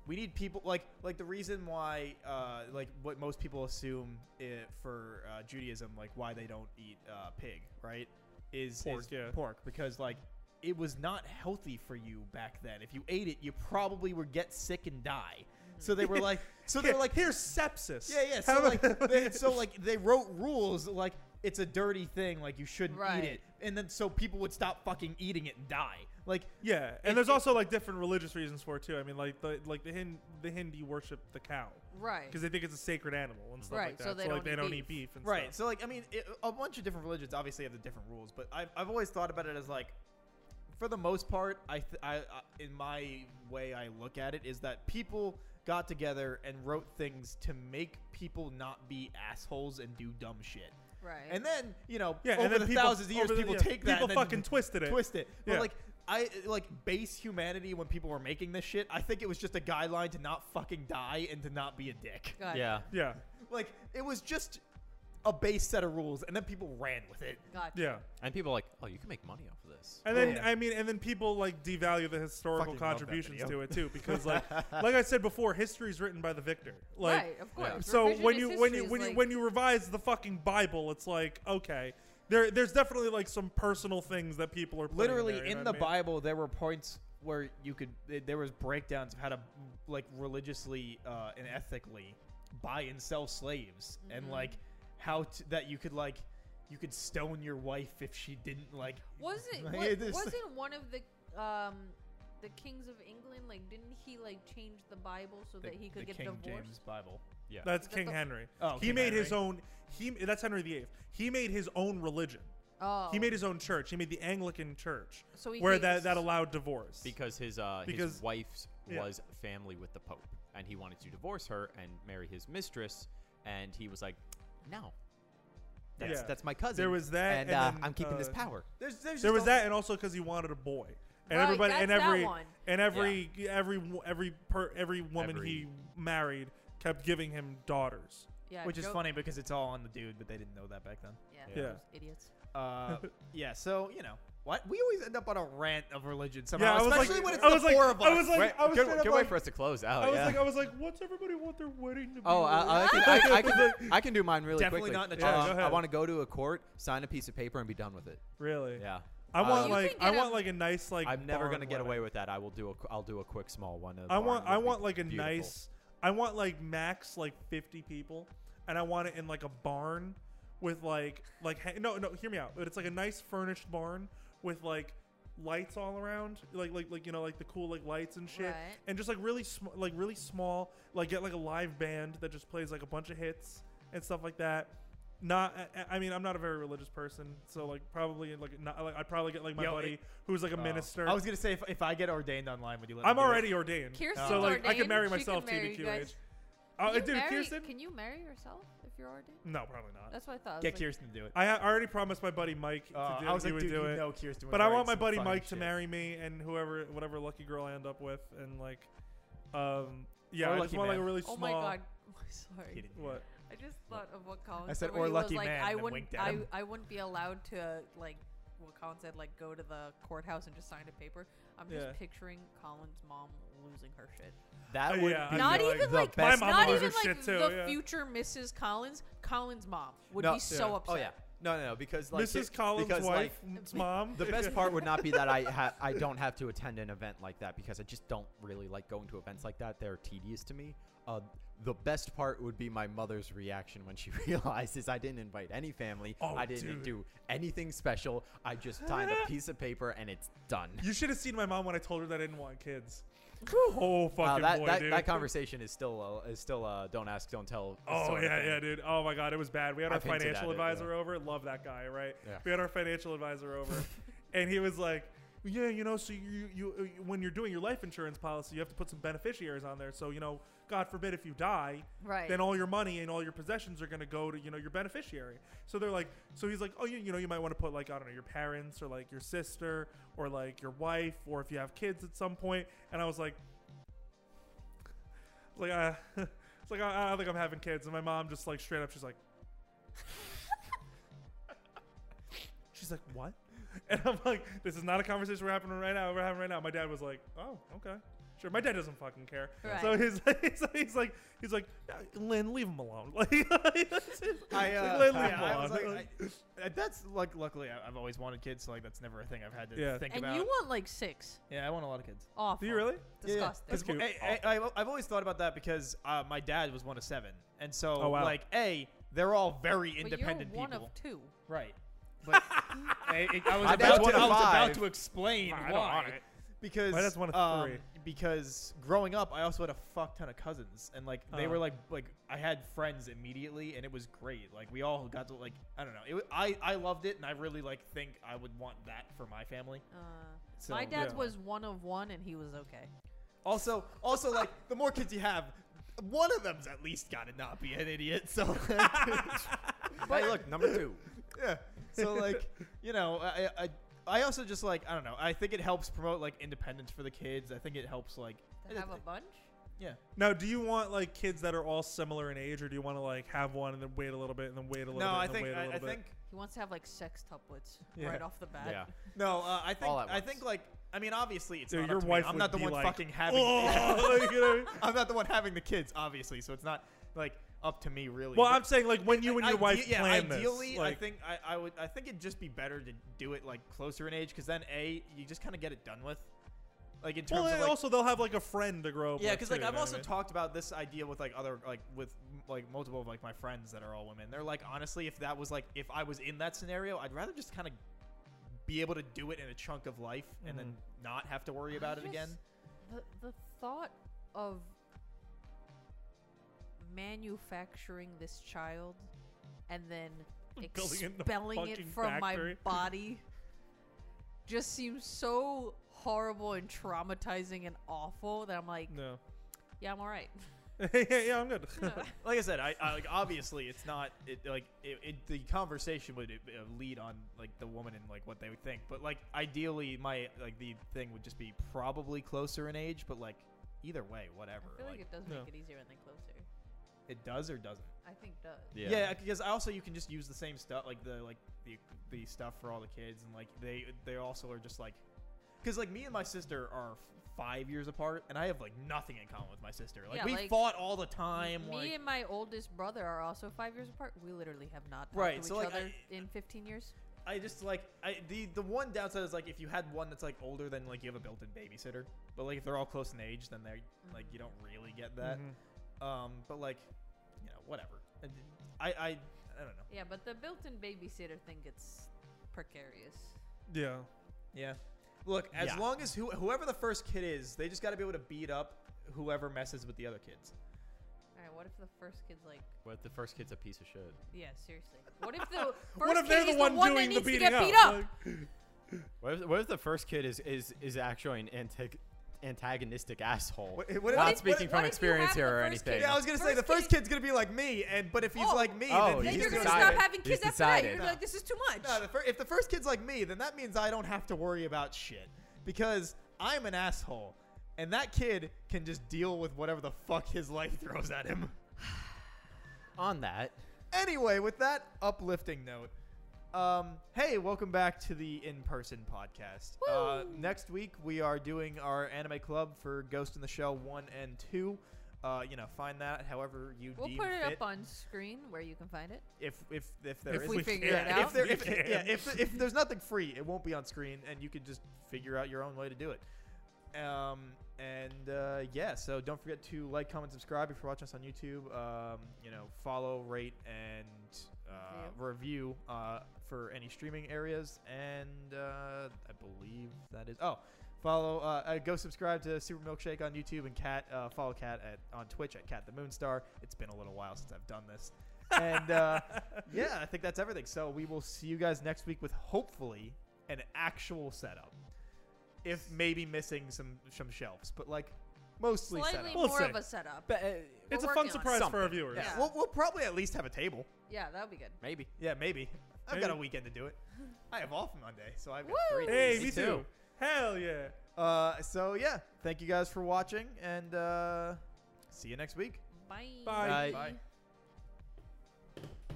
S5: we need people like like the reason why uh, like what most people assume it for uh, Judaism like why they don't eat uh, pig right is
S1: Pork,
S5: is
S1: yeah.
S5: pork because like it was not healthy for you back then if you ate it you probably would get sick and die so they were
S1: [LAUGHS]
S5: like so they
S1: Here-
S5: were like
S1: here's sepsis.
S5: yeah, yeah.
S1: How [LAUGHS]
S5: So
S1: about-
S5: like, they, so like they wrote rules like it's a dirty thing, like you shouldn't
S2: Right.
S5: eat it, and then so people would stop fucking eating it and die. Like,
S1: yeah, and
S5: it- [LAUGHS]
S1: there's
S5: it-
S1: also like different religious reasons for it too. I mean, like the like the Hin the Hindi worship the cow
S2: Right.
S1: because they think it's a sacred animal and stuff like
S2: Right,
S1: that.
S2: so they
S1: like
S2: don't
S1: they
S2: eat
S1: don't
S2: beef.
S1: eat beef and
S5: right?
S1: stuff.
S5: So like, I mean, it, a bunch of different religions obviously have the different rules, but I've, I've always thought about it as like, for the most part, I, th- I, I in my way I look at it is that people got together and wrote things to make people not be assholes and do dumb shit.
S2: Right.
S5: And then you know,
S1: Yeah,
S5: over
S1: and then
S5: the
S1: people,
S5: thousands of years,
S1: over the-
S5: people
S1: yeah,
S5: take that
S1: people
S5: and then
S1: fucking twisted it.
S5: twist it. But
S1: Yeah.
S5: like I like base humanity when people were making this shit. I think it was just a guideline to not fucking die and to not be a dick.
S2: Got it.
S3: Yeah.
S1: Yeah,
S5: Like it was just a base set of rules, and then people ran with it.
S2: Got it.
S1: yeah.
S3: And people are like, oh, you can make money off of this.
S1: And then
S5: Yeah.
S1: I mean, and then people like devalue the historical
S5: Fucking love that
S1: contributions
S5: video.
S1: to it too,
S5: [LAUGHS]
S1: because like like I said before, history is written by the victor. Like,
S2: right. Of course.
S1: So when
S2: Revisionist
S1: you when
S2: history
S1: you
S2: is
S1: when you
S2: like-
S1: when you revise the fucking Bible, it's like okay, There, there's definitely like some personal things that people are putting
S5: literally
S1: there, you
S5: in
S1: know
S5: the
S1: what I mean?
S5: bible there were points where you could th- there was breakdowns of how to like religiously uh, and ethically buy and sell slaves
S2: Mm-hmm.
S5: and like how to, that you could like you could stone your wife if she didn't like [LAUGHS]
S2: Wasn't
S5: Like,
S2: wa-
S5: it is-
S2: wasn't one of the um the kings of England like didn't he like change the Bible so that he could
S5: the
S2: get
S5: king
S2: divorced?
S5: james bible
S3: Yeah.
S1: That's
S2: That's
S1: King
S2: the-
S1: Henry.
S5: Oh,
S1: he
S5: King
S1: made his
S5: Henry.
S1: own. He that's Henry VIII. He made his own religion.
S2: Oh,
S1: He made his own church. He made the Anglican Church,
S2: So he
S1: where
S2: hates-
S1: that, that allowed divorce.
S3: because his uh,
S1: Because-
S3: his wife's
S1: yeah.
S3: was family with the Pope, and he wanted to divorce her and marry his mistress, and he was like, "No,
S4: That's,
S1: Yeah.
S4: that's my cousin.
S1: There was that, and
S4: and, uh,
S1: then,
S4: I'm keeping this
S1: uh,
S4: power.
S5: there's, there's
S1: there
S5: just
S1: was
S5: a-
S1: that, and also because he wanted a boy, and
S2: Right,
S1: everybody, and
S2: that's that
S1: every,
S2: one.
S1: and every, every, wo- every, per, every woman he
S3: Every-
S1: married kept giving him daughters.
S2: yeah,
S5: which is
S2: Joe-
S5: funny because it's all on the dude but they didn't know that back then
S2: Yeah,
S1: Yeah.
S2: those idiots.
S1: [LAUGHS]
S5: uh, yeah so you know what we always end up on a rant of religion somehow
S1: I was like-
S5: especially when it's
S1: I
S5: the
S1: was like-
S5: four of us
S1: I was like, I was
S3: good,
S1: straight up
S3: good way
S1: like-
S3: for us to close out."
S1: I was
S3: yeah. uh,
S1: like, oh. I was like, what's everybody want their wedding to be?
S4: Oh,
S1: like?
S4: I, I, can, I,
S1: [LAUGHS]
S4: can- I, can, I can do mine really
S5: Definitely
S4: quickly.
S5: not in a
S1: Yeah,
S4: Um,
S1: go
S4: I
S1: ahead.
S4: want to go to a court, sign a piece of paper, and be done with it.
S1: really?
S4: Yeah. Um,
S1: I want
S4: You can
S1: like, I
S2: get a-
S1: want like a nice like.
S3: I'm never
S1: barn
S3: gonna get
S1: wedding.
S3: away with that. I will do a. qu- I'll do a quick small one. A
S1: I
S3: barn
S1: want
S3: would
S1: I
S3: be
S1: want like a
S3: beautiful.
S1: nice I want like max like 50 people and I want it in like a barn with like like ha- no no hear me out but it's like a nice furnished barn with like lights all around like like like you know like the cool like lights and shit
S2: Right.
S1: and just like really sm- like really small like get like a live band that just plays like a bunch of hits and stuff like that not I- I, I mean I'm not a very religious person so like probably like not like I'd probably get like my
S5: Yo,
S1: buddy
S5: it-
S1: who's like a
S5: Oh.
S1: minister
S5: I was gonna say if, if I get ordained online, would you let
S1: I'm
S5: me do it?
S1: already ordained.
S2: Kirsten's
S1: so like I
S2: ordained,
S1: could marry
S2: she can
S1: myself
S2: marry you
S1: TBQH.
S2: guys.
S1: Uh,
S2: Can you
S1: dude,
S2: marry-
S1: Kirsten?
S2: Can you marry yourself if you're ordained?
S1: No, probably not.
S2: That's what I thought. I was
S5: get
S2: like,
S5: Kirsten to do it.
S1: I ha- I already promised my buddy Mike to
S5: Uh,
S1: do,
S5: I was
S1: he
S5: like,
S1: would
S5: dude,
S1: do
S5: you
S1: it.
S5: know Kirsten. would
S1: but I
S5: write
S1: want my
S5: some
S1: buddy
S5: funny
S1: Mike to
S5: shit.
S1: marry me and whoever whatever lucky girl I end up with and like um yeah,
S5: Or
S1: I just
S5: lucky
S1: want like a
S5: man.
S1: really
S2: Oh
S1: small
S2: my god. [LAUGHS]
S5: He
S2: Sorry.
S5: didn't.
S1: what?
S2: I just thought of what Colin
S5: I
S2: said,
S5: said,
S2: where
S5: "Or
S2: he
S5: lucky
S2: was like,
S5: man,"
S2: I
S5: and then
S2: wouldn't,
S5: winked at
S2: I,
S5: him.
S2: I wouldn't be allowed to like what Colin said, like go to the courthouse and just sign a paper. I'm just
S1: Yeah.
S2: picturing Colin's mom losing her shit.
S1: Uh,
S3: That would
S1: yeah,
S3: be
S1: I
S2: not
S1: feel
S2: even
S1: the
S2: like,
S1: best
S2: not
S1: mom.
S2: even
S1: Losing
S2: like
S1: shit too,
S2: the
S1: yeah.
S2: future Mrs. Collins. Colin's mom would
S4: No,
S2: be so
S1: yeah.
S2: upset.
S4: Oh yeah. No, no, no. Because like
S1: Mrs.
S4: it-
S1: Collins'
S4: because,
S1: wife's
S4: like,
S1: mom.
S4: The best part would not be that I ha- I don't have to attend an event like that because I just don't really like going to events like that. They're tedious to me. Uh, the best part would be my mother's reaction when she [LAUGHS] realizes I didn't invite any family.
S1: Oh,
S4: I didn't
S1: dude.
S4: do anything special. I just
S1: [LAUGHS]
S4: signed a piece of paper and it's done.
S1: [LAUGHS] You should have seen my mom when I told her that I didn't want kids. oh fucking
S4: Wow, that,
S1: boy,
S4: that,
S1: dude.
S4: that conversation is still uh, is still uh, don't ask, don't tell.
S1: Oh
S4: sort of
S1: yeah,
S4: thing.
S1: yeah, dude. Oh my god, it was bad. We had our
S4: I've hinted
S1: financial
S4: at it,
S1: advisor over. Love that guy, right?
S4: Yeah.
S1: We had our financial advisor over,
S4: [LAUGHS]
S1: and he was like, "Yeah, you know, so you, you you when you're doing your life insurance policy, you have to put some beneficiaries on there. So you know, God forbid if you die,
S2: Right.
S1: then all your money and all your possessions are going to go to you know your beneficiary. So they're like, so he's like, oh, you, you know, you might want to put like I don't know your parents or like your sister or like your wife or if you have kids at some point. And I was like, it's like I, [LAUGHS] it's like I, I don't think I'm having kids. And my mom just like straight up, she's like, [LAUGHS] she's like, what? And I'm like, this is not a conversation we're having right now. We're having right now. My dad was like, oh, okay. Sure, my dad doesn't fucking care.
S2: Right.
S1: So his, he's, like- [LAUGHS] he's like, he's like, Lynn, leave him alone. [LAUGHS] Like,
S5: I, uh,
S1: Literally
S5: yeah, [LAUGHS] I was
S1: blonde.
S5: like, I- uh, that's like, luckily, I, I've always wanted kids, so like, that's never a thing I've had to
S1: Yeah.
S5: think
S2: and
S5: about.
S2: you want like six.
S5: yeah, I want a lot of kids.
S2: Awful.
S1: do you really?
S5: Yeah, yeah.
S2: Disgusting.
S1: That's cute.
S5: I, have always thought about that because uh, my dad was one of seven, and so
S1: Oh, wow.
S5: like, a they're all very
S2: But
S5: independent
S2: you're one
S5: people,
S2: of two. [LAUGHS]
S5: right? But [LAUGHS] I, it- I was
S4: My dad's
S5: about
S4: one
S5: to,
S4: of
S5: I was
S4: five.
S5: about to explain
S1: I don't
S5: why.
S1: want it.
S5: Because
S1: My dad's one of
S5: um,
S1: three.
S5: Because growing up, I also had a fuck ton of cousins, and like they
S1: Uh.
S5: were like like I had friends immediately, and it was great. Like we all got to like I don't know. It, wa- I I loved it, and I really like think I would want that for my family.
S2: Uh,
S5: So-
S2: my dad
S1: Yeah.
S2: was one of one, and he was okay.
S5: Also, also like the more kids you have, one of them's at least got to not be an idiot. So
S4: Hey, look, number
S1: [LAUGHS]
S4: two.
S5: [LAUGHS] yeah. So like, you know, I, I I also just like I don't know. I think it helps promote like independence for the kids. I think it helps like
S2: To have a bunch.
S5: yeah.
S1: Now, do you want like kids that are all similar in age, or do you want to like have one and then wait a little bit and then wait a little
S5: [LAUGHS] No,
S1: bit?
S5: I
S1: and then
S5: think
S1: wait a
S5: I,
S1: little
S5: I
S1: bit?
S5: think
S2: He wants to have like sextuplets
S5: Yeah.
S2: right off the bat.
S1: [LAUGHS]
S3: Yeah.
S5: no. Uh, I think
S4: All at
S5: I
S4: once.
S5: think like I mean obviously it's
S1: Dude,
S5: not
S1: your
S5: up to me.
S1: wife
S5: I'm
S1: would
S5: not the
S1: be
S5: one
S1: like,
S5: fucking having. [LAUGHS]
S1: "Oh," [LAUGHS] like, you know what I mean?
S5: I'm not the one having the kids, obviously. So it's not like up to me really.
S1: Well,
S5: But
S1: I'm saying like when you and your
S5: ide-
S1: wife
S5: yeah,
S1: plan
S5: ideally,
S1: this, like,
S5: I think I, I would I think it'd just be better to do it like closer in age because then a you just kind of get it done with, like in terms
S1: Well,
S5: of
S1: and
S5: like,
S1: also they'll have like a friend to grow up.
S5: yeah,
S1: with,
S5: because like
S1: too,
S5: I've
S1: you know what
S5: also
S1: I mean?
S5: talked about this idea with like other like with m- like multiple of like my friends that are all women. They're like honestly, if that was like if I was in that scenario, I'd rather just kind of be able to do it in a chunk of life and then
S1: Mm.
S5: not have to worry about
S2: I
S5: it again.
S2: just- The, the thought of manufacturing this child and then
S1: Building it in a
S2: expelling it
S1: fucking
S2: from
S1: factory.
S2: my body just seems so horrible and traumatizing and awful that I'm like,
S1: no.
S2: yeah, I'm all right. [LAUGHS]
S1: [LAUGHS] yeah, yeah, yeah, I'm good.
S5: like I said, I, I like obviously it's not it like it, it the conversation would uh, lead on like the woman and like what they would think, but like ideally my like the thing would just be probably closer in age, but like either way, whatever.
S2: I feel like,
S5: like
S2: it does
S1: no.
S2: make it easier and then closer.
S5: it does or doesn't.
S2: I think it does.
S3: Yeah.
S5: Yeah, because also you can just use the same stuff, like the like the the stuff for all the kids, and like they they also are just like, because like me and my sister are f- five years apart, and I have like nothing in common with my sister. Like
S2: Yeah,
S5: we
S2: like,
S5: fought all the time.
S2: Me
S5: like,
S2: and my oldest brother are also five years apart. We literally have not talked
S5: Right,
S2: to each
S5: so, like,
S2: other
S5: I-
S2: in 15 years.
S5: I just like I the the one downside is like if you had one that's like older then like you have a built-in babysitter. But like if they're all close in age then they like you don't really get that.
S4: Mm-hmm.
S5: Um but like you know whatever. And I I I don't know.
S2: Yeah, but the built-in babysitter thing gets precarious.
S1: yeah.
S5: Yeah. Look, as
S1: Yeah.
S5: long as who, whoever the first kid is, they just got to be able to beat up whoever messes with the other kids.
S2: All right, what if the first kid's like,
S3: But the first kid's a piece of shit.
S2: yeah, seriously? What
S1: [LAUGHS]
S2: if the first
S1: What if they're
S2: kid
S1: the
S2: is
S1: one,
S2: the one
S1: doing
S2: that
S1: the
S2: needs
S1: beating
S2: to get
S1: up?
S2: beat up?
S1: Like,
S4: What if, what if the first kid is is is actually an antag- antagonistic asshole?
S5: What- what if-
S4: Not
S5: what if-
S4: speaking
S2: what
S4: from
S2: if you
S4: experience
S2: have the
S4: here or
S2: first kid-
S4: anything.
S5: Yeah, I was gonna say the
S2: First
S5: first
S2: kid-
S5: kid's gonna be like me, and but if he's
S2: Oh.
S5: like me,
S4: Oh,
S5: then,
S4: he's
S2: Then
S5: he's
S2: you're gonna
S4: decided.
S2: stop having
S4: He's
S2: kids after that. You're
S4: decided.
S2: gonna be like, this is too much.
S5: No, the fir- if the first kid's like me, then that means I don't have to worry about shit because I'm an asshole, and that kid can just deal with whatever the fuck his life [LAUGHS] throws at him.
S4: On that,
S5: Anyway, with that uplifting note, um, hey, welcome back to the in-person podcast. Uh,
S2: Woo!
S5: next week we are doing our anime club for Ghost in the Shell one and two. Uh, you know, find that however you
S2: we'll
S5: deem
S2: put it
S5: fit.
S2: up on screen where you can find it.
S5: if if if there
S1: If
S5: is-
S1: we
S2: figure
S1: can.
S2: it
S5: yeah,
S2: out.
S5: if there
S1: We
S5: if,
S1: can.
S5: yeah, if, if there's nothing free, it won't be on screen, and you can just figure out your own way to do it. Um, and uh, yeah, so don't forget to like, comment, subscribe if you're watching us on YouTube. Um, you know, follow, rate, and uh, review uh, for any streaming areas. And uh, I believe that is oh. Follow, uh, uh, go subscribe to Super Milkshake on YouTube and Cat. Uh, follow Cat at on Twitch at Cat the Moonstar. It's been a little while since I've done this, and uh, yeah, I think that's everything. So we will see you guys next week with hopefully an actual setup, if maybe missing some some shelves, but like mostly
S2: Slightly
S5: setup.
S1: We'll
S2: more
S1: see.
S2: of a setup.
S4: but, uh,
S1: it's a
S2: working on
S1: fun
S2: it.
S1: surprise for our viewers.
S5: yeah,
S2: yeah.
S5: We'll, we'll probably at least have a table.
S2: Yeah, that would be good.
S4: maybe.
S5: Yeah, maybe. I've got a
S1: Maybe.
S5: weekend to do it. I have off Monday, so I've got
S2: Woo!
S5: three.
S1: Hey,
S5: days.
S1: me too. Hell yeah.
S5: Uh, so yeah, thank you guys for watching, and uh, see you next week.
S2: Bye.
S1: Bye.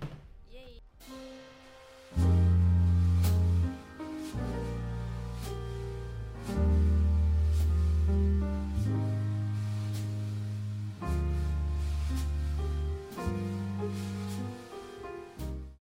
S5: Bye.
S2: Yay.